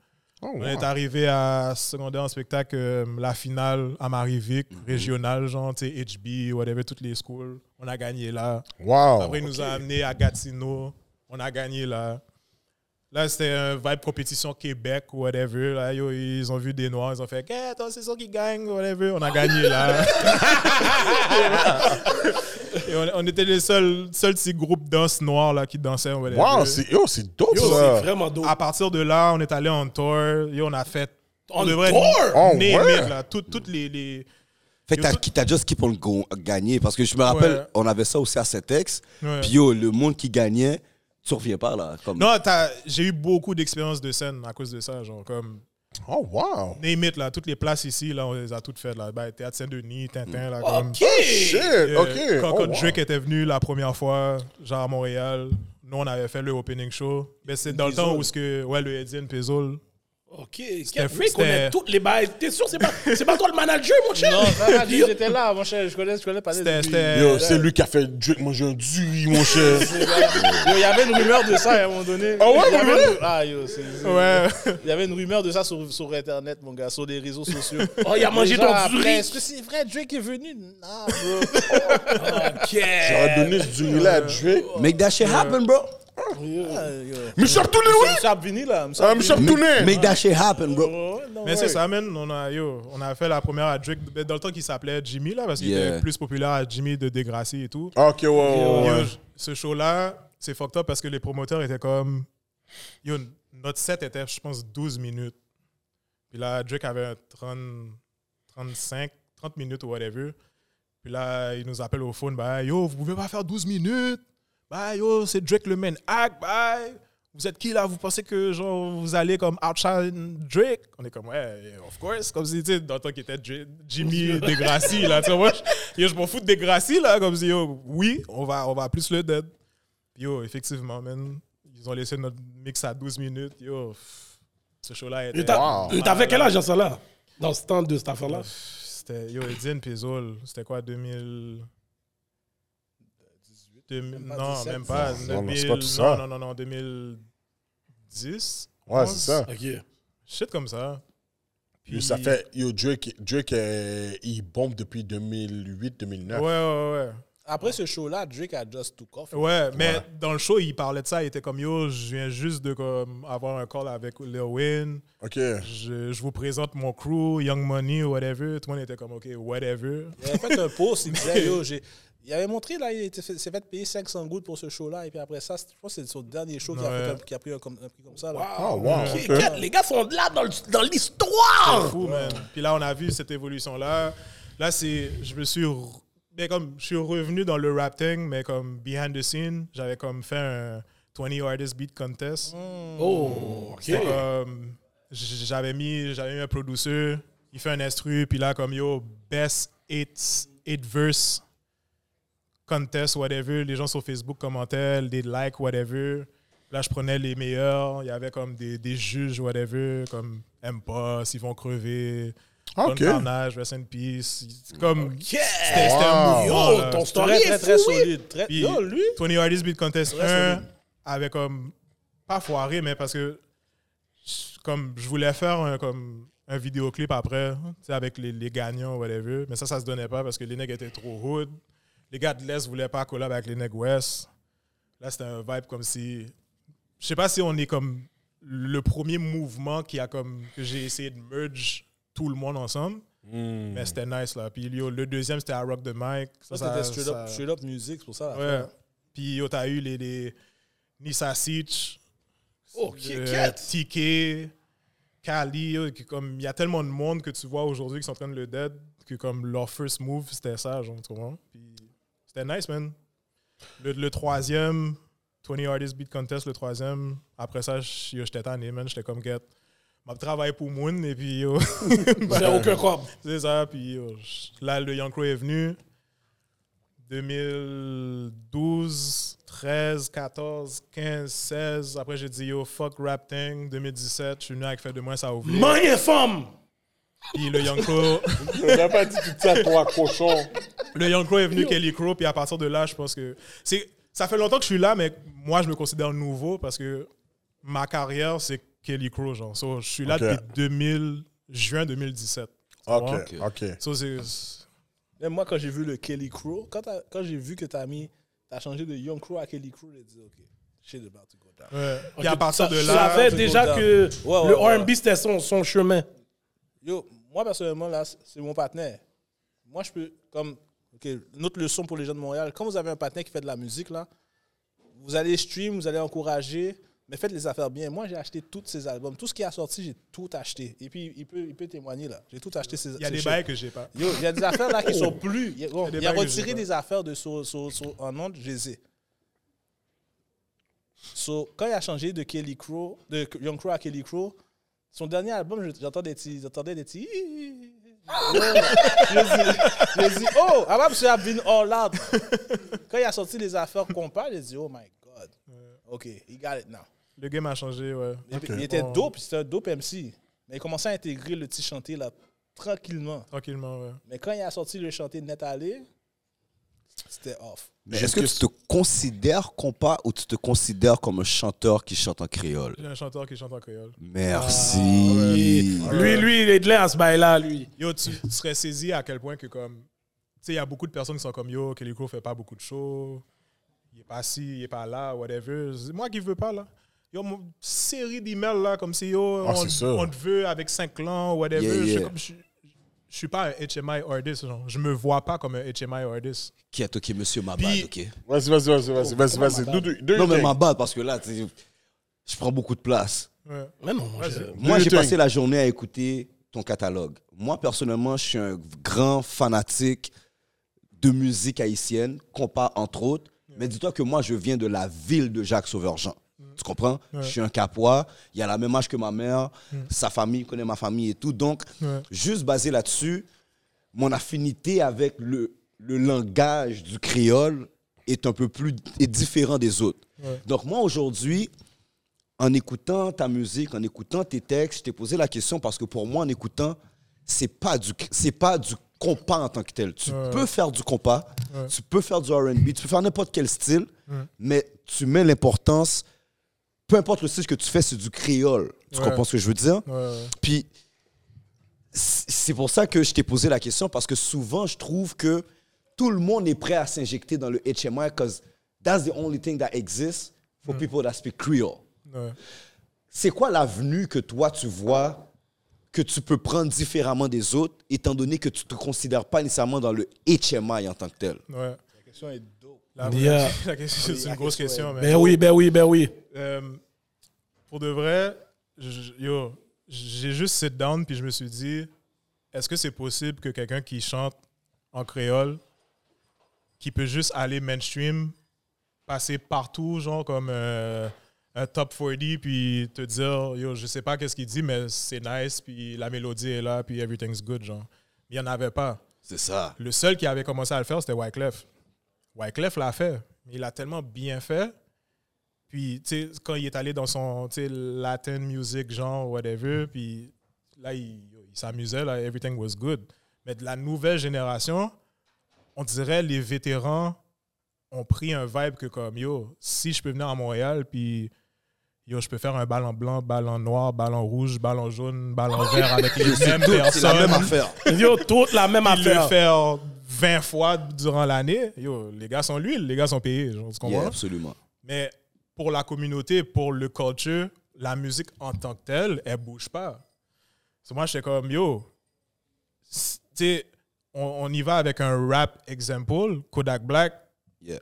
Speaker 4: Oh,
Speaker 7: On
Speaker 4: wow.
Speaker 7: est arrivé à secondaire en spectacle, euh, la finale à Marivic,
Speaker 4: Mhm.
Speaker 7: régionale, genre, tu sais, HB, whatever, toutes les schools. On a gagné là.
Speaker 4: Wow.
Speaker 7: Après, ils nous ont amenés à Gatineau. On a gagné là. Là, c'était un vibe compétition Québec, whatever. Là, yo, ils ont vu des Noirs, ils ont fait Eh, toi, c'est ça qui gagne, whatever. On a gagné là. Et on, on était les seuls, seuls petits groupes danse noirs là, qui dansaient, whatever.
Speaker 4: Wow, c'est yo, c'est dope
Speaker 3: Yo, c'est
Speaker 4: ça.
Speaker 3: vraiment dope.
Speaker 7: À partir de là, on est allé en tour. Yo, on a fait.
Speaker 3: En
Speaker 7: on devrait-
Speaker 3: tour?
Speaker 4: Oh,
Speaker 7: Name
Speaker 4: ouais.
Speaker 7: it, là. Tout- Toutes les. les-
Speaker 5: Fait que
Speaker 7: Yo,
Speaker 5: t'as-
Speaker 7: tout-
Speaker 5: t'as juste keep on go- gagner. Parce que je me rappelle,
Speaker 7: Ouais.
Speaker 5: on avait ça aussi à CETEX.
Speaker 7: Ouais.
Speaker 5: Puis yo, le monde qui gagnait, tu reviens pas là. Comme...
Speaker 7: Non, t'as- j'ai eu beaucoup d'expériences de scène à cause de ça. Genre, comme.
Speaker 4: Oh, wow.
Speaker 7: Name it, là, toutes les places ici, là, on les a toutes faites. Là. Bah, Théâtre Saint-Denis, Tintin, là, comme.
Speaker 3: Ok.
Speaker 4: Shit,
Speaker 7: Euh,
Speaker 4: ok.
Speaker 7: Quand,
Speaker 4: Oh,
Speaker 7: quand
Speaker 4: wow.
Speaker 7: Drake était venu la première fois, genre à Montréal, nous, on avait fait le opening show. Mais c'est dans le temps où, ce que, ouais, le Eddie and Pizzol.
Speaker 3: Ok,
Speaker 7: C'était-
Speaker 3: Rick, on a
Speaker 7: c'était-
Speaker 3: toutes les bails. T'es sûr, c'est pas, c'est pas toi le manager, mon cher?
Speaker 6: Non, ça,
Speaker 3: Yo,
Speaker 6: ah, j'étais là, mon cher. Je connais, je connais pas les
Speaker 7: C'était- c'était-
Speaker 4: Yo, c'est lui qui a fait Drake manger un du riz, mon cher.
Speaker 6: Il y avait une rumeur de ça à un moment donné. Ah
Speaker 4: ouais,
Speaker 6: il y
Speaker 4: pour
Speaker 6: avait une... Ah, yo, c'est-
Speaker 7: Ouais.
Speaker 6: Il y avait une rumeur de ça sur, sur Internet, mon gars, sur les réseaux sociaux.
Speaker 3: Oh, il a mangé
Speaker 6: Les gens
Speaker 3: ton
Speaker 6: après,
Speaker 3: riz.
Speaker 6: Est-ce que c'est vrai, Drake est venu Non, bro.
Speaker 3: Ok.
Speaker 4: J'aurais donné ce du riz là à Drake.
Speaker 5: Make that shit happen, bro.
Speaker 4: Mais je suis retourné, oui!
Speaker 6: Ah, Ça venu là. me
Speaker 4: Ah,
Speaker 6: semble
Speaker 4: mais Je suis
Speaker 6: venu.
Speaker 4: retourné!
Speaker 1: Make that shit happen,
Speaker 5: Ah.
Speaker 1: bro.
Speaker 6: Oh,
Speaker 4: Ah
Speaker 6: non,
Speaker 7: Mais
Speaker 6: ouais.
Speaker 7: c'est ça, man. On a, yo, on a fait la première à Drake, mais dans le temps qu'il s'appelait Jimmy, là, parce qu'il
Speaker 5: Yeah.
Speaker 7: était plus populaire à Jimmy de Degrassi et tout.
Speaker 4: Ah, Ok, ouais, ouais,
Speaker 7: Yo,
Speaker 4: ouais.
Speaker 7: ce show-là, c'est fucked up parce que les promoteurs étaient comme. Yo, notre set était, je pense, 12 minutes. Puis là, Drake avait un 30, 35, 30 minutes ou whatever. Puis là, il nous appelle au phone, bah, yo, vous pouvez pas faire 12 minutes. Bah, yo, c'est Drake le main act, bah. Vous êtes qui là Vous pensez que genre vous allez comme outshine Drake On est comme ouais, of course, comme si tu sais dans le temps qu'il était J- Jimmy Degrassi là, tu vois. moi, je- Yo, je m'en fous de Degrassi là, comme si yo, oui, on va on va plus le dead. Yo, effectivement, man, ils ont laissé notre mix à 12 minutes. Yo, pff, ce show là était
Speaker 3: Et Euh, t'as-
Speaker 4: Wow.
Speaker 3: T'avais quel âge dans ça là Dans ce temps de cette affaire-là
Speaker 7: c'était yo Edine Pizol, c'était quoi 2000 2000
Speaker 6: pas
Speaker 7: non,
Speaker 6: 17,
Speaker 7: même pas.
Speaker 4: ça. Non, non, c'est
Speaker 7: 2000
Speaker 4: pas tout ça.
Speaker 7: Non, non, non, non, 2010.
Speaker 4: Ouais, c'est ça.
Speaker 3: Ok.
Speaker 7: Shit comme ça.
Speaker 4: Yo, ça fait. Yo, Drake, Drake euh, il bombe depuis 2008, 2009.
Speaker 7: Ouais, ouais,
Speaker 6: Après ce show-là, Drake a just took off.
Speaker 7: ouais. Ouais, mais dans le show, il parlait de ça. Il était comme Yo, je viens juste de comme, avoir un call avec Lil Wayne.
Speaker 4: Ok.
Speaker 7: Je, je vous présente mon crew, Young Money, whatever. Tout le monde était comme Ok, whatever.
Speaker 6: Il avait fait un post, il disait, yo, j'ai. Il avait montré, là, il était fait- s'est fait payer 500 gouttes pour ce show-là. Et puis après ça, c'est- je pense que c'est son dernier show qui a,
Speaker 7: Ouais.
Speaker 6: fait un- qui a pris un, comme- un prix comme ça. Là.
Speaker 4: Ah, wow.
Speaker 3: Ok,
Speaker 4: ok.
Speaker 3: quatre, Les gars sont là dans le- dans l'histoire
Speaker 7: fou, man. Puis là, on a vu cette évolution-là. Là, c'est. Je me suis. re- Mais comme, je suis revenu dans le rap thing, mais comme behind the scene, j'avais comme fait un 20 artist beat contest.
Speaker 3: Oh, ok.
Speaker 7: C'était comme, j- J'avais mis, j'avais mis un producer, il fait un instru, puis là, comme yo, best 8 verse contest, whatever. Les gens sur Facebook commentaient, des likes, whatever. Là, je prenais les meilleurs. Il y avait comme des, des juges, whatever, comme M-Boss, ils vont crever.
Speaker 4: Ah,
Speaker 7: Bon
Speaker 4: ok.
Speaker 7: Carnage, Rest in Peace. Comme.
Speaker 3: Yeah.
Speaker 7: C'était c'était un mouvement.
Speaker 3: Yo,
Speaker 7: là.
Speaker 3: Oh, ton story
Speaker 6: Très,
Speaker 3: est
Speaker 6: très, très
Speaker 3: fou, oui.
Speaker 6: solide. Très...
Speaker 7: Puis,
Speaker 6: Yo, lui,
Speaker 7: 20 Artists Beat Contest
Speaker 6: Ouais,
Speaker 7: 1
Speaker 6: solide.
Speaker 7: avait comme. Pas foiré, mais parce que. je- Comme je voulais faire un, comme, un vidéoclip après, tu sais, avec les, les gagnants, whatever. Mais ça, ça se donnait pas parce que les nègres étaient trop hood. Les gars de l'Est voulaient pas collaborer avec les nègres West. Là, c'était un vibe comme si. Je sais pas si on est comme le premier mouvement qui a comme. que j'ai essayé de merge tout le monde ensemble. Mais c'était nice, là. Puis yo, le deuxième, c'était à Rock the Mic.
Speaker 6: ça,
Speaker 7: Ça, ça-
Speaker 6: c'était straight,
Speaker 7: ça-
Speaker 6: up, straight up music, c'est pour ça. là.
Speaker 7: Ouais. Puis yo, t'as eu les, les Nissa Sitch,
Speaker 3: Oh,
Speaker 7: euh,
Speaker 3: Kit-Kat.
Speaker 7: TK, Kali. yo, qui comme Il y a tellement de monde que tu vois aujourd'hui qui sont en train de le dead que comme leur first move, c'était ça, genre, tu comprends? Puis c'était nice, man. Le, le troisième, 20 Artists Beat Contest, le troisième. Après ça, j- yo, j'étais tanné, man. J'étais comme, get, m'a travaillé pour Moon, et puis yo.
Speaker 3: J'ai aucun corps.
Speaker 7: C'est ça, puis euh, j- là, le Yankro est venu. 2012, 13, 14, 15, 16. Après, j'ai dit yo, fuck rap thing. 2017, je suis venu avec Fait de moi, ça a ouvert.
Speaker 3: Man et femme
Speaker 7: Puis le Yankro,
Speaker 4: J'avais pas dit tout ça, toi, cochon.
Speaker 7: le Yankro est venu Kelly Crow, puis à partir de là, je pense que. c'est Ça fait longtemps que je suis là, mais moi, je me considère nouveau parce que ma carrière, c'est Kelly Crow, genre. So, je suis là
Speaker 4: Ok.
Speaker 7: depuis 2000, juin 2017.
Speaker 4: Ok, ok.
Speaker 7: So, c'est.
Speaker 6: Même moi, quand j'ai vu le Kelly Crew, quand, t'as- quand j'ai vu que t'as mis, t'as changé de Young Crew à Kelly Crew, j'ai dit, OK, shit about to go down.
Speaker 7: ouais. Puis à partir de
Speaker 3: Je
Speaker 7: là.
Speaker 3: savais
Speaker 6: tu
Speaker 3: déjà
Speaker 6: comptes
Speaker 3: que
Speaker 6: Ouais, ouais,
Speaker 3: le
Speaker 6: ouais.
Speaker 3: R&B c'était son, son chemin.
Speaker 6: Yo, moi, personnellement, là, c'est c'est mon partenaire. Moi, je peux, comme, OK, une autre leçon pour les gens de Montréal, quand vous avez un partenaire qui fait de la musique, là, vous allez stream, vous allez encourager, mais faites les affaires bien. Moi, j'ai acheté tous ces albums. Tout ce qui est sorti, j'ai tout acheté. Et puis, il peut, il peut témoigner, là. J'ai tout acheté. ces-
Speaker 7: Il y a
Speaker 6: ces
Speaker 7: des
Speaker 6: shit.
Speaker 7: bails que j'ai pas.
Speaker 6: Yo, il y a des affaires là qui sont plus. Il y a, bon,
Speaker 7: Il y a des
Speaker 6: il a
Speaker 7: bagues que
Speaker 6: retiré
Speaker 7: j'ai
Speaker 6: des affaires de sur, sur, sur- en ondes, je les ai. So, quand il a changé de Kelly Crow, de Young Crow à Kelly Crow, son dernier album, je- j'entends des petits. J'entendais des petits. Je dis, oh, avant, monsieur a been all out. Quand il a sorti les affaires qu'on parle, j'ai dit, oh my god. Ok, he got it now.
Speaker 7: Le game a changé, ouais.
Speaker 6: Il- Il était dope, c'était un dope MC. Mais il commençait à intégrer le petit chanté là, tranquillement.
Speaker 7: Tranquillement, ouais.
Speaker 6: Mais quand il a sorti le chanté Net Alley, c'était off.
Speaker 5: Mais est-ce que tu te considères compas ou tu te considères comme un chanteur qui chante en créole
Speaker 7: J'ai un chanteur qui chante en créole.
Speaker 5: Merci.
Speaker 3: Lui, lui, il est de l'air à ce bail-là, lui.
Speaker 7: Yo, tu, tu serais saisi à quel point que comme... Tu sais, il y a beaucoup de personnes qui sont comme, yo, Kelly Crow fait pas beaucoup de shows. il est pas ci, il est pas là, whatever. C'est moi qui veux pas, là. Yo, mon série d'emails, là, comme si, yo,
Speaker 4: Ah,
Speaker 7: on,
Speaker 4: c'est ça.
Speaker 7: on te veut avec 5 clans, whatever.
Speaker 5: Yeah,
Speaker 7: Je suis
Speaker 5: yeah.
Speaker 7: comme- Je, je suis pas un HMI artist, genre. Je me vois pas comme un HMI artist.
Speaker 5: Qui a toqué monsieur ma
Speaker 7: Puis-
Speaker 5: bad, ok?
Speaker 4: Vas-y, vas-y, vas-y, vas-y, vas-y, vas-y. Do, do, do
Speaker 5: Non,
Speaker 4: your
Speaker 5: mais
Speaker 4: thing.
Speaker 5: ma bad, parce que là, tu sais, je prends beaucoup de place.
Speaker 7: Ouais.
Speaker 3: Mais non, je-
Speaker 5: Moi,
Speaker 4: your
Speaker 5: j'ai
Speaker 4: thing.
Speaker 5: passé la journée à écouter ton catalogue. Moi, personnellement, je suis un grand fanatique de musique haïtienne, compas entre autres. Mais dis-toi que moi, je viens de la ville de Jacques Sauverjean. Tu comprends? Je suis un capois. Il a la même âge que ma mère. Sa famille connaît ma famille et tout. Donc,
Speaker 7: Ouais.
Speaker 5: juste basé là-dessus, mon affinité avec le, le langage du créole est un peu plus est différent des autres. Donc moi aujourd'hui, en écoutant ta musique, en écoutant tes textes, je t'ai posé la question parce que pour moi en écoutant, c'est pas du c'est pas du compas en tant que tel. Tu peux faire du compas, tu peux faire du R&B, tu peux faire n'importe quel style, mais tu mets l'importance peu importe le style que tu fais, c'est du créole. Tu
Speaker 7: Ouais.
Speaker 5: comprends ce que je veux dire
Speaker 7: Ouais, ouais.
Speaker 5: puis c- c'est pour ça que je t'ai posé la question parce que souvent je trouve que tout le monde est prêt à s'injecter dans le HMI because that's the only thing that exists for people that speak Creole.
Speaker 7: Ouais.
Speaker 5: C'est quoi l'avenue que toi tu vois que tu peux prendre différemment des autres étant donné que tu te considères pas nécessairement dans le HMI en tant que tel?
Speaker 7: Ouais.
Speaker 6: La question est dope.
Speaker 7: La,
Speaker 3: Yeah.
Speaker 7: la question, c'est une grosse question, mais
Speaker 3: Ben oui, ben oui, ben oui.
Speaker 7: euh, pour de vrai, je- je- yo, j'ai juste sit down puis je me suis dit, est-ce que c'est possible que quelqu'un qui chante en créole, qui peut juste aller mainstream, passer partout, genre comme euh, un top 40, puis te dire, yo, je sais pas qu'est-ce qu'il dit, mais c'est nice, puis la mélodie est là, puis everything's good, genre. Il y en avait pas.
Speaker 5: C'est ça.
Speaker 7: Le seul qui avait commencé à le faire, c'était Wyclef. Wyclef l'a fait. mais Il a tellement bien fait. Puis, tu sais, quand il est allé dans son tu sais, Latin music, genre, whatever, puis là, il, il s'amusait, là, everything was good. Mais de la nouvelle génération, on dirait les vétérans ont pris un vibe que comme, yo, si je peux venir à Montréal, puis yo, je peux faire un ballon blanc, ballon noir, ballon rouge, ballon jaune, ballon
Speaker 5: Ah
Speaker 7: vert avec les mêmes
Speaker 5: C'est la même
Speaker 7: personnes
Speaker 5: affaire.
Speaker 3: Yo, toute la même
Speaker 7: il le
Speaker 3: affaire.
Speaker 7: faire 20 fois durant l'année, yo, les gars sont l'huile, les gars sont payés, genre, tu comprends?
Speaker 5: Yeah, absolument.
Speaker 7: Mais pour la communauté, pour le culture, la musique en tant que telle, elle bouge pas. So moi, j'étais comme, yo, c'est- tu sais, on, on y va avec un rap example, Kodak Black.
Speaker 5: Yeah.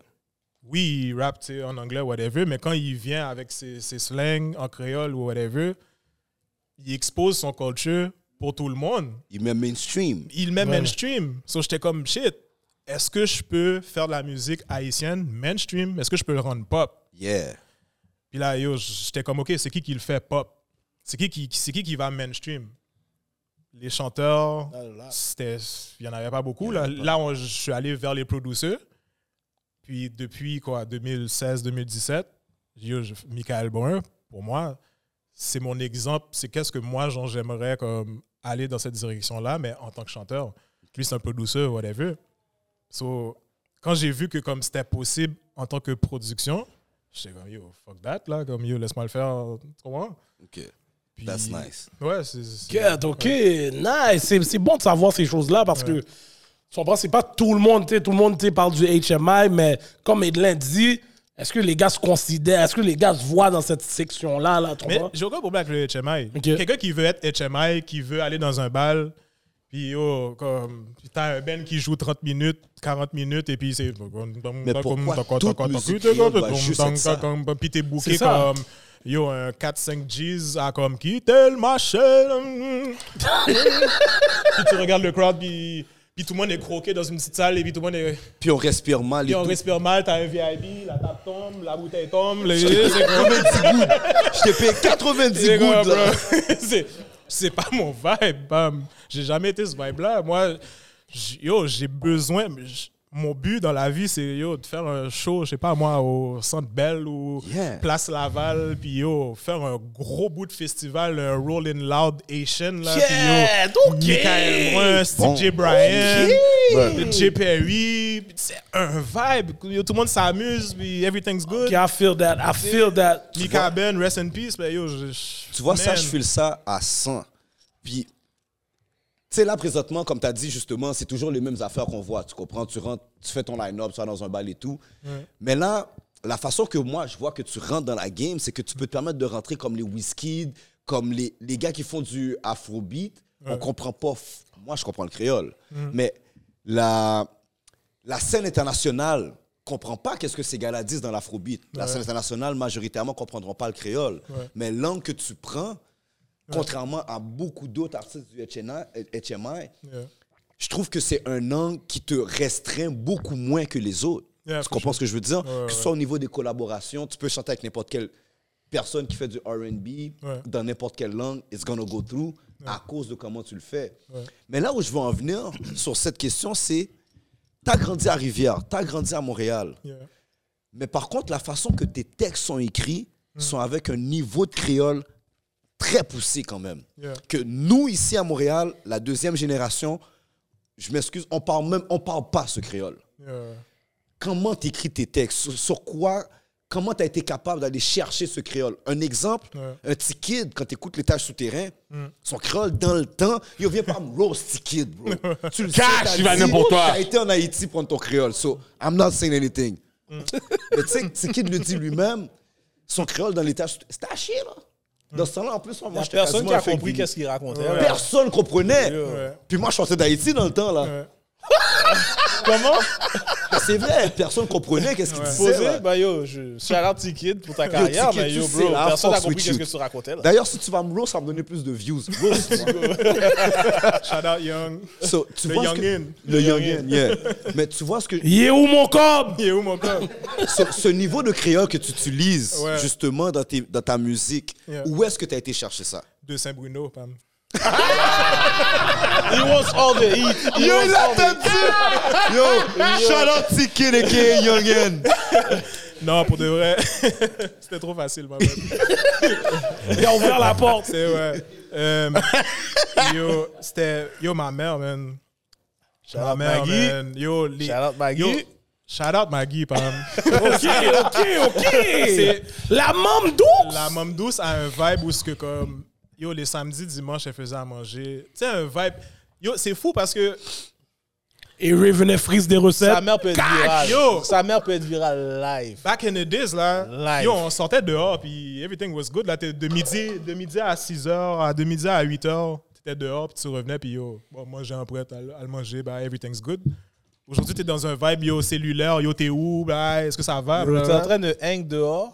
Speaker 7: Oui, il rappe tu sais, en anglais, whatever, mais quand il vient avec ses, ses slangs en créole ou whatever, il expose son culture pour tout le monde
Speaker 5: Il met mainstream.
Speaker 7: il met
Speaker 3: Ouais.
Speaker 7: mainstream. So j'étais comme shit. Est-ce que je peux faire de la musique haïtienne mainstream? Est-ce que je peux le rendre pop?
Speaker 5: Yeah.
Speaker 7: Puis là, yo, j'étais comme ok, c'est qui qui le fait pop? C'est qui qui, c'est qui qui va mainstream? Les chanteurs,
Speaker 6: Ah
Speaker 7: c'était, il y en avait pas beaucoup. Là, là on- je suis allé vers les producteurs. Puis depuis quoi, 2016-2017, yo, je- Michael Brun, pour moi, c'est mon exemple. C'est qu'est-ce que moi, genre, j'aimerais comme aller dans cette direction-là, mais en tant que chanteur. Lui, c'est un peu douceur, whatever. So, quand j'ai vu que comme c'était possible en tant que production, j'étais comme yo, fuck that, là, comme yo, laisse-moi le faire. Tu comprends?
Speaker 5: OK.
Speaker 7: Puis-
Speaker 5: That's nice.
Speaker 7: Ouais, c'est. c'est-
Speaker 3: Good, ok, nice. C'est- C'est bon de savoir ces choses-là parce que tu comprends, c'est pas tout le monde, tu sais, tout le monde tu sais, parle du HMI, mais comme Edlin dit, est-ce que les gars se considèrent, est-ce que les gars se voient dans cette section-là, là, tu
Speaker 7: Mais
Speaker 3: comprends?
Speaker 7: j'ai aucun problème avec le HMI.
Speaker 3: Ok.
Speaker 7: Quelqu'un qui veut être HMI, qui veut aller dans un bal, puis yo, comme, puis t'as un Ben qui joue 30 minutes, 40 minutes, et puis c'est. Mais
Speaker 5: pourquoi toute musique créole doit juste être ça?
Speaker 7: Puis t'es booké
Speaker 3: C'est ça.
Speaker 7: comme. Yo, un 4-5 G's à comme qui tellement cher. hum, hum. puis tu regardes le crowd, puis, puis tout le monde est croqué dans une petite salle, et puis tout le monde est.
Speaker 5: Puis on respire mal. et
Speaker 7: Puis on
Speaker 5: tout.
Speaker 7: respire mal, t'as un VIP, la table tombe, la bouteille tombe, les. c'est
Speaker 5: 90
Speaker 7: comme-
Speaker 5: gouttes. Je t'ai payé 90
Speaker 7: C'est
Speaker 5: gouttes.
Speaker 7: comme,
Speaker 5: là.
Speaker 7: bro, c'est- c'est pas mon vibe. bam. J'ai jamais été ce vibe-là. Moi, j- yo, j'ai besoin. mais j- Mon but dans la vie, c'est yo, de faire un show, je sais pas moi, au Centre Bell ou
Speaker 5: Yeah.
Speaker 7: Place Laval, puis yo, faire un gros bout de festival, un Rolling Loud Asian, là,
Speaker 3: Yeah,
Speaker 7: puis yo,
Speaker 3: ok.
Speaker 7: Michael Brun, Steve
Speaker 5: Bon.
Speaker 7: J. Bryan,
Speaker 4: Ouais.
Speaker 7: J. Perry, puis c'est un vibe, yo, tout le monde s'amuse, puis everything's good.
Speaker 3: Ok, I feel that, I feel that.
Speaker 7: Mika Ben, rest in peace, mais yo, je-
Speaker 5: Tu vois, ça,
Speaker 7: man.
Speaker 5: je file ça à 100. Puis, Tu sais, là, présentement, comme tu as dit, justement, c'est toujours les mêmes affaires qu'on voit. Tu comprends? Tu rentres, tu fais ton line-up, tu vas dans un bal et tout. Mais là, la façon que moi, je vois que tu rentres dans la game, c'est que tu peux te permettre de rentrer comme les Wizkid, comme les, les gars qui font du afrobeat. On comprend pas. f- Moi, je comprends le créole. Mais la, la scène internationale comprend pas qu'est-ce que ces gars-là disent dans l'afrobeat. La scène internationale, majoritairement, comprendront pas le créole. Mais l'angle que tu prends, contrairement à beaucoup d'autres artistes du HMI,
Speaker 7: Yeah.
Speaker 5: je trouve que c'est un angle qui te restreint beaucoup moins que les autres.
Speaker 7: Yeah,
Speaker 5: tu
Speaker 7: for
Speaker 5: comprends
Speaker 7: sure.
Speaker 5: ce que je veux dire?
Speaker 7: ouais,
Speaker 5: que ce soit au niveau des collaborations, tu peux chanter avec n'importe quelle personne qui fait du RB
Speaker 7: Ouais.
Speaker 5: dans n'importe quelle langue, it's gonna go through à cause de comment tu le fais. Mais là où je veux en venir sur cette question, c'est t'as grandi à Rivière, t'as grandi à Montréal.
Speaker 7: Yeah.
Speaker 5: Mais par contre, la façon que tes textes sont écrits sont avec un niveau de créole très poussé quand même.
Speaker 7: Yeah.
Speaker 5: Que nous, ici à Montréal, la deuxième génération, je m'excuse, on parle même, on parle pas ce créole.
Speaker 7: Yeah.
Speaker 5: Comment t'écris tes textes Sur, sur quoi Comment t'as été capable d'aller chercher ce créole Un exemple,
Speaker 7: Ouais.
Speaker 5: un petit kid, quand t'écoutes l'étage souterrain,
Speaker 4: Mm.
Speaker 5: son créole dans le temps, il vient pas me roast petit kid, bro. tu le sais,
Speaker 4: Cash,
Speaker 5: t'as
Speaker 4: il va
Speaker 5: dit,
Speaker 4: venir pour toi.
Speaker 5: T'as été en Haïti prendre ton créole, so I'm not saying anything.
Speaker 4: Mm.
Speaker 5: Mais tu sais, ce kid le dit lui-même, son créole dans l'étage, c'était à chier, là. Dans ce temps-là, en plus, moi,
Speaker 6: Il y a
Speaker 5: j'étais
Speaker 6: personne qui
Speaker 5: quasiment
Speaker 6: a
Speaker 5: un fake
Speaker 6: compris
Speaker 5: Billy.
Speaker 6: qu'est-ce qu'il racontait.
Speaker 5: Personne comprenait.
Speaker 7: Ouais.
Speaker 5: Puis moi, je sortais d'Haïti dans le temps, là.
Speaker 7: Comment?
Speaker 5: Mais C'est vrai, personne comprenait qu'est-ce qu'il disait. là.
Speaker 6: Posé,
Speaker 3: Ben,
Speaker 6: bah yo, je suis un petit kid pour ta
Speaker 5: Yo,
Speaker 6: carrière,
Speaker 5: petit kid,
Speaker 6: mais yo,
Speaker 5: tu
Speaker 6: bro,
Speaker 5: sais, là,
Speaker 6: personne n'a
Speaker 5: fuck
Speaker 6: compris
Speaker 5: with
Speaker 6: qu'est-ce
Speaker 5: you.
Speaker 6: que tu racontais là.
Speaker 5: D'ailleurs, si tu vas me roast, ça va me donner plus de views. Roast, moi.
Speaker 7: Shout out Young.
Speaker 5: So, tu
Speaker 7: Le
Speaker 5: vois ce que-
Speaker 7: youngin.
Speaker 5: Le youngin, yeah. Mais tu vois ce que
Speaker 3: Il est où mon cob?
Speaker 7: Il est où mon corps?
Speaker 5: ce, ce niveau de créole que tu utilises
Speaker 7: Ouais.
Speaker 5: justement dans, tes- dans ta musique,
Speaker 7: Yeah.
Speaker 5: où est-ce que tu as été chercher ça
Speaker 7: De Saint-Bruno, Pam.
Speaker 6: He wants all the heat. He
Speaker 5: Yo,
Speaker 6: wants
Speaker 5: il
Speaker 6: all
Speaker 5: a
Speaker 6: the-
Speaker 5: tendu Yo, shout out Tiki Niki Youngin
Speaker 7: Non, pour de vrai, c'était trop facile, ma bonne.
Speaker 3: Il a ouvert la porte.
Speaker 7: C'est ouais. Euh, yo, c'était yo ma mère, man.
Speaker 6: Shout
Speaker 7: Ma
Speaker 6: out
Speaker 7: mère,
Speaker 6: Maggie.
Speaker 7: man. Yo, les,
Speaker 6: Shout out Maggie.
Speaker 7: Yo, shout out Maggie, Pam.
Speaker 3: OK, OK, OK. La mame douce.
Speaker 7: La Mom Douce a un vibe où ce que comme yo les samedis, dimanches, elle faisait à manger. Tu sais un vibe. Yo, c'est fou parce que
Speaker 3: Et Ray venait frise des recettes.
Speaker 6: Sa mère peut être
Speaker 3: Cash,
Speaker 6: virale.
Speaker 7: yo.
Speaker 6: Sa mère peut être virale live.
Speaker 7: back in the days là,
Speaker 6: Live.
Speaker 7: yo on sortait dehors puis everything was good là t'es de midi de midi à 6h à de midi à 8h, t'étais dehors puis tu revenais puis yo, bon moi j'ai un prêt à, le- à le manger, bah everything's good. Aujourd'hui, t'es dans un vibe yo cellulaire, yo t'es où, bah est-ce que ça va
Speaker 6: Tu es en
Speaker 7: blablabla.
Speaker 6: train de hang dehors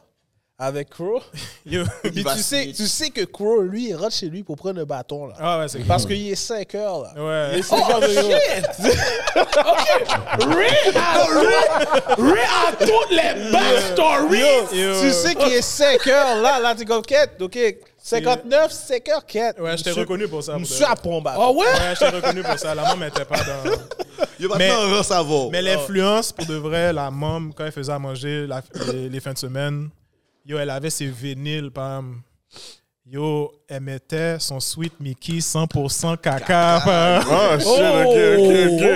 Speaker 6: avec Crow.
Speaker 7: Yo.
Speaker 6: Puis tu sais, tu sais que Crow, lui, il rentre chez lui pour prendre le bâton. Là.
Speaker 7: Ah Oh, ouais, c'est
Speaker 6: Parce qu'il est 5 heures. Là.
Speaker 7: ouais.
Speaker 6: Il est 5 heures de
Speaker 3: Ray a, Ray, Ray a toutes les backstories.
Speaker 7: Yo.
Speaker 6: Tu sais qu'il est 5 heures. Là, là, t'es comme quête. OK. 59, 5 heures, quête.
Speaker 7: Ouais, je t'ai
Speaker 6: Monsieur-
Speaker 7: reconnu pour ça. pour de
Speaker 6: Monsieur
Speaker 7: vrai.
Speaker 6: à prendre bâton.
Speaker 3: Ah ouais?
Speaker 7: Ouais, je t'ai reconnu pour ça. La mom était pas dans
Speaker 5: Yo,
Speaker 7: Mais-
Speaker 5: maintenant, on va savoir. Ah.
Speaker 7: Mais l'influence, pour de vrai, la mom, quand elle faisait à manger la- les, les fins de semaine, yo, elle avait ses vinyles, pam. Yo, elle mettait son Sweet Mickey 100% caca. pam.
Speaker 4: Ah, shit, ok,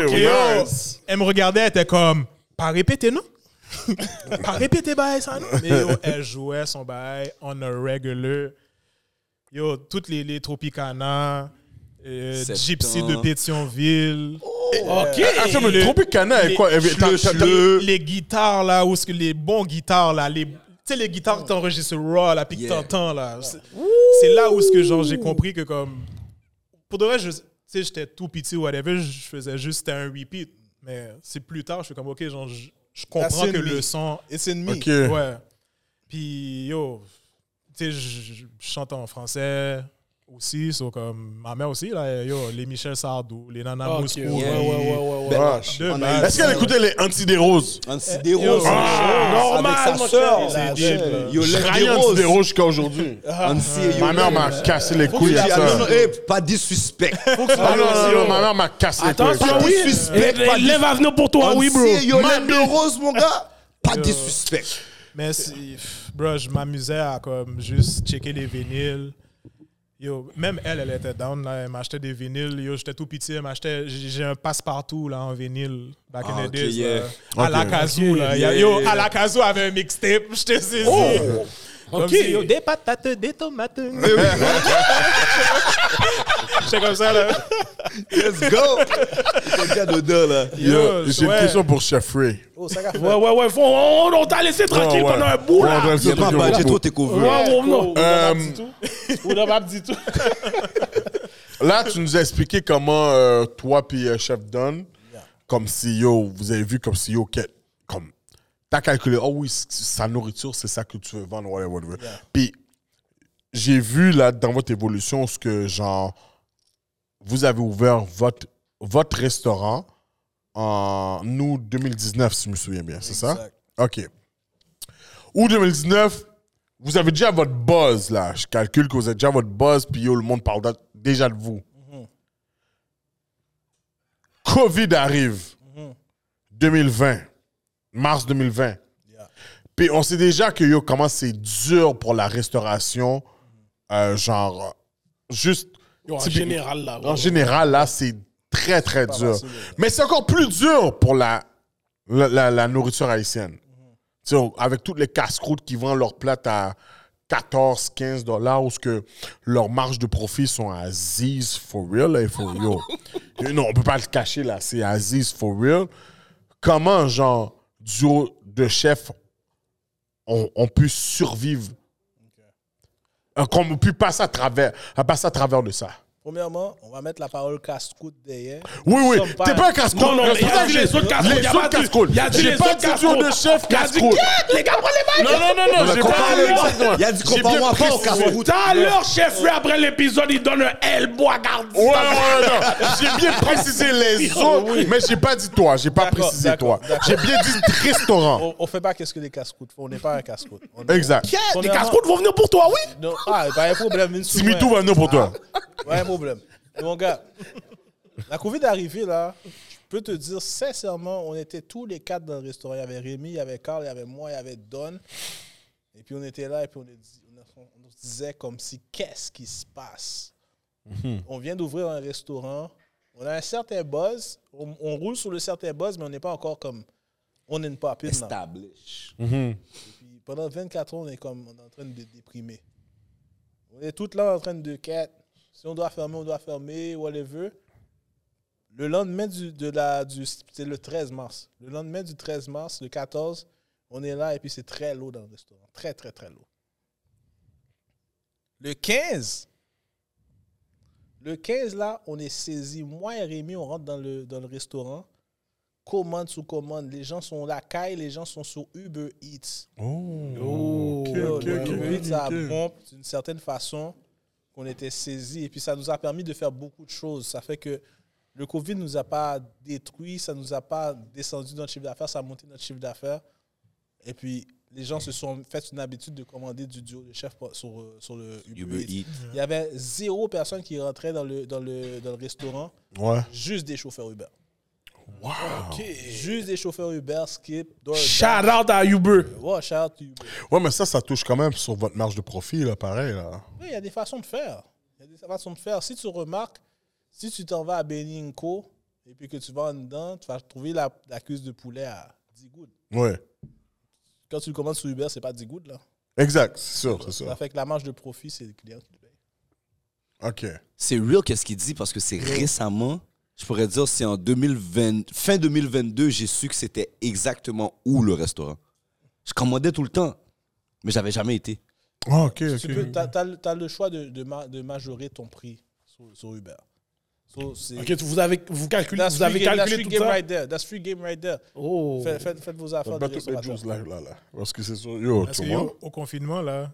Speaker 4: ok, ok.
Speaker 7: Yo,
Speaker 4: Nice.
Speaker 7: elle me regardait, elle était comme, pas répéter, non? pas répéter, bail, ça, non? Mais yo, elle jouait son bail on a regular. Yo, toutes les, les Tropicana, euh,
Speaker 5: Sept
Speaker 7: Gypsy
Speaker 5: ans.
Speaker 7: de Pétionville.
Speaker 3: OK.
Speaker 4: Attends, Ah, mais le Tropicana est Eh, quoi? Elle- t'as- t'as-
Speaker 7: les, les guitares là, où ce que les bons guitares là, les, tu sais les guitares que t'enregistres raw là, puis que
Speaker 5: Yeah.
Speaker 7: t'entends là, c'est c'est là où ce que genre j'ai compris que comme pour de vrai, je, tu sais j'étais tout petit ou whatever, je faisais juste c'était un repeat, mais c'est plus tard, je suis comme ok genre je, je comprends
Speaker 6: That's
Speaker 7: que
Speaker 6: in me.
Speaker 7: le son,
Speaker 6: It's in me.
Speaker 4: Ok.
Speaker 7: ouais, puis yo, tu sais je je chante en français aussi, so comme ma mère aussi là, yo les Michel Sardou, les Nana
Speaker 3: OK,
Speaker 7: Mouskouri,
Speaker 3: ouais, ouais, ouais, ouais, ouais.
Speaker 5: Ben,
Speaker 4: Ah,
Speaker 7: deux
Speaker 5: en
Speaker 7: balles.
Speaker 4: Est-ce qu'elle écoutait les Anti-Des-Roses?
Speaker 5: Nancy Des Roses,
Speaker 7: Ah,
Speaker 3: normal,
Speaker 5: avec
Speaker 3: mon
Speaker 5: sa
Speaker 3: cher,
Speaker 5: sœur.
Speaker 6: c'est
Speaker 5: Yo, Yo,
Speaker 4: Je
Speaker 5: Lève
Speaker 4: raillais
Speaker 5: des Roses. Ah,
Speaker 4: Anti-Des-Roses jusqu'à aujourd'hui.
Speaker 5: Nancy et Yo,
Speaker 7: Ah,
Speaker 4: Ma mère
Speaker 5: Lève
Speaker 4: m'a cassé les couilles
Speaker 5: des
Speaker 4: à
Speaker 5: Roses. ah, Non, non,
Speaker 4: ça.
Speaker 5: hey, eh, Pas des suspects.
Speaker 4: Ah non, non, non, ma mère m'a cassé les couilles.
Speaker 3: Attention, oui.
Speaker 5: Pas de suspect,
Speaker 3: Les-
Speaker 5: pas de-
Speaker 3: L'élève à venir pour toi, oui, bro.
Speaker 5: Nancy et Yo, Lève des Roses, mon gars. Pas des
Speaker 7: Yo.
Speaker 5: suspects.
Speaker 7: Mais si, pff, bro, je m'amusais à comme juste checker les vinyles. Yo, même elle, elle était down, là, elle m'achetait des vinyles. Yo, j'étais tout pitié, elle m'achetait. J'ai j'ai un passe-partout là en vinyle. Back in
Speaker 5: Ah,
Speaker 7: the
Speaker 5: ok,
Speaker 7: days.
Speaker 5: yeah.
Speaker 7: là. À la
Speaker 4: Ok.
Speaker 7: Kazoo, là.
Speaker 5: yeah,
Speaker 7: yo,
Speaker 5: yeah. Oh!
Speaker 7: à la Kazoo avait un mixtape, je te saisis. Comme
Speaker 3: Ok.
Speaker 7: si, Eh yo, des patates, des tomates. J'étais comme ça, là.
Speaker 5: Let's go! Quelqu'un dedans, là.
Speaker 4: Yo, j'ai une question pour Chef Ray.
Speaker 6: Oh, ça qu'a fait.
Speaker 3: Ouais, ouais, ouais. faut- on on t'a laissé tranquille
Speaker 4: Ouais, ouais.
Speaker 3: pendant un bout,
Speaker 4: Ouais, on doit
Speaker 3: là.
Speaker 4: le
Speaker 5: Yo,
Speaker 4: faire
Speaker 5: pas
Speaker 4: tranquille,
Speaker 5: badger
Speaker 4: bon.
Speaker 5: trop tes
Speaker 3: Ouais,
Speaker 5: covers.
Speaker 3: ouais, non.
Speaker 4: Euh,
Speaker 3: On n'a pas dit tout.
Speaker 4: Là, tu nous as expliqué comment euh, toi puis euh, Chef Don, comme CEO, vous avez vu comme E CEO, que- comme t'as calculé, oh oui, c- sa nourriture, c'est ça que tu veux vendre, whatever, whatever. Puis j'ai vu là dans votre évolution ce que genre vous avez ouvert votre votre restaurant en nous 2019, si je me souviens bien, c'est ça?
Speaker 6: Exact.
Speaker 4: Ok. Ou 2019, vous avez déjà votre buzz, là. Je calcule que vous avez déjà votre buzz, puis yo, le monde parle de- déjà de vous.
Speaker 6: Mhm.
Speaker 4: COVID arrive.
Speaker 6: Mhm.
Speaker 4: 2020. Mars 2020.
Speaker 6: Yeah.
Speaker 4: Puis on sait déjà que yo, comment c'est dur pour la restauration,
Speaker 6: Mhm.
Speaker 4: euh, genre, euh, juste...
Speaker 3: En
Speaker 4: typique-
Speaker 3: général, là.
Speaker 4: en général, là, c'est très, très dur.
Speaker 6: facile, ouais.
Speaker 4: Mais c'est encore plus dur pour la, la, la- la nourriture haïtienne. Tu sais, on- avec toutes les casse-croûtes qui vendent leurs plates à 14, 15 dollars, où ce que leurs marges de profit sont à Aziz for real. là, il faut- yo. non, on peut pas le cacher, là. C'est Aziz for real. Comment, genre, duo de chefs, on, on peut survivre? Euh, Qu'on peut passer à travers, à passer à travers de ça.
Speaker 6: Premièrement, on va mettre la parole casse-croûte derrière.
Speaker 4: Oui, oui.
Speaker 6: sommes pas-
Speaker 4: T'es pas un casse-croûte.
Speaker 3: Non, non,
Speaker 4: C'est
Speaker 3: il y
Speaker 4: pour ça
Speaker 3: a
Speaker 4: que
Speaker 3: dit
Speaker 4: j'ai-
Speaker 3: les autres casse-croûtes.
Speaker 4: Les autres casse-croûtes.
Speaker 3: Il y a dit
Speaker 4: J'ai
Speaker 3: les
Speaker 4: pas
Speaker 3: autres
Speaker 4: dit duo
Speaker 3: casse-croûtes.
Speaker 4: de chef
Speaker 3: Il y a dit,
Speaker 4: casse-croûte.
Speaker 3: Quête, les gars, prenez les
Speaker 4: Non,
Speaker 3: balles.
Speaker 4: non, non, non. j'ai pas
Speaker 5: compare-le
Speaker 4: dit
Speaker 5: pas.
Speaker 4: exactement.
Speaker 5: Il a dit,
Speaker 4: J'ai bien
Speaker 5: compare-moi pas au
Speaker 4: précisé.
Speaker 5: casse-croûte.
Speaker 3: Tout à l'heure, chef, lui, après l'épisode, il donne un elbow à garde.
Speaker 4: Ouais, ouais, ouais, non. J'ai bien précisé les
Speaker 3: Oh,
Speaker 4: autres, mais j'ai pas dit toi. J'ai pas
Speaker 6: D'accord,
Speaker 4: précisé toi.
Speaker 6: d'accord, d'accord.
Speaker 4: J'ai bien dit restaurant.
Speaker 6: On, on fait pas qu'est-ce que les casse-croûtes font. On n'est pas un casse-croûte. On
Speaker 3: Oh.
Speaker 6: est-
Speaker 4: Exact.
Speaker 3: Quête, Les
Speaker 6: Premièrement-
Speaker 3: casse-croûtes vont venir pour toi, oui.
Speaker 6: Non, ah, pas un problème. Une sous-
Speaker 4: Timidou va venir pour toi.
Speaker 6: Pas un problème. Mon gars, la COVID est arrivée, là, je peux te dire sincèrement, on était tous les quatre dans le restaurant. Il y avait Rémi, il y avait Carl, il y avait moi, il y avait Don. Et puis on était là et puis on, est- on- on se disait comme si, qu'est-ce qui se passe?
Speaker 4: Mhm.
Speaker 6: On vient d'ouvrir un restaurant, on a un certain buzz, on, on roule sur le certain buzz, mais on n'est pas encore comme, on est une papine. là.
Speaker 5: Establish.
Speaker 6: Puis pendant 24 ans, on est comme on est en train de déprimer. On est toutes là en train de quête. Si on doit fermer, on doit fermer, whatever. Le lendemain du, de la, du c'est le 13 mars. Le lendemain du 13 mars, le 14, on est là et puis c'est très lourd dans le restaurant. Très, très, très lourd. Le 15, le 15 là, on est saisi. Moi et Rémi, on rentre dans le, dans le restaurant. Commande sous commande. Les gens sont là, caille, les gens sont sur Uber Eats.
Speaker 4: Ok,
Speaker 6: Le
Speaker 4: ok,
Speaker 6: Covid, ça a
Speaker 4: ok.
Speaker 6: bon, d'une certaine façon qu'on était saisi et puis ça nous a permis de faire beaucoup de choses. Ça fait que le Covid nous a pas détruit, ça nous a pas descendu notre chiffre d'affaires, ça a monté notre chiffre d'affaires. Et puis les gens se sont fait une habitude de commander du duo de chef pour- sur, euh, sur le Uber
Speaker 5: Uber
Speaker 6: Eats. Il y avait zéro personne qui rentrait dans le, dans le, dans le restaurant,
Speaker 4: Ouais.
Speaker 6: juste des chauffeurs Uber.
Speaker 4: Ah.
Speaker 6: Juste des chauffeurs Uber, Skip, DoorDash.
Speaker 3: Shout out à Uber.
Speaker 6: Ouais, shout out to Uber.
Speaker 4: Ouais, mais ça, ça touche quand même sur votre marge de profit, là, pareil, là.
Speaker 6: Oui, il y a des façons de faire. Il y a des façons de faire. Si tu remarques, si tu t'en vas à Beninco et puis que tu vas en dedans, tu vas trouver la, la cuisse de poulet à 10 gouttes.
Speaker 4: Ouais.
Speaker 6: Quand tu le commandes sur Uber, c'est pas 10 gouttes, là.
Speaker 4: Exact, c'est sûr, c'est
Speaker 6: Ça
Speaker 4: sûr.
Speaker 6: fait que la marge de profit, c'est le client qui le paye.
Speaker 4: OK.
Speaker 5: C'est real qu'est-ce qu'il dit parce que c'est récemment. Je pourrais dire, c'est en 2020, fin 2022, j'ai su que c'était exactement où le restaurant. Je commandais tout le temps, mais j'avais jamais été.
Speaker 4: Ah, OK,
Speaker 6: Tu peux,
Speaker 4: OK.
Speaker 6: t'as, t'as le- t'as le choix de, de, ma- de majorer ton prix sur, sur Uber. So, c'est-
Speaker 3: Ok, vous avez, vous calculez,
Speaker 6: that's
Speaker 3: vous avez
Speaker 6: free game, that's
Speaker 3: calculé
Speaker 6: free
Speaker 3: tout
Speaker 6: game
Speaker 3: ça.
Speaker 6: right there. That's free game right there.
Speaker 3: Oh.
Speaker 6: Faites, faites- faites vos
Speaker 4: Ça
Speaker 6: affaires.
Speaker 4: te bat
Speaker 6: de
Speaker 4: toutes les
Speaker 6: restaurateur.
Speaker 4: juices, là, là, là. Parce que c'est sûr, yo,
Speaker 7: Parce
Speaker 4: tout
Speaker 7: que
Speaker 4: le
Speaker 7: yo,
Speaker 4: monde.
Speaker 7: au confinement, là,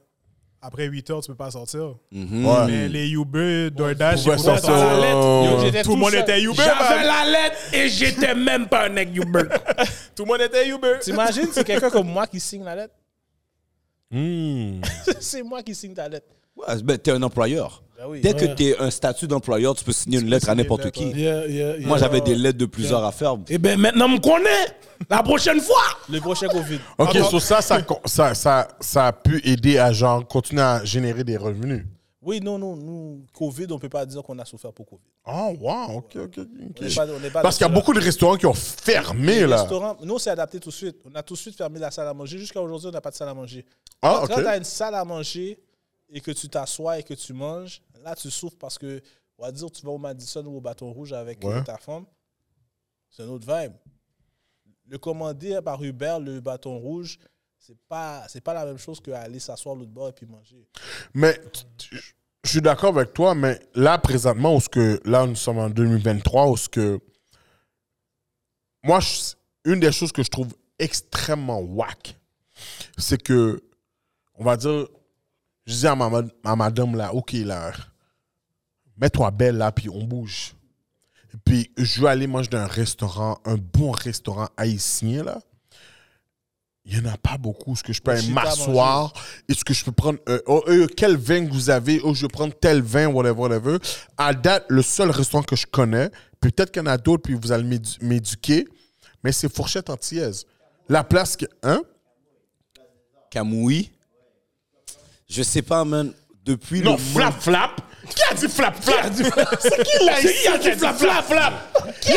Speaker 7: après 8 heures, tu peux pas sortir.
Speaker 5: Mm-hmm.
Speaker 4: Ouais.
Speaker 7: Mais les Uber, DoorDash,
Speaker 4: Vous pouvez
Speaker 7: ils pouvaient
Speaker 4: sortir,
Speaker 7: sortir.
Speaker 4: ouais,
Speaker 6: Yo,
Speaker 4: ouais.
Speaker 6: j'étais
Speaker 7: Tout le monde
Speaker 6: seul.
Speaker 7: était Uber,
Speaker 3: J'avais
Speaker 7: man.
Speaker 3: la lettre et j'étais même pas un nec Uber.
Speaker 7: Tout le monde était Uber.
Speaker 6: T'imagines, c'est quelqu'un comme moi qui signe la lettre.
Speaker 4: Hmm.
Speaker 6: c'est moi qui signe ta lettre.
Speaker 5: Ouais, ben, t'es un employeur.
Speaker 6: Ben oui.
Speaker 5: Dès que t'es un statut d'employeur, tu peux signer une lettre à n'importe qui.
Speaker 3: Yeah, yeah, yeah.
Speaker 5: Moi, j'avais des lettres de plusieurs affaires.
Speaker 3: Eh ben maintenant, me connaît. La prochaine fois.
Speaker 6: Le prochain Covid.
Speaker 4: OK, sur ça ça, con- ça, ça, ça a pu aider à, genre, continuer à générer des revenus.
Speaker 6: Oui, non, non, nous, Covid, on ne peut pas dire qu'on a souffert pour Covid.
Speaker 4: Oh, wow, OK, OK, OK.
Speaker 6: On n'est pas- on n'est pas
Speaker 4: Parce qu'il y a
Speaker 6: là-dessus,
Speaker 4: beaucoup de restaurants qui ont fermé, là.
Speaker 6: Restaurant, nous, on s'est adapté tout de suite. On a tout de suite fermé la salle à manger. Jusqu'à aujourd'hui, on n'a pas de salle à manger.
Speaker 4: Ah,
Speaker 6: Quand
Speaker 4: ok.
Speaker 6: tu as une salle à manger et que tu t'assois et que tu manges, là, tu souffres parce que On va dire, tu vas au Madison ou au Bâton Rouge avec
Speaker 4: Ouais.
Speaker 6: euh, ta femme. C'est un autre vibe. Le commander par Uber, le Bâton Rouge, c'est pas, c'est pas la même chose qu'aller s'asseoir l'autre bord et puis manger.
Speaker 4: Mais tu- tu- je suis d'accord avec toi, mais là, présentement, où ce que, là, nous sommes en 2023, où ce que. Moi, je- une des choses que je trouve extrêmement whack, c'est que, on va dire, je dis à ma, ma- à madame, là, OK, là, mets-toi belle, là, puis on bouge. Puis je vais aller manger dans un restaurant, un bon restaurant haïtien, là. Il n'y en a pas beaucoup. Est-ce que je peux aller
Speaker 6: Chita à
Speaker 4: m'asseoir? Est-ce que je peux prendre. euh, oh, euh, quel vin que vous avez? Oh, je vais prendre tel vin, whatever, whatever. À date, le seul restaurant que je connais, puis peut-être qu'il y en a d'autres, puis vous allez m'édu- m'éduquer, mais c'est Fourchette Antillaise. La place que. Hein?
Speaker 5: Camoui. Je sais pas, man. Depuis
Speaker 4: Non,
Speaker 5: le moment-
Speaker 4: flap flap. Qui a dit flap flap? C'est qui là ici? Qui a dit flap flap flap? Qui?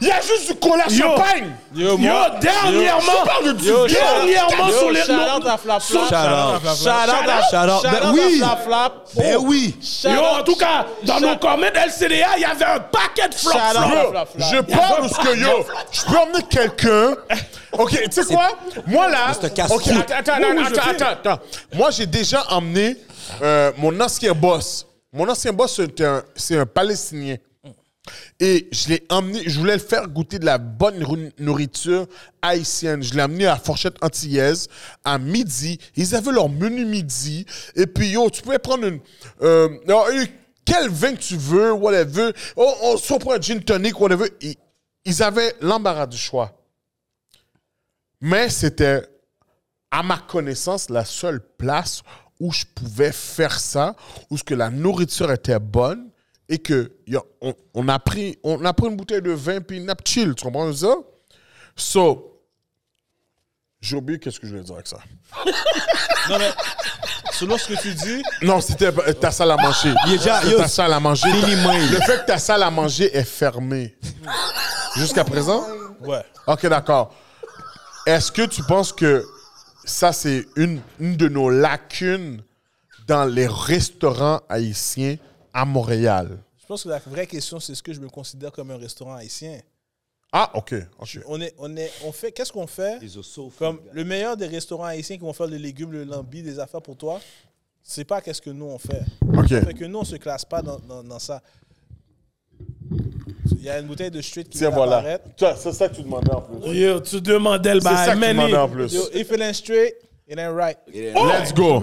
Speaker 4: Il y a juste du cola champagne.
Speaker 3: Yo,
Speaker 6: Yo,
Speaker 3: dernièrement,
Speaker 4: Je parle de
Speaker 6: Yo,
Speaker 4: du
Speaker 3: dernièrement sur les
Speaker 6: shout-out à Flap
Speaker 3: sur-
Speaker 6: Flap.
Speaker 5: Shout-out.
Speaker 6: Shout-out à-
Speaker 5: Shout-out.
Speaker 6: shout-out
Speaker 5: Ben
Speaker 6: à
Speaker 5: oui.
Speaker 6: Flap Flap.
Speaker 5: Ben
Speaker 6: Oh.
Speaker 5: oui.
Speaker 3: Yo, en
Speaker 6: Shout-out-
Speaker 3: tout cas, dans
Speaker 6: shout-
Speaker 3: nos commets LCDA, il y avait un paquet de flops.
Speaker 6: Shout-out
Speaker 3: là.
Speaker 6: à
Speaker 4: Yo,
Speaker 6: Flap Flap.
Speaker 4: je parle parce que yo, je peux emmener quelqu'un. Ok, tu sais quoi? Moi là.
Speaker 5: C'est un casse-cou.
Speaker 4: Ok, attends, attends,
Speaker 3: Oui, oui,
Speaker 4: attends,
Speaker 3: je
Speaker 4: attends,
Speaker 3: sais.
Speaker 4: attends, attends. Moi, j'ai déjà emmené euh, mon ancien boss. Mon ancien boss, c'est un, c'est un Palestinien. Et je l'ai emmené, je voulais le faire goûter de la bonne rou- nourriture haïtienne. Je l'ai amené à Fourchette Antillaise à midi. Ils avaient leur menu midi. Et puis, yo, tu pouvais prendre une. euh, non, euh, quel vin que tu veux, whatever. Oh, on se prend un gin tonic, whatever. Ils, ils avaient l'embarras du choix. Mais c'était, à ma connaissance, la seule place où je pouvais faire ça, où ce que la nourriture était bonne et que yo, on, on a pris, on a pris une bouteille de vin puis une app chill, tu comprends ça? So, j'ai oublié qu'est-ce que je voulais dire avec ça.
Speaker 6: Non, mais selon ce que tu dis,
Speaker 4: Non, c'était euh, ta salle à manger.
Speaker 5: déjà-
Speaker 4: C'était
Speaker 5: yo,
Speaker 4: ta salle à manger.
Speaker 5: Billy May.
Speaker 4: Le fait que ta salle à manger est fermée jusqu'à présent.
Speaker 6: ouais.
Speaker 4: Ok, d'accord. Est-ce que tu penses que ça, c'est une, une de nos lacunes dans les restaurants haïtiens à Montréal?
Speaker 6: Je pense que la vraie question, c'est ce que je me considère comme un restaurant haïtien.
Speaker 4: Ah, ok. ok.
Speaker 6: On est, on est, on fait, qu'est-ce qu'on fait
Speaker 5: Ils ont sauf-
Speaker 6: Comme le meilleur des restaurants haïtiens qui vont faire les légumes, le lambi, des affaires pour toi, c'est pas qu'est-ce que nous on fait.
Speaker 4: Ok.
Speaker 6: Fait que nous on se classe pas dans, dans, dans ça. Il y a une bouteille de street qui
Speaker 4: Tiens,
Speaker 6: vient
Speaker 4: voilà.
Speaker 6: d'apparaître.
Speaker 4: Toi, C'est ça que tu demandais en plus.
Speaker 3: Yo, tu bah, demandais le
Speaker 4: C'est ça
Speaker 3: bail,
Speaker 4: que tu
Speaker 3: Manny.
Speaker 4: demandais en plus.
Speaker 6: Bah, Yo, if it ain't straight, it ain't right.
Speaker 4: Let's go.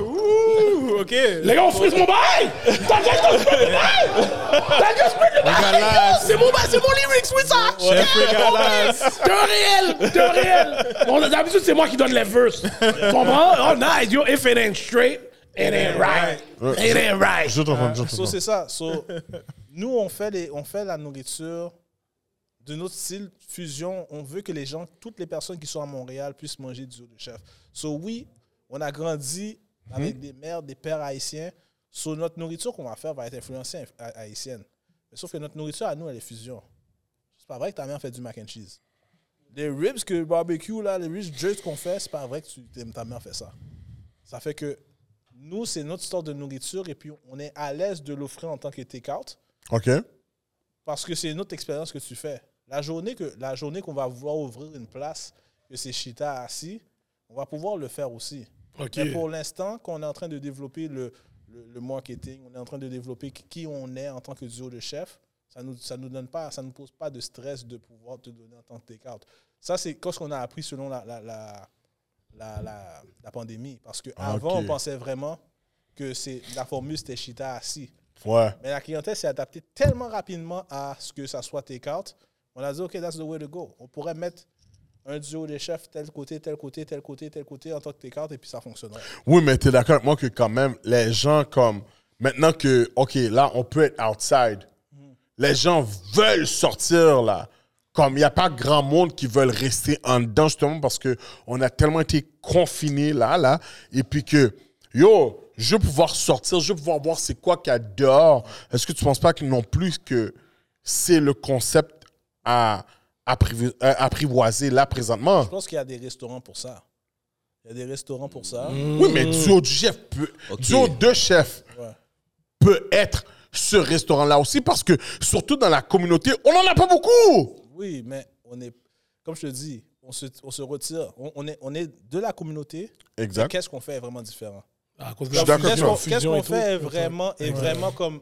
Speaker 7: OK.
Speaker 3: Oh! Les gars, on frise mon bail! T'as juste pris le bail! T'as juste pris le bail! les gars! C'est mon bail, c'est mon lyrics, oui, ça! T'es un réel! T'es un réel! Bon, d'habitude, c'est moi qui donne les verses. Tu comprends? Oh, nice! Yo, if it ain't straight, it ain't right. It ain't right.
Speaker 4: Je te reprends, je te
Speaker 6: So,
Speaker 4: reprends.
Speaker 6: c'est ça. So, nous, on fait, les, on fait la nourriture de notre style fusion. On veut que les gens, toutes les personnes qui sont à Montréal, puissent manger du haut de chef. So, oui, on a grandi avec des mères, des pères haïtiens. So, notre nourriture qu'on va faire va être influencée inf- ha- haïtienne. Mais sauf que notre nourriture, à nous, elle est fusion. C'est pas vrai que ta mère fait du mac and cheese. Les ribs que barbecue, là, les ribs jerks qu'on fait, c'est pas vrai que tu- ta mère fait ça. Ça fait que nous, c'est notre sorte de nourriture et puis on est à l'aise de l'offrir en tant que take-out
Speaker 4: Ok.
Speaker 6: parce que c'est notre expérience que tu fais. La journée que la journée qu'on va vouloir ouvrir une place, que c'est Chita assis, on va pouvoir le faire aussi. Mais pour l'instant, qu'on est en train de développer le, le, le marketing, on est en train de développer qui- qui on est en tant que duo de chef, ça nous, ça nous donne pas, ça nous pose pas de stress de pouvoir te donner en tant que take-out. Ça, c'est ce qu'on a appris selon la, la, la, la, la- la pandémie. Parce qu'avant,
Speaker 4: Ok.
Speaker 6: on pensait vraiment que c'est la formule, c'était Chita assis.
Speaker 4: Ouais.
Speaker 6: Mais la clientèle s'est adaptée tellement rapidement à ce que ça soit take-out. On a dit, OK, that's the way to go. On pourrait mettre un duo de chefs tel côté, tel côté, tel côté, tel côté en tant que take-out et puis ça fonctionnerait.
Speaker 4: Oui, mais t'es d'accord avec moi que quand même, les gens comme... Maintenant que, OK, là, on peut être outside. Les gens veulent sortir, là. Comme il n'y a pas grand monde qui veulent rester en dedans, justement, parce qu'on a tellement été confinés, là, là. Et puis que, yo, je veux pouvoir sortir, je veux pouvoir voir c'est quoi qu'il y a dehors. Est-ce que tu ne penses pas que non plus que c'est le concept à, apprivo- euh, apprivoiser, là, présentement?
Speaker 6: Je pense qu'il y a des restaurants pour ça. Il y a des restaurants
Speaker 4: Mm.
Speaker 6: pour ça.
Speaker 4: Oui, mais duo du chef peut, duo de chef
Speaker 6: Ouais.
Speaker 4: peut être ce restaurant-là aussi parce que, surtout dans la communauté, on n'en a pas beaucoup.
Speaker 6: Oui, mais on est, comme je te dis, on se, on se retire. On, on est, on est de la communauté. Mais
Speaker 4: Exact.
Speaker 6: Qu'est-ce qu'on fait est vraiment différent?
Speaker 7: Ah,
Speaker 3: À cause de
Speaker 4: Je suis
Speaker 3: la
Speaker 4: d'accord
Speaker 6: Qu'est-ce
Speaker 4: avec
Speaker 6: qu'on
Speaker 4: toi.
Speaker 6: qu'est-ce
Speaker 3: fusion
Speaker 6: qu'on
Speaker 3: et tout.
Speaker 6: fait est vraiment, est
Speaker 3: Ouais.
Speaker 6: vraiment comme.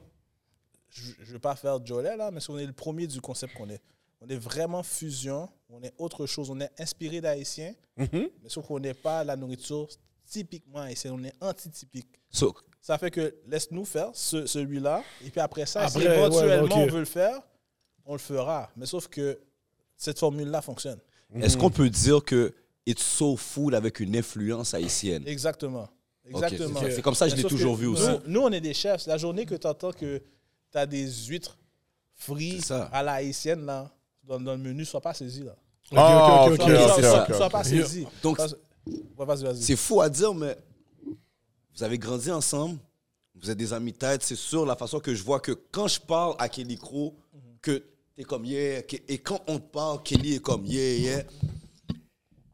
Speaker 6: Je ne veux pas faire Jolet là, mais si on est le premier du concept qu'on est. On est vraiment fusion, on est autre chose, on est inspiré d'haïtien,
Speaker 3: Mm-hmm.
Speaker 6: mais sauf qu'on n'est pas la nourriture typiquement haïtienne, on est anti-typique.
Speaker 5: So,
Speaker 6: Ça fait que laisse-nous faire ce- celui-là, et puis après ça, si
Speaker 3: Après, ouais,
Speaker 6: éventuellement
Speaker 3: ok.
Speaker 6: on veut le faire, on le fera. Mais sauf que cette formule-là fonctionne. Mhm.
Speaker 5: Est-ce qu'on peut dire que It's So Food avec une influence haïtienne
Speaker 6: Exactement.
Speaker 5: Ok,
Speaker 6: Exactement.
Speaker 5: c'est- c'est comme ça que je
Speaker 6: Mais
Speaker 5: l'ai
Speaker 6: sauf
Speaker 5: toujours vu
Speaker 6: nous-
Speaker 5: aussi.
Speaker 6: Nous, on est des chefs. La journée que tu entends que tu as des huîtres frites
Speaker 5: C'est ça.
Speaker 6: à la haïtienne là, dans, dans le menu, sois pas saisi. Là.
Speaker 4: Ah, ok,
Speaker 3: ok, ok,
Speaker 6: Sois,
Speaker 3: ok.
Speaker 6: sois-
Speaker 4: ok,
Speaker 6: sois-
Speaker 4: ok, ok.
Speaker 6: sois pas saisi.
Speaker 5: Donc,
Speaker 6: Parce- Ouais, vas-y, vas-y.
Speaker 5: C'est fou à dire, mais vous avez grandi ensemble, vous êtes des amis tête, c'est sûr, la façon que je vois que quand je parle à Kelly Crow, que t'es comme yeah, que- et quand on te parle, Kelly est comme yeah, yeah,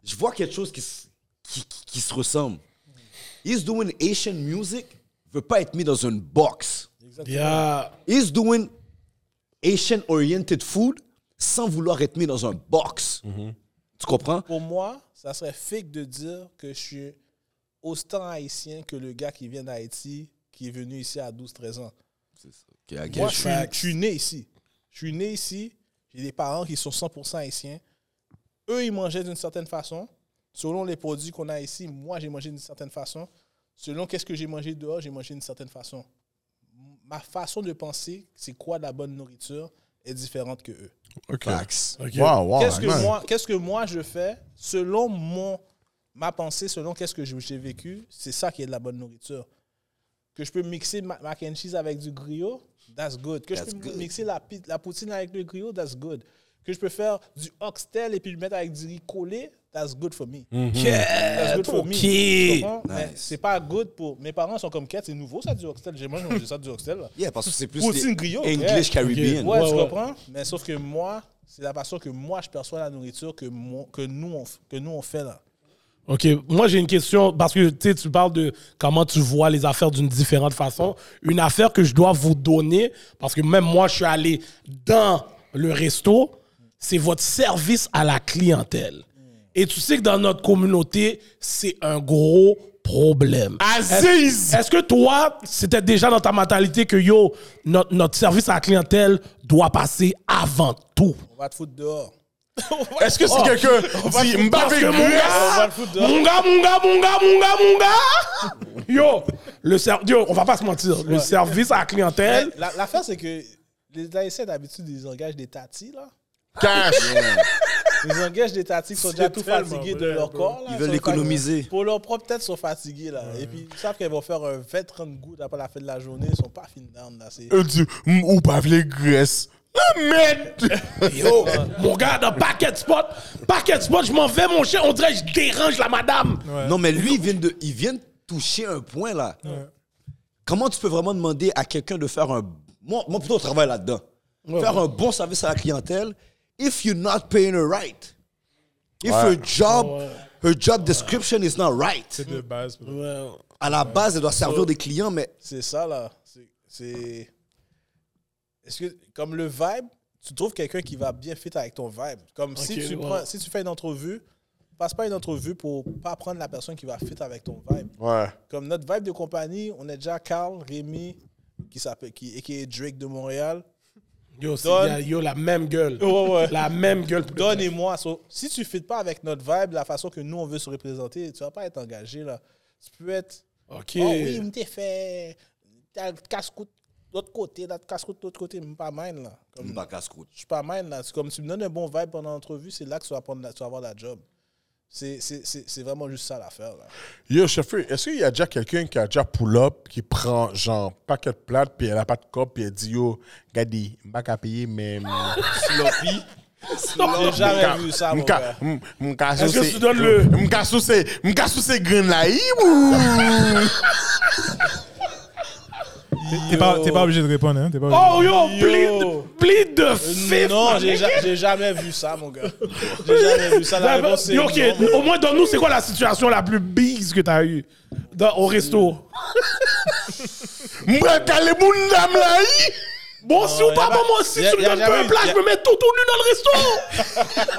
Speaker 5: je vois quelque chose qui, s- qui, qui- qui se ressemble. He's doing Asian music, veut pas être mis dans une box.
Speaker 3: Yeah.
Speaker 5: He's doing Asian oriented food sans vouloir être mis dans un box.
Speaker 6: Mm-hmm.
Speaker 5: Tu comprends?
Speaker 6: Pour moi, ça serait fake de dire que je suis autant haïtien que le gars qui vient d'Haïti, qui est venu ici à 12-13 ans.
Speaker 5: Ok, I get
Speaker 6: Moi,
Speaker 5: you.
Speaker 6: je suis, je suis né ici. Je suis né ici. J'ai des parents qui sont 100% haïtiens. Eux, ils mangeaient d'une certaine façon. Selon les produits qu'on a ici, moi, j'ai mangé d'une certaine façon. Selon qu'est-ce que j'ai mangé dehors, j'ai mangé d'une certaine façon. M- Ma façon de penser, c'est quoi la bonne nourriture, est différente que eux.
Speaker 4: Ok.
Speaker 5: Facts.
Speaker 3: Ok.
Speaker 4: Wow, wow,
Speaker 6: Qu'est-ce
Speaker 4: man.
Speaker 6: que moi, qu'est-ce que moi je fais selon mon ma pensée, selon qu'est-ce que je- j'ai vécu, c'est ça qui est de la bonne nourriture. Que je peux mixer ma- mac and cheese avec du griot, that's good. Que
Speaker 5: That's
Speaker 6: je peux
Speaker 5: good.
Speaker 6: mixer la, pi- la poutine avec le griot, that's good. Que je peux faire du oxtail et puis le mettre avec du riz collé, that's good for me. That's good for me.
Speaker 3: ok.
Speaker 6: Tu comprends? Mais
Speaker 5: Mhm. Nice.
Speaker 6: C'est pas good pour mes parents sont comme quête, c'est nouveau ça du oxtail. J'ai moi j'ai mangé ça du oxtail. là.
Speaker 5: Yeah, parce que c'est plus
Speaker 6: Poutine
Speaker 5: les
Speaker 6: griot,
Speaker 5: English
Speaker 6: yeah.
Speaker 5: Caribbean.
Speaker 6: Ouais,
Speaker 3: Ouais,
Speaker 6: tu
Speaker 3: ouais.
Speaker 6: comprends? Mais sauf que moi, c'est la façon que moi je perçois la nourriture que, moi- que, nous, on, f- que nous on fait là.
Speaker 3: OK. Moi, j'ai une question parce que tu sais, tu parles de comment tu vois les affaires d'une différente façon. Une affaire que je dois vous donner, parce que même moi, je suis allé dans le resto, c'est votre service à la clientèle. Et tu sais que dans notre communauté, c'est un gros problème. Aziz! Est-ce est-ce que toi, c'était déjà dans ta mentalité que yo, notre, notre service à la clientèle doit passer avant tout? Oh.
Speaker 6: On va te foutre dehors.
Speaker 4: Est-ce que c'est quelqu'un dit
Speaker 3: Parce
Speaker 4: Mbappé
Speaker 3: que mon
Speaker 4: Grasse?
Speaker 6: va
Speaker 3: gars,
Speaker 6: le foutre dehors.
Speaker 3: mon gars, mon gars, mon gars, mon gars, mon gars, yo, le ser- yo, on va pas se mentir, le service à la clientèle,
Speaker 6: Mais la- L'affaire, c'est que les Haïtiens, d'habitude, ils engagent des tatis là.
Speaker 4: Cash.
Speaker 6: Ils engagent des tatis qui sont déjà tout
Speaker 7: tellement
Speaker 6: fatigués de
Speaker 7: vrai,
Speaker 6: leur
Speaker 7: bro.
Speaker 6: corps. là.
Speaker 5: Ils veulent
Speaker 6: sont
Speaker 5: l'économiser.
Speaker 6: fatigués. Pour leur propre tête, ils sont fatigués là. Et puis, ils savent qu'ils vont faire un 20-30 gouttes après la fin de la journée. Ils sont pas fin down là. C'est-
Speaker 4: Elle dit Hum, Ou pas les graisses. La merde.
Speaker 3: yo, mon gars, dans paquet de spot, paquet de spot, je m'en vais, mon chien, on dirait que je dérange la madame.
Speaker 5: Non, mais lui, il vient de, il vient de toucher un point là. Comment tu peux vraiment demander à quelqu'un de faire un. Moi, moi plutôt, je travaille là-dedans. faire un bon service à la clientèle if you're not paying her right. If her job, her job description is not right.
Speaker 7: de base. bro.
Speaker 5: À la base, elle doit servir des clients, mais
Speaker 6: C'est ça, là. C'est- C'est. Est-ce que, comme le vibe, tu trouves quelqu'un qui va bien fit avec ton vibe. Comme si, tu
Speaker 3: ouais.
Speaker 6: prends, si tu fais une entrevue, passe pas une entrevue pour pas prendre la personne qui va fit avec ton vibe.
Speaker 4: Ouais.
Speaker 6: Comme notre vibe de compagnie, on est déjà Carl, Rémi, qui s'appelle, qui, et qui est Drake de Montréal.
Speaker 3: Yo, c'est-
Speaker 6: Donne.
Speaker 3: y a- yo, la même gueule, la même gueule.
Speaker 6: Donnez-moi. so- si tu fit pas avec notre vibe, la façon que nous, on veut se représenter, tu vas pas être engagé, là. Tu peux être.
Speaker 3: Ok.
Speaker 6: Oh oui, m't'ai fait. T'as le casse-coute de l'autre côté, t'as le casse-coute de l'autre côté, m'pas pas mine, là. Comme, je suis pas mine, là. C'est comme tu me donnes un bon vibe pendant l'entrevue, c'est là que tu vas, prendre la- tu vas avoir la job. C'est- C'est c'est- c'est vraiment juste ça l'affaire, là.
Speaker 4: Yo, chef, est-ce qu'il y a déjà quelqu'un qui a déjà pull-up, qui prend genre paquet de plates, puis elle a pas de cop, puis elle dit Yo, Gadi, m'a qu'à payer, mais. Sloppy.
Speaker 6: J'ai jamais vu ça, mon gars.
Speaker 4: M'ka
Speaker 3: Est-ce que tu donnes le-
Speaker 4: M'ka sous ces. M'ka sous ces graines là, hi, ouh.
Speaker 7: T'es pas, t'es pas obligé de répondre, hein? T'es pas obligé.
Speaker 3: Oh yo,
Speaker 6: Yo. Euh,
Speaker 3: plead, plead de fif.
Speaker 6: Non,
Speaker 3: man.
Speaker 6: j'ai ja- j'ai jamais vu ça, mon gars. J'ai jamais vu ça. La
Speaker 3: Ouais,
Speaker 6: réponse, c'est
Speaker 3: yo, ok,
Speaker 6: non, mon
Speaker 3: au moins dans nous, c'est quoi la situation la plus bise que t'as eue dans- au resto?
Speaker 4: M'bra calé moun dame la yi.
Speaker 3: Bon, si ou
Speaker 6: Ah, y a
Speaker 3: pas,
Speaker 6: pas-
Speaker 3: bon, moi, si
Speaker 6: y a-
Speaker 3: tu me
Speaker 6: y a
Speaker 3: donnes
Speaker 6: jamais
Speaker 3: pas un
Speaker 6: eu-
Speaker 3: plat,
Speaker 6: y a-
Speaker 3: je me mets tout tout nu dans le resto.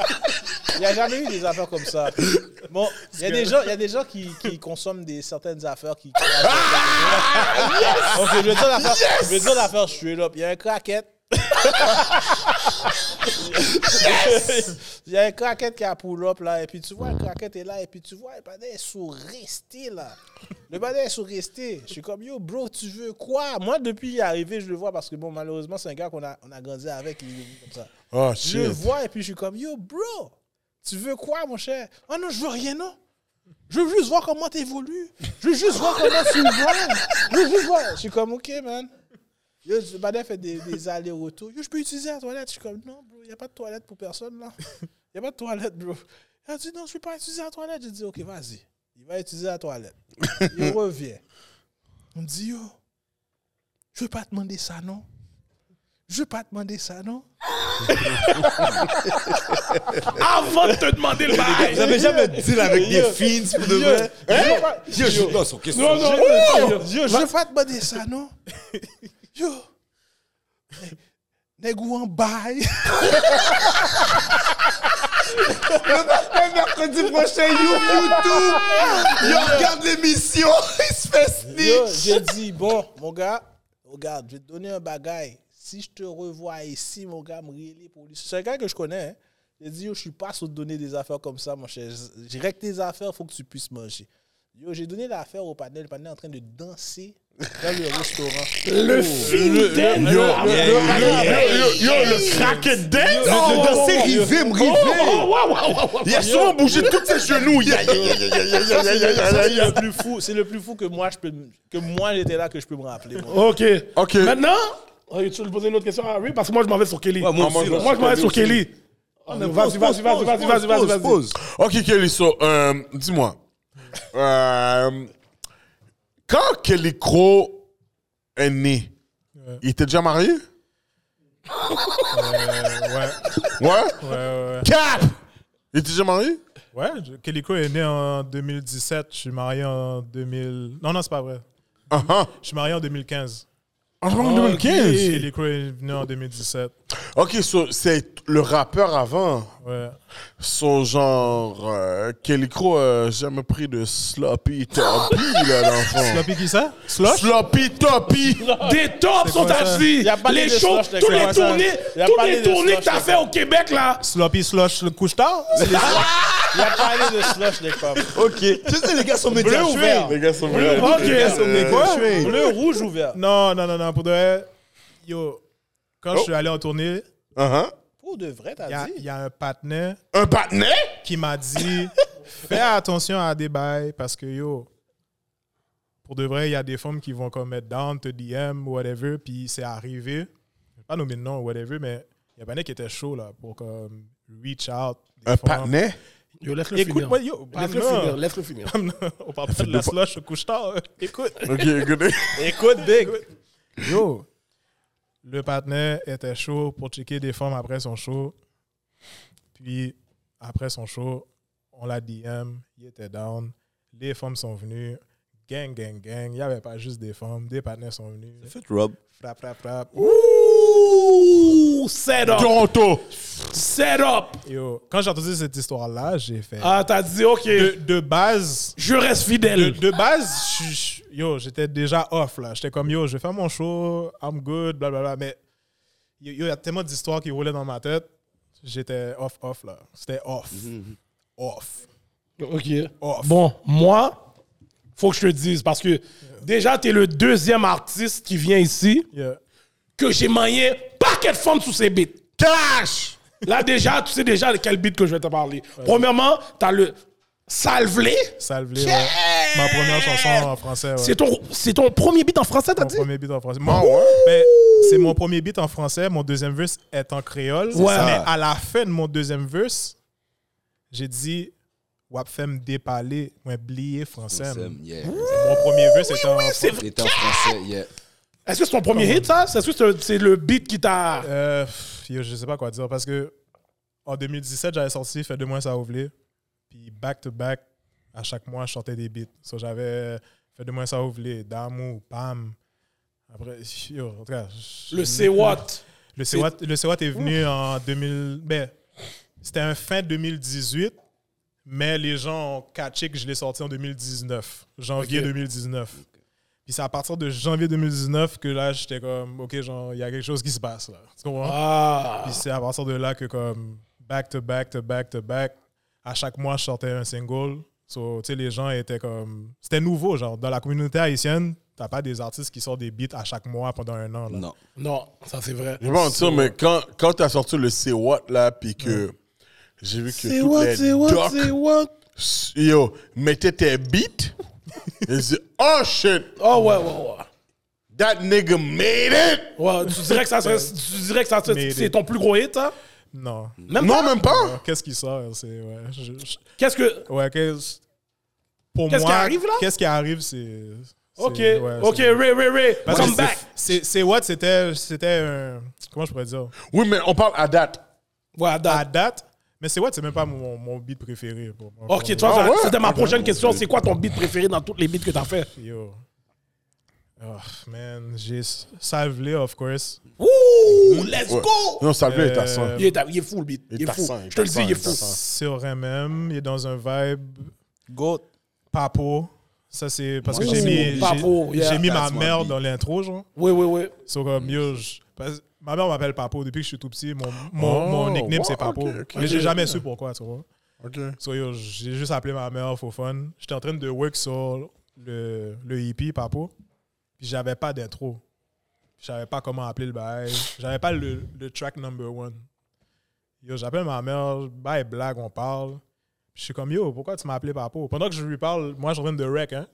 Speaker 6: Il n'y a jamais eu des affaires comme ça. Bon, il y a des gens, il y a des gens qui, qui consomment des, certaines affaires qui. Ok, je vais dire l'affaire. Je vais dire l'affaire straight up. Il y a un craquette. Il y a un craquette qui a pull up là, et puis tu vois, le craquette est là, et puis tu vois, le badin est sous-resté là. Le badin est sous-resté. Je suis comme, yo, bro, tu veux quoi? Moi, depuis il est arrivé, je le vois parce que, bon, malheureusement, c'est un gars qu'on a, on a grandi avec, il est devenu comme ça.
Speaker 4: Oh,
Speaker 6: Je le
Speaker 4: shit.
Speaker 6: vois et puis je suis comme, yo, bro, tu veux quoi, mon cher? Ah non, je veux rien, non. Je veux juste voir comment t'évolues. Je veux juste voir comment tu vois. Je veux juste voir. Je suis comme, ok, man. Yo, le badin fait des, des allers-retours. Yo, je peux utiliser la toilette. Je suis comme, non, bro, il n'y a pas de toilette pour personne, là. Il n'y a pas de toilette, bro. Il a dit, non, je ne peux pas utiliser la toilette. J'ai dit, ok, vas-y. Il va utiliser la toilette. Il revient. On me dit, yo, je ne veux pas te demander ça, non. Je ne veux pas te demander ça, non.
Speaker 3: Avant de te demander le bail.
Speaker 5: Vous avez jamais deal avec des
Speaker 6: Yo.
Speaker 5: fins pour de
Speaker 6: Yo.
Speaker 5: vrai?
Speaker 6: Yo, pas-
Speaker 5: Yo, je suis dans son question.
Speaker 3: Non, Oh! non,
Speaker 6: Yo,
Speaker 3: non.
Speaker 6: yo, je veux pas te demander ça, non? Yo! Nègou en bail!
Speaker 5: Le mercredi prochain, you YouTube! Yo, regarde l'émission! Il se fait
Speaker 6: Yo,
Speaker 5: sneak!
Speaker 6: j'ai dit, bon, mon gars, regarde, je vais te donner un bagage. Si je te revois ici, mon gars, me relayer pour lui. C'est un gars que je connais, hein. J'ai dit, yo, je suis pas sur te donner des affaires comme ça, mon cher. Je règle tes affaires, faut que tu puisses manger. Yo, j'ai donné l'affaire au panel. Le panel est en train de danser dans le restaurant.
Speaker 3: Oh. Le film d'elle.
Speaker 4: Yo, yo, yo, yo, yo, le
Speaker 3: Crack dance.
Speaker 5: Le danser rivé,
Speaker 3: Oh,
Speaker 5: me rivé!
Speaker 4: Il a souvent bougé tous ses genoux. Ya, ya, ya, ya, ya, ya,
Speaker 6: Ça, c'est
Speaker 4: ya, ya,
Speaker 6: le-
Speaker 4: ya,
Speaker 6: ça,
Speaker 4: ya,
Speaker 6: c'est le
Speaker 4: ya.
Speaker 6: plus fou. C'est le plus fou que moi, je peux, me- que moi j'étais là, que je peux me rappeler. moi.
Speaker 3: Ok.
Speaker 4: Ok.
Speaker 3: oh. Maintenant, oh, tu veux poser une autre question à Harry Parce que moi, je m'en vais sur Kelly.
Speaker 5: Ouais, moi
Speaker 3: Ah,
Speaker 5: aussi, là.
Speaker 3: moi, je m'en vais sur
Speaker 5: Kelly
Speaker 3: Kelly. Oh, non, Vas-y, vas-y, vas-y, vas-y, vas-y, vas-y, vas-y.
Speaker 4: Ok, Kelly, so, euh, dis-moi. Euh, quand Kelly Crow est né, il était déjà marié?
Speaker 7: Euh, Ouais,
Speaker 4: Ouais?
Speaker 7: ouais, ouais.
Speaker 4: Cap! Il était déjà marié?
Speaker 7: Ouais, je- Keliko est né en 2017. Je suis marié en 2000. Non, non, c'est pas vrai.
Speaker 4: Ah ah.
Speaker 7: Je suis marié en 2015.
Speaker 4: En 2015?
Speaker 7: Keliko est venu en 2017.
Speaker 4: Ok, so, c'est le rappeur avant.
Speaker 7: Ouais.
Speaker 4: Son genre, euh, Kelly Crow euh, j'ai jamais pris de sloppy toppy, là, l'enfant.
Speaker 7: Sloppy qui ça? Slosh?
Speaker 4: Sloppy toppy!
Speaker 3: Des tops sont
Speaker 7: quoi ça
Speaker 3: assis.
Speaker 6: Y a pas
Speaker 3: Les
Speaker 6: de
Speaker 3: shows,
Speaker 6: slush, les
Speaker 3: tous les
Speaker 6: commentaires.
Speaker 3: tournées,
Speaker 6: Y a
Speaker 3: tous
Speaker 6: pas
Speaker 3: les
Speaker 6: de
Speaker 3: tournées que
Speaker 6: slush,
Speaker 3: t'as
Speaker 6: les
Speaker 3: fait au Québec, là.
Speaker 7: Sloppy Slosh le couche-tard?
Speaker 6: Il a parlé de slush, les femmes.
Speaker 5: Ok. Tu sais, les gars sont
Speaker 6: Bleu
Speaker 5: médias.
Speaker 6: ouvert.
Speaker 4: Les gars sont vrais.
Speaker 7: Ouais.
Speaker 6: Bleu rouge ouvert.
Speaker 7: Non, non, non, non. Pour de vrai, yo, quand
Speaker 6: Oh.
Speaker 7: je suis allé en tournée,
Speaker 4: Ah, ah.
Speaker 6: Pour de vrai,
Speaker 7: il y
Speaker 6: t'as
Speaker 7: a,
Speaker 6: dit.
Speaker 7: y a un partenaire
Speaker 4: Un partenaire?
Speaker 7: qui m'a dit fais attention à des bails parce que yo, pour de vrai, il y a des femmes qui vont comme être down, te DM, whatever, puis c'est arrivé. Je vais Pas nommer de nom, whatever, mais il y a un mec qui était chaud là pour comme reach out. des
Speaker 4: Un
Speaker 7: femmes.
Speaker 4: partenaire?
Speaker 3: Yo, laisse-le
Speaker 7: Écoute, moi, yo,
Speaker 3: Laisse-le
Speaker 7: pardon.
Speaker 3: finir, laisse-le finir.
Speaker 7: On parle pas de la slush au couche-tard. Écoute.
Speaker 4: Ok, écoutez.
Speaker 6: Écoute, big.
Speaker 7: Yo, le partenaire était chaud pour checker des femmes après son show. Puis, après son show, on l'a DM, il était down. Les femmes sont venues. Gang, gang, gang. Il n'y avait pas juste des femmes. Des partenaires sont venus.
Speaker 5: Faites Rob.
Speaker 7: Frappe, frappe, frappe.
Speaker 3: Ouh, set up,
Speaker 4: Toronto!
Speaker 3: set up.
Speaker 7: Yo, quand j'ai entendu cette histoire-là, j'ai fait.
Speaker 3: Ah, t'as dit, ok,
Speaker 7: De, de base,
Speaker 3: je reste
Speaker 7: de,
Speaker 3: fidèle.
Speaker 7: de base, je- je- yo, j'étais déjà off là. J'étais comme yo, je vais faire mon show, I'm good, blablabla. Mais yo, yo, il y a tellement d'histoires qui roulaient dans ma tête. J'étais off, off là. C'était off. Off.
Speaker 3: Ok.
Speaker 7: Off.
Speaker 3: Oh, Bon, moi, faut que je te dise, parce que déjà, t'es le deuxième artiste qui vient ici
Speaker 7: Yeah.
Speaker 3: que j'ai manié paquet de femmes sous ses beats. Clash! Là, déjà, tu sais déjà de quel beat que je vais te parler. Premièrement, t'as le Salvelé.
Speaker 7: Salvelé, ouais. Ma première chanson en français. ouais.
Speaker 3: C'est ton, c'est ton premier beat en français, t'as
Speaker 7: Mon
Speaker 3: dit?
Speaker 7: premier beat en français. Mon- ben, c'est mon premier beat en français. Mon deuxième verse est en créole.
Speaker 3: Ouais.
Speaker 7: Mais à la fin de mon deuxième verse, j'ai dit Wap femme dépaler, moi blier français. Mon
Speaker 5: Yeah.
Speaker 7: premier verse est en français.
Speaker 3: C'est-
Speaker 5: Il était en français, yeah.
Speaker 3: Est-ce que c'est ton premier hit, ça? Est-ce que c'est un- c'est le beat qui t'a.
Speaker 7: Euh, pff, yo, je sais pas quoi dire parce que en 2017, j'avais sorti Fait deux mois ça a oublié. Puis back to back, euh, à chaque mois, je chantais des beats. So, j'avais Fait deux mois ça a oublié, Damou, Pam, Après, yo, en tout cas. je-
Speaker 3: Le c'est what?
Speaker 7: Le CWAT, le CWAT est venu en 2000. Ben, c'était un fin 2018, mais les gens ont catché que je l'ai sorti en 2019, janvier 2019. Puis c'est à partir de janvier 2019 que là, j'étais comme, OK, genre, il y a quelque chose qui se passe là. Tu comprends?
Speaker 3: Ah.
Speaker 7: Puis c'est à partir de là que, comme, back to back to back to back, à chaque mois, je sortais un single. So, tu sais, les gens étaient comme. C'était nouveau, genre, dans la communauté haïtienne, t'as pas des artistes qui sortent des beats à chaque mois pendant un an. Là.
Speaker 5: Non.
Speaker 3: Non, ça c'est vrai.
Speaker 4: Je vais pas mentir, mais quand, quand t'as sorti le C'est What là, puis que j'ai vu que
Speaker 3: C'est
Speaker 4: toutes
Speaker 3: what, c'est
Speaker 4: les
Speaker 3: what,
Speaker 4: docs
Speaker 3: c'est what?
Speaker 4: yo, mettaient tes beats, et je dis, oh shit,
Speaker 3: Oh ouais, ouais, ouais.
Speaker 4: that nigga made it!
Speaker 3: Ouais, tu dirais que ça serait- tu dirais que ça serait-
Speaker 7: Mais-
Speaker 3: c'est ton plus gros hit, hein?
Speaker 7: Non.
Speaker 3: Même
Speaker 4: Non,
Speaker 3: pas?
Speaker 4: même pas!
Speaker 7: Qu'est-ce qui sort C'est ouais, je- je-
Speaker 3: Qu'est-ce que.
Speaker 7: ouais, qu'est-ce pour
Speaker 3: Qu'est-ce
Speaker 7: moi,
Speaker 3: qui arrive, là
Speaker 7: Qu'est-ce qui arrive, c'est c'est-
Speaker 3: Ok,
Speaker 7: ouais,
Speaker 3: ok,
Speaker 7: c'est-
Speaker 3: Ray, Ray, Ray,
Speaker 7: parce que
Speaker 3: come
Speaker 7: c'est-
Speaker 3: back.
Speaker 7: C'est c'est what c'était c'était un comment je pourrais dire
Speaker 4: Oui, mais on parle à date.
Speaker 3: Ouais,
Speaker 7: à
Speaker 3: date.
Speaker 7: date, mais c'est what c'est même pas mon, mon beat préféré. Pour,
Speaker 3: Ok, tu vois, ça- c'était ma prochaine question. C'est quoi ton beat préféré dans toutes les beats que t'as fait?
Speaker 7: Yo. Oh, man, j'ai Savely of course.
Speaker 3: Ouh, let's
Speaker 4: Ouais.
Speaker 3: go!
Speaker 4: Non, ça le est à
Speaker 7: Euh,
Speaker 4: 100.
Speaker 3: Il est, à- il est fou, le beat. Il
Speaker 4: Il
Speaker 3: est
Speaker 4: est
Speaker 3: fou.
Speaker 4: tassant, il
Speaker 3: Je te le dis,
Speaker 4: tassant,
Speaker 3: il est
Speaker 4: il
Speaker 3: fou.
Speaker 4: tassant.
Speaker 7: C'est vrai même, il est dans un vibe
Speaker 6: Goat.
Speaker 7: papo. Ça c'est parce que
Speaker 3: Moi,
Speaker 7: j'ai
Speaker 3: c'est
Speaker 7: mis
Speaker 3: mon
Speaker 7: j'ai-
Speaker 3: papo, yeah.
Speaker 7: j'ai mis ma
Speaker 5: That's my
Speaker 7: mère
Speaker 5: beat.
Speaker 7: dans l'intro genre.
Speaker 3: Oui, oui, oui.
Speaker 7: So, comme, yo, je- parce- ma mère m'appelle Papo depuis que je suis tout petit. Mon, mon,
Speaker 4: Oh,
Speaker 7: mon nickname,
Speaker 4: wow,
Speaker 7: c'est Papo.
Speaker 4: ok, ok.
Speaker 7: Mais j'ai jamais su pourquoi, tu vois.
Speaker 4: Ok.
Speaker 3: Euh,
Speaker 7: So, yo, j'ai juste appelé ma mère for fun. J'étais en train de work sur le, le hippie Papo. Puis j'avais pas d'intro. Je savais pas comment appeler le bail. J'avais pas le, le track number one. Yo, j'appelle ma mère, bail blague, on parle. Puis je suis comme, yo, pourquoi tu m'as appelé Papo? Pendant que je lui parle, moi, je suis en train de rec, hein.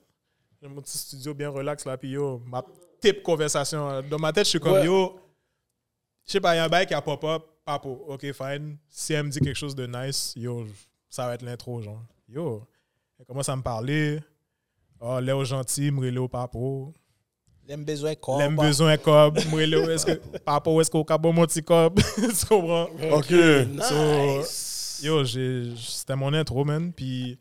Speaker 7: J'ai mon petit studio bien relax là, puis yo, ma type conversation. hein. Dans ma tête, je suis comme,
Speaker 3: Ouais.
Speaker 7: yo, je sais pas, il y a un bail qui a pop-up, Papo, ok, fine. Si elle me dit quelque chose de nice, yo, j- ça va être l'intro, genre. Yo, elle commence à me parler. Oh, Léo gentil, Mrelo Papo.
Speaker 6: L'aime besoin corps.
Speaker 7: L'aime besoin est cob. Mrelo, est-ce que, Papo, est-ce qu'au cabo mon petit cob? tu comprends?
Speaker 4: Ok.
Speaker 7: So, yo, j'ai- c'était mon intro, man. Puis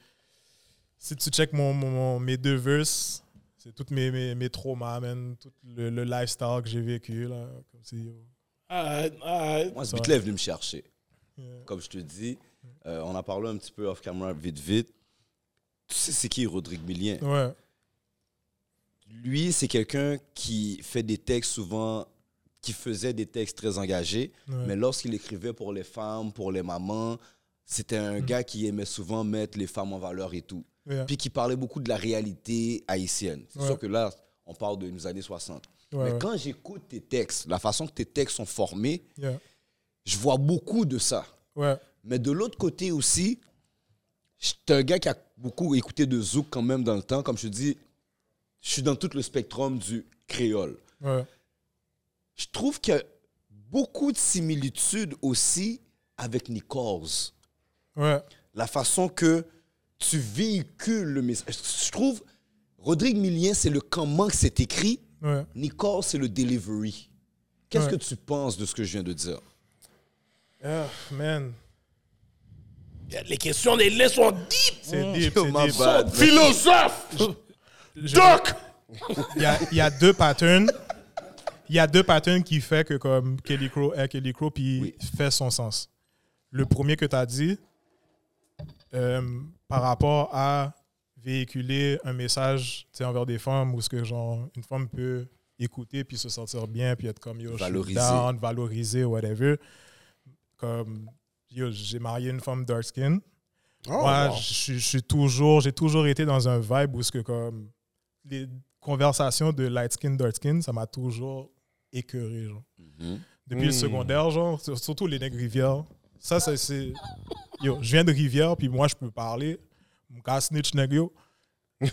Speaker 7: si tu check mon, mon- mon- mes deux verses, c'est tous mes, mes, mes traumas, man. Tout le, le lifestyle que j'ai vécu, là. Comme si, yo.
Speaker 3: Alright, alright.
Speaker 5: Moi, ce
Speaker 7: Ça
Speaker 5: beat-là est venu me chercher. Comme je te dis, euh, on a parlé un petit peu off-camera, vite, vite. Tu sais, c'est qui Rodrigue Millien?
Speaker 7: Ouais.
Speaker 5: Lui, c'est quelqu'un qui fait des textes souvent, qui faisait des textes très engagés,
Speaker 7: Ouais.
Speaker 5: mais lorsqu'il écrivait pour les femmes, pour les mamans, c'était un gars qui aimait souvent mettre les femmes en valeur et tout.
Speaker 7: Mm. Yeah.
Speaker 5: Puis qui parlait beaucoup de la réalité haïtienne. C'est
Speaker 7: Ouais.
Speaker 5: sûr que là, on parle de nos années 60.
Speaker 7: Ouais,
Speaker 5: mais
Speaker 7: ouais.
Speaker 5: quand j'écoute tes textes, la façon que tes textes sont formés,
Speaker 7: Yeah.
Speaker 5: je vois beaucoup de ça.
Speaker 7: Ouais.
Speaker 5: Mais de l'autre côté aussi, j'étais un gars qui a beaucoup écouté de Zouk quand même dans le temps. Comme je te dis, je suis dans tout le spectre du créole.
Speaker 7: Ouais.
Speaker 5: Je trouve qu'il y a beaucoup de similitudes aussi avec Nicoz.
Speaker 7: Ouais.
Speaker 5: La façon que tu véhicules le message. Je trouve, Rodrigue Millien, c'est le comment que c'est écrit.
Speaker 7: Ouais.
Speaker 5: Nicoz, c'est le delivery. Qu'est-ce
Speaker 7: Ouais.
Speaker 5: que tu penses de ce que je viens de dire?
Speaker 7: Ah, man.
Speaker 3: Les questions des laits sont deep.
Speaker 7: C'est deep,
Speaker 5: Yo,
Speaker 7: c'est
Speaker 5: my
Speaker 7: deep.
Speaker 5: bad.
Speaker 4: Philosophe!
Speaker 7: Je-
Speaker 4: Doc!
Speaker 7: Il y a, il y a deux patterns. Il y a deux patterns qui fait que comme Kelly Crow est Kelly Crow puis
Speaker 5: Oui.
Speaker 7: fait son sens. Le premier que tu as dit euh, par rapport à véhiculer un message tu sais, envers des femmes ou ce que genre une femme peut écouter puis se sentir bien puis être comme yo je suis
Speaker 5: Valoriser.
Speaker 7: down, valoriser whatever comme yo j'ai marié une femme dark skin moi, je suis- je suis toujours, j'ai toujours été dans un vibe où ce que comme les conversations de light skin, dark skin, ça m'a toujours écœuré, genre.
Speaker 5: Mhm.
Speaker 7: Depuis le secondaire, genre, sur- surtout les nègres rivières. Ça, c'est- c'est, yo, je viens de rivière, puis moi, je peux parler. Mon gars snitch nègre, yo.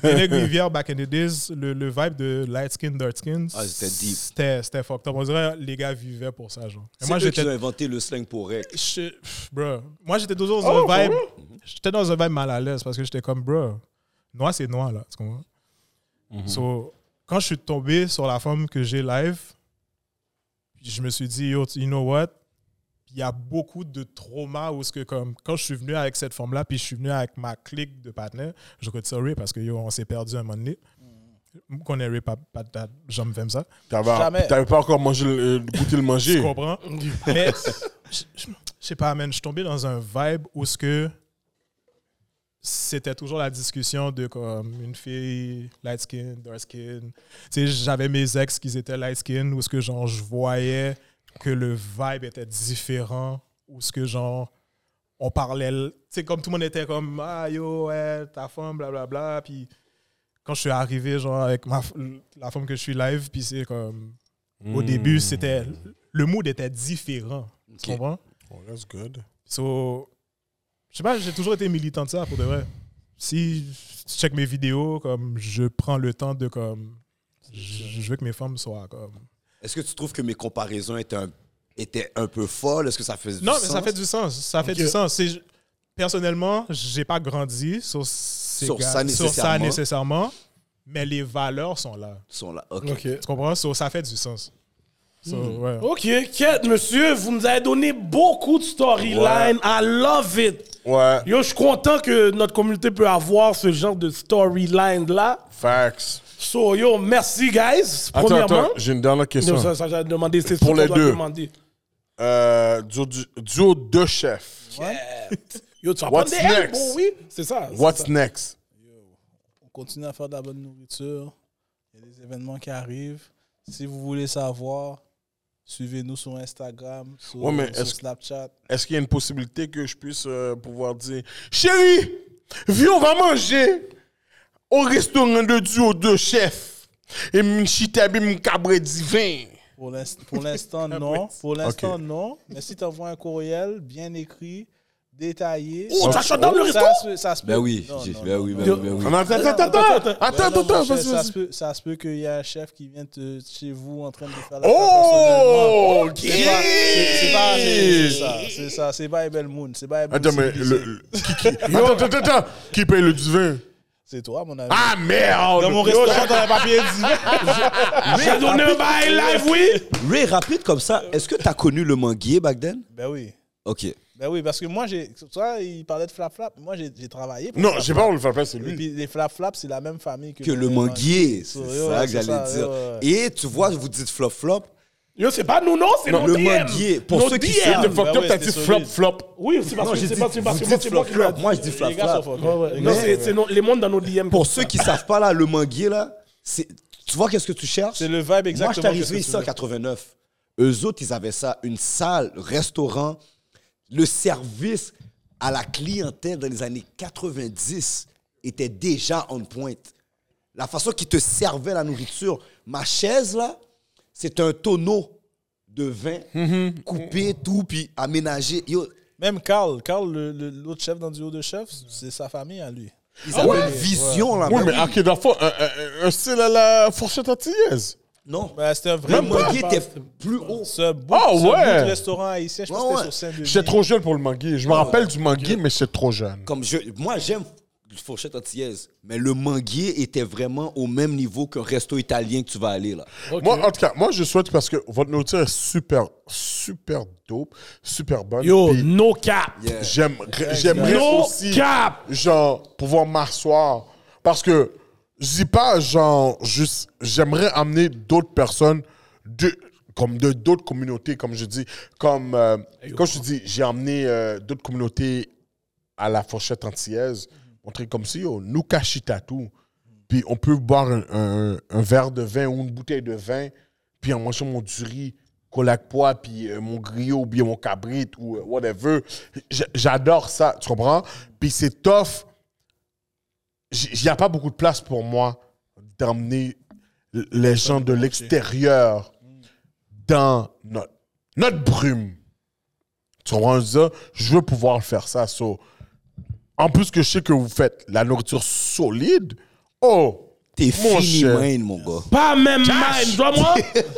Speaker 7: Les nègres rivière, back in the days, le, le vibe de light skin, dark skin,
Speaker 5: Ah, c'était deep.
Speaker 7: c'était c'était fucked up. On dirait les gars vivaient pour ça, genre. Et
Speaker 5: C'est
Speaker 7: moi,
Speaker 5: eux qui
Speaker 7: j'étais
Speaker 5: ont inventé le slang pour rec.
Speaker 7: je- pff, bro, moi j'étais toujours dans un vibe. J'étais dans un vibe mal à l'aise parce que j'étais comme, bro, noir c'est noir là, tu comprends? So, quand je suis tombé sur la femme que j'ai live, je me suis dit, yo, you know what? Il y a beaucoup de traumas où ce que comme quand je suis venu avec cette femme là, puis je suis venu avec ma clique de partenaires, je retire parce que yo, on s'est perdu un moment donné. Je connais Ray Pat- Patat, jamais fait ça.
Speaker 4: T'avais
Speaker 6: Jamais.
Speaker 4: t'avais pas encore mangé le, euh, goûté le
Speaker 7: Tu
Speaker 4: manger.
Speaker 7: comprends? Mais je je- je sais pas, man, je suis tombé dans un vibe où ce que c'était toujours la discussion de comme une fille light skin, dark skin. Tu sais, j'avais mes ex qui étaient light skin où ce que genre je voyais que le vibe était différent où ce que genre on parlait, l- tu sais comme tout le monde était comme ah yo ouais, ta femme blablabla puis quand je suis arrivé genre avec ma f- la femme que je suis live puis c'est comme au
Speaker 4: Hmm.
Speaker 7: début, c'était le mood était différent. Tu comprends?
Speaker 4: Oh, that's good.
Speaker 7: So, je sais pas, j'ai toujours été militant de ça pour de vrai. Si tu check mes vidéos, comme je prends le temps de comme je je veux que mes femmes soient comme.
Speaker 5: Est-ce que tu trouves que mes comparaisons étaient un, étaient un peu folles? Est-ce que ça fait du
Speaker 7: Non, mais
Speaker 5: sens?
Speaker 7: ça fait du sens. Ça fait
Speaker 4: Ok.
Speaker 7: du sens. C'est- Personnellement, j'ai pas grandi sur, ces
Speaker 5: Sur
Speaker 7: gars-
Speaker 5: ça
Speaker 7: sur ça
Speaker 5: nécessairement.
Speaker 7: nécessairement, mais les valeurs sont là.
Speaker 5: Ils sont là. OK.
Speaker 4: Ok.
Speaker 7: Tu comprends? So, ça fait du sens. So, ouais.
Speaker 3: Ok, Kate, monsieur, vous nous avez donné beaucoup de storylines. I love it.
Speaker 4: Ouais,
Speaker 3: Yo, je suis content que notre communauté peut avoir ce genre de storyline-là.
Speaker 4: facts.
Speaker 3: So, yo, merci, guys.
Speaker 4: Attends,
Speaker 3: Premièrement.
Speaker 4: attends, j'ai une dernière
Speaker 3: Non,
Speaker 4: question.
Speaker 3: ça, ça, j'ai demandé. C'est
Speaker 4: Pour
Speaker 3: ça
Speaker 4: les
Speaker 3: qu'on doit
Speaker 4: deux.
Speaker 3: demander.
Speaker 4: Euh, duo, du- duo de chefs.
Speaker 3: Yo, tu vas
Speaker 4: What's
Speaker 3: prendre des ailes,
Speaker 4: next?
Speaker 3: bon, oui. C'est ça. c'est
Speaker 4: What's
Speaker 3: ça.
Speaker 4: next?
Speaker 6: On continue à faire de la bonne nourriture. Il y a des événements qui arrivent. Si vous voulez savoir, suivez-nous sur Instagram, sur,
Speaker 4: Ouais, mais
Speaker 6: sur
Speaker 4: est-ce-
Speaker 6: Snapchat.
Speaker 4: Est-ce qu'il y a une possibilité que je puisse euh, pouvoir dire Chérie, viens, on va manger au restaurant de duo de chefs. Et m'chitabi m'cabre divin.
Speaker 6: Pour l'inst- pour l'instant, non. Pour l'instant,
Speaker 4: Ok.
Speaker 6: non. Mais si tu envoies un courriel bien écrit, détaillé.
Speaker 3: Oh, t'as shut down le resto?
Speaker 6: ça se peut- ça se
Speaker 5: Ben
Speaker 6: peut.
Speaker 5: oui,
Speaker 6: Non,
Speaker 5: j'ai-
Speaker 6: non,
Speaker 5: ben
Speaker 6: non,
Speaker 5: oui,
Speaker 6: non.
Speaker 5: ben
Speaker 3: non.
Speaker 5: oui, ben oui.
Speaker 4: Attends, attends, attends, attends,
Speaker 6: Ouais,
Speaker 4: attends,
Speaker 6: non, mon
Speaker 4: attends,
Speaker 6: chef,
Speaker 4: parce
Speaker 6: ça,
Speaker 4: que-
Speaker 6: se peut, ça se peut qu'il y a un chef qui vient te, chez vous en train de faire la
Speaker 4: Oh, ok.
Speaker 6: C'est pas- c'est- c'est pas- c'est- c'est ça, c'est ça, c'est pas Ebel Moon, c'est pas Ebel
Speaker 4: Attends,
Speaker 6: Moon,
Speaker 4: mais
Speaker 6: c'est-
Speaker 4: le, le- qui, qui- attends, attends, attends, attends. qui paye le divin?
Speaker 6: C'est toi, mon ami.
Speaker 4: Ah merde!
Speaker 6: Dans mon
Speaker 4: Yo,
Speaker 6: restaurant, t'as un papier divin.
Speaker 3: J'ai donné un bail live, oui.
Speaker 5: Ray, rapide comme ça, est-ce que t'as connu le manguier back then?
Speaker 6: Ben oui.
Speaker 5: OK.
Speaker 6: Ben oui, parce que moi, j'ai. Toi, il parlait de Flap Flap. Moi, j'ai j'ai travaillé. pour
Speaker 4: Non,
Speaker 6: Flap
Speaker 4: j'ai
Speaker 6: Flap.
Speaker 4: pas envie de faire place, c'est
Speaker 6: Et
Speaker 4: lui.
Speaker 6: puis, les Flap Flap, c'est la même famille que,
Speaker 5: Que le manguier, c'est ça que j'allais dire. Et tu vois, vous dites flop-flop.
Speaker 3: Yo, c'est pas nous, non, c'est
Speaker 5: Non,
Speaker 3: nos
Speaker 5: le
Speaker 3: DM.
Speaker 5: manguier, pour
Speaker 3: Nos
Speaker 5: ceux qui
Speaker 3: DM.
Speaker 4: T'es fucked up,
Speaker 6: Ben ouais,
Speaker 4: t'as
Speaker 6: c'est
Speaker 4: dit flop,
Speaker 6: solide.
Speaker 4: flop.
Speaker 3: Oui, c'est parce que c'est parce que- parce que-
Speaker 5: vous
Speaker 3: parce
Speaker 5: dites
Speaker 3: que moi qui l'ai
Speaker 5: flop-flop.
Speaker 3: dit.
Speaker 5: Moi, je dis
Speaker 6: Les gars sont
Speaker 5: flap-flap.
Speaker 6: forts.
Speaker 3: Ouais, ouais. Non, c'est c'est nos- les mondes dans nos DM.
Speaker 5: Pour ceux qui savent pas, là, le manguier, là, c'est- tu vois qu'est-ce que tu cherches?
Speaker 6: C'est le vibe exactement.
Speaker 5: Moi, je suis
Speaker 6: que ce que
Speaker 5: arrivé
Speaker 6: tu
Speaker 5: ici en
Speaker 6: veux.
Speaker 5: 89. Eux autres, ils avaient ça, une salle, restaurant, le service à la clientèle dans les années 90 était déjà en pointe. La façon qu'ils te servaient la nourriture, ma chaise là, c'est un tonneau de vin
Speaker 6: Mhm.
Speaker 5: coupé tout puis aménagé. Yo,
Speaker 6: Même Carl, Carl, le- le- l'autre chef dans du haut de chef, c'est sa famille à lui.
Speaker 5: ils avaient une vision là.
Speaker 4: Oui,
Speaker 5: man.
Speaker 4: mais à Kedafo, un, un- un style à la fourchette antillaise.
Speaker 5: Non,
Speaker 6: Ben, c'était un vrai
Speaker 5: le
Speaker 6: bout.
Speaker 5: manguier était plus haut.
Speaker 6: Ce bout,
Speaker 4: Ah,
Speaker 6: ce bout
Speaker 4: ouais.
Speaker 6: de restaurant haïtien, je pense
Speaker 5: Ouais,
Speaker 6: que
Speaker 5: ouais.
Speaker 6: c'était sur Saint-Denis.
Speaker 4: J'étais trop jeune pour le manguier. Je me rappelle du manguier, mais j'étais trop jeune.
Speaker 5: Comme je, moi, j'aime fourchette antillaise, mais le manguier était vraiment au même niveau qu'un resto italien que tu vas aller là.
Speaker 4: Moi, en tout cas, moi, je souhaite parce que votre nourriture est super, super dope, super bonne.
Speaker 3: Yo,
Speaker 4: Puis
Speaker 3: no cap.
Speaker 4: j'aime- J'aimerais
Speaker 3: No
Speaker 4: aussi,
Speaker 3: cap.
Speaker 4: genre, pouvoir m'asseoir. Parce que je dis pas, genre, juste, j'aimerais amener d'autres personnes de comme de d'autres communautés, comme je dis. Comme, euh, quand je dis, j'ai amené euh, d'autres communautés à la fourchette antillaise, montrer comme si, yo, nous tout puis on peut boire un, un- un verre de vin ou une bouteille de vin, puis en mangeant mon duri, colacpois, puis euh, mon griot, ou bien mon cabrit, ou euh, whatever. J- J'adore ça, tu comprends? Puis c'est tough. Il n'y a pas beaucoup de place pour moi d'emmener l- les gens de l'extérieur dans notre, notre brume. Tu comprends ça? Je veux pouvoir faire ça. So, en plus que je sais que vous faites la nourriture solide, oh,
Speaker 5: T'es
Speaker 4: Mon
Speaker 5: fini,
Speaker 4: cher.
Speaker 5: man, mon gars.
Speaker 3: Pas même mind, dois-moi.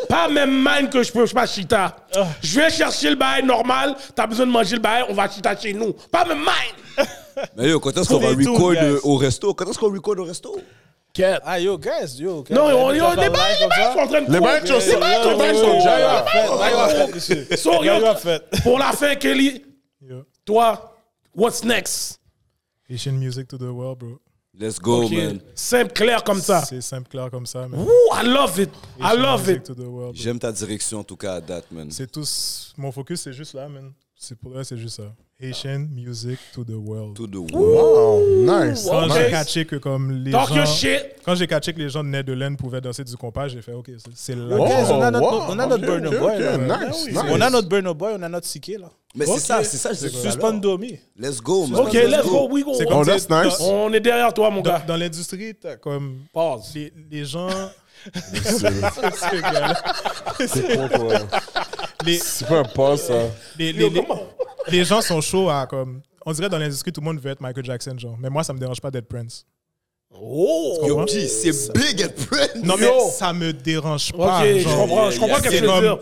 Speaker 3: pas même mind que je peux, je suis pas chita. Je vais chercher le bail normal. T'as besoin de manger le bail, on va chita chez nous. Pas même mind.
Speaker 5: Mais yo, quand est-ce qu'on va
Speaker 6: Tous les
Speaker 5: record
Speaker 6: tours,
Speaker 5: euh,
Speaker 6: guys.
Speaker 5: au resto? Quand est-ce qu'on record au resto?
Speaker 6: Ah, yo, guys, yo. guys,
Speaker 3: Non, on,
Speaker 6: vous
Speaker 3: on, les bails,
Speaker 6: avez un live
Speaker 3: les
Speaker 6: comme
Speaker 3: bails
Speaker 6: ça?
Speaker 3: sont en train de
Speaker 4: les
Speaker 3: courir.
Speaker 4: mecs sont
Speaker 3: Les bails sont en train de
Speaker 4: sont
Speaker 3: courir.
Speaker 4: déjà.
Speaker 6: Oh,
Speaker 3: So,
Speaker 6: Yo,
Speaker 3: yo,
Speaker 6: yo, fait.
Speaker 3: pour la fin, Kelly,
Speaker 7: Yo.
Speaker 3: toi, what's next?
Speaker 7: Asian music to the world, bro.
Speaker 5: Let's go,
Speaker 3: Ok.
Speaker 5: man.
Speaker 3: Simple, clair comme ça.
Speaker 7: C'est simple, clair comme ça, man.
Speaker 3: Ouh, I love it. I
Speaker 7: Asian
Speaker 3: love
Speaker 7: music
Speaker 3: it.
Speaker 7: to the world.
Speaker 5: J'aime ta direction, en tout cas, à date, man.
Speaker 7: C'est tous. Mon focus, c'est juste là, man. C'est pour vrai, c'est juste ça. Haitian music to the world.
Speaker 5: Tout de world.
Speaker 4: Wow, nice.
Speaker 7: Quand
Speaker 3: Ok.
Speaker 7: j'ai catché que comme les
Speaker 3: Talk your
Speaker 7: gens.
Speaker 3: shit.
Speaker 7: Quand j'ai catché que les gens de Netherlands pouvaient danser du compas, j'ai fait OK, c'est- c'est là.
Speaker 4: Wow,
Speaker 7: que-
Speaker 3: Oh.
Speaker 6: on a notre-
Speaker 4: Oh, wow,
Speaker 6: on a notre
Speaker 4: ok,
Speaker 6: Burner
Speaker 4: ok,
Speaker 6: Boy,
Speaker 4: ok,
Speaker 6: là.
Speaker 4: Nice, nice.
Speaker 6: On a notre Burner Boy, on a notre Siké, là.
Speaker 5: Mais c'est ça, c'est ça, c'est
Speaker 6: Suspend Domi.
Speaker 5: Let's go, man.
Speaker 3: Ok, let's go. We go.
Speaker 7: C'est
Speaker 4: Oh,
Speaker 7: comme
Speaker 4: that's
Speaker 7: dans-
Speaker 4: nice.
Speaker 3: On est derrière toi, mon gars.
Speaker 7: Dans, dans l'industrie, t'as comme.
Speaker 3: Pause.
Speaker 7: Les, les gens.
Speaker 4: C'est quoi, quoi?
Speaker 7: les,
Speaker 4: C'est pas un pas, ça.
Speaker 7: les, les- les- les gens sont chauds à comme. On dirait dans l'industrie, tout le monde veut être Michael Jackson, genre. Mais moi, ça me dérange pas d'être Prince.
Speaker 3: Oh.
Speaker 7: Comprends?
Speaker 5: Yo, P, c'est big and print.
Speaker 7: Non, mais
Speaker 3: Yo.
Speaker 7: ça me dérange
Speaker 3: Ok,
Speaker 7: pas.
Speaker 3: je
Speaker 7: genre.
Speaker 3: comprends. Je comprends
Speaker 7: C'est
Speaker 3: ce que tu veux
Speaker 7: comme-
Speaker 3: dire.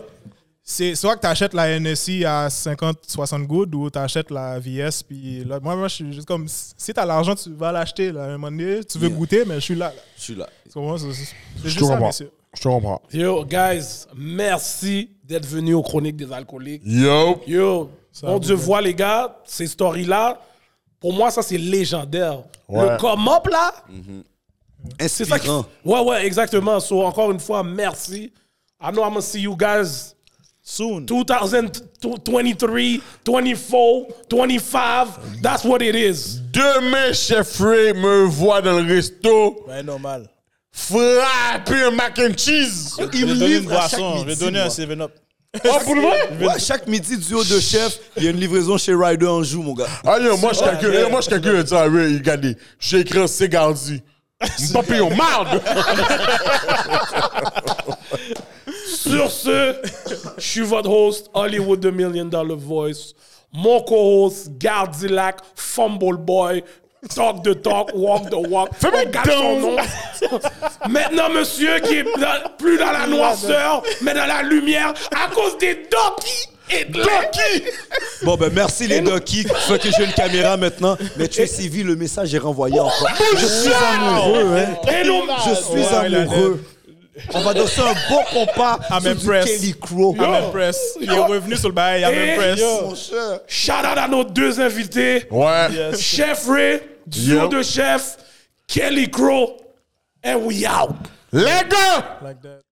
Speaker 7: C'est soit que tu achètes la NSI à 50, 60 gouttes ou tu achètes la VS. Puis là, moi, moi, je suis juste comme. Si tu as l'argent, tu vas l'acheter. Là, à un moment donné, tu veux
Speaker 5: Yeah.
Speaker 7: goûter, mais je suis là. là.
Speaker 5: Je suis là.
Speaker 7: Tu comprends? C'est c'est-
Speaker 4: Je
Speaker 7: c'est juste
Speaker 4: te
Speaker 7: ça,
Speaker 4: comprends.
Speaker 7: messieurs.
Speaker 4: Je te comprends.
Speaker 3: Yo, guys, merci d'être venus aux Chroniques des Alcooliques.
Speaker 4: Yo,
Speaker 3: Yo, on
Speaker 7: vous
Speaker 3: Dieu
Speaker 7: plaît.
Speaker 3: voit, les gars, ces stories-là, pour moi, ça, c'est légendaire.
Speaker 4: Ouais.
Speaker 3: Le come-up, là, c'est ça qui...
Speaker 5: Inspirant.
Speaker 3: Ouais, ouais, exactement. So, encore une fois, merci. I know I'm gonna see you guys
Speaker 6: Soon.
Speaker 3: 2023, 24, 25. That's what it is.
Speaker 4: demain, chef Ray me voit dans le resto
Speaker 6: Ben, normal.
Speaker 4: frapper un mac and cheese.
Speaker 6: Je
Speaker 5: Il
Speaker 6: vais
Speaker 5: me
Speaker 6: donner une
Speaker 5: livre à chaque
Speaker 6: boisson, je vais
Speaker 5: midi.
Speaker 6: donner
Speaker 5: moi.
Speaker 6: un 7-up.
Speaker 7: Ah,
Speaker 4: Oh, pour le vrai?
Speaker 5: Ouais, chaque midi, duo de chef, il y a une livraison chez Ryder en joue, mon gars.
Speaker 4: Ah, yo, moi, je calcule. yo, Moi, je calcule. Je dis, ah, oui, regardez, j'ai écrit un Ségardi. Papillon, marde!
Speaker 3: Sur ce, je suis votre host, Hollywood The Million Dollar Voice. Mon co-host, Gardilac, Fumble Boy, Talk the Talk, Walk the Walk.
Speaker 4: Fais-moi
Speaker 3: On garde son nom. Maintenant, monsieur qui est dans- plus dans la noirceur, mais dans la lumière, à cause des Doki et Doki.
Speaker 5: Bon, ben merci les Doki. Soit que j'ai une caméra maintenant. Mais tu es civil, le message est renvoyé encore. Je suis amoureux, hein.
Speaker 3: Et nous,
Speaker 5: Je suis
Speaker 7: Ouais,
Speaker 5: amoureux. On va danser un beau compas
Speaker 7: I'm
Speaker 5: sur du
Speaker 7: impressed.
Speaker 5: Kelly Crow.
Speaker 7: I'm impressed. Il est revenu sur le bail. I'm
Speaker 3: Eh,
Speaker 7: impressed.
Speaker 5: Mon cher.
Speaker 3: shout out à nos deux invités,
Speaker 4: Ouais.
Speaker 3: Chef Ray, duo
Speaker 4: Yo.
Speaker 3: de chef, Kelly Crow, and we out.
Speaker 4: Les gars!
Speaker 7: Like that.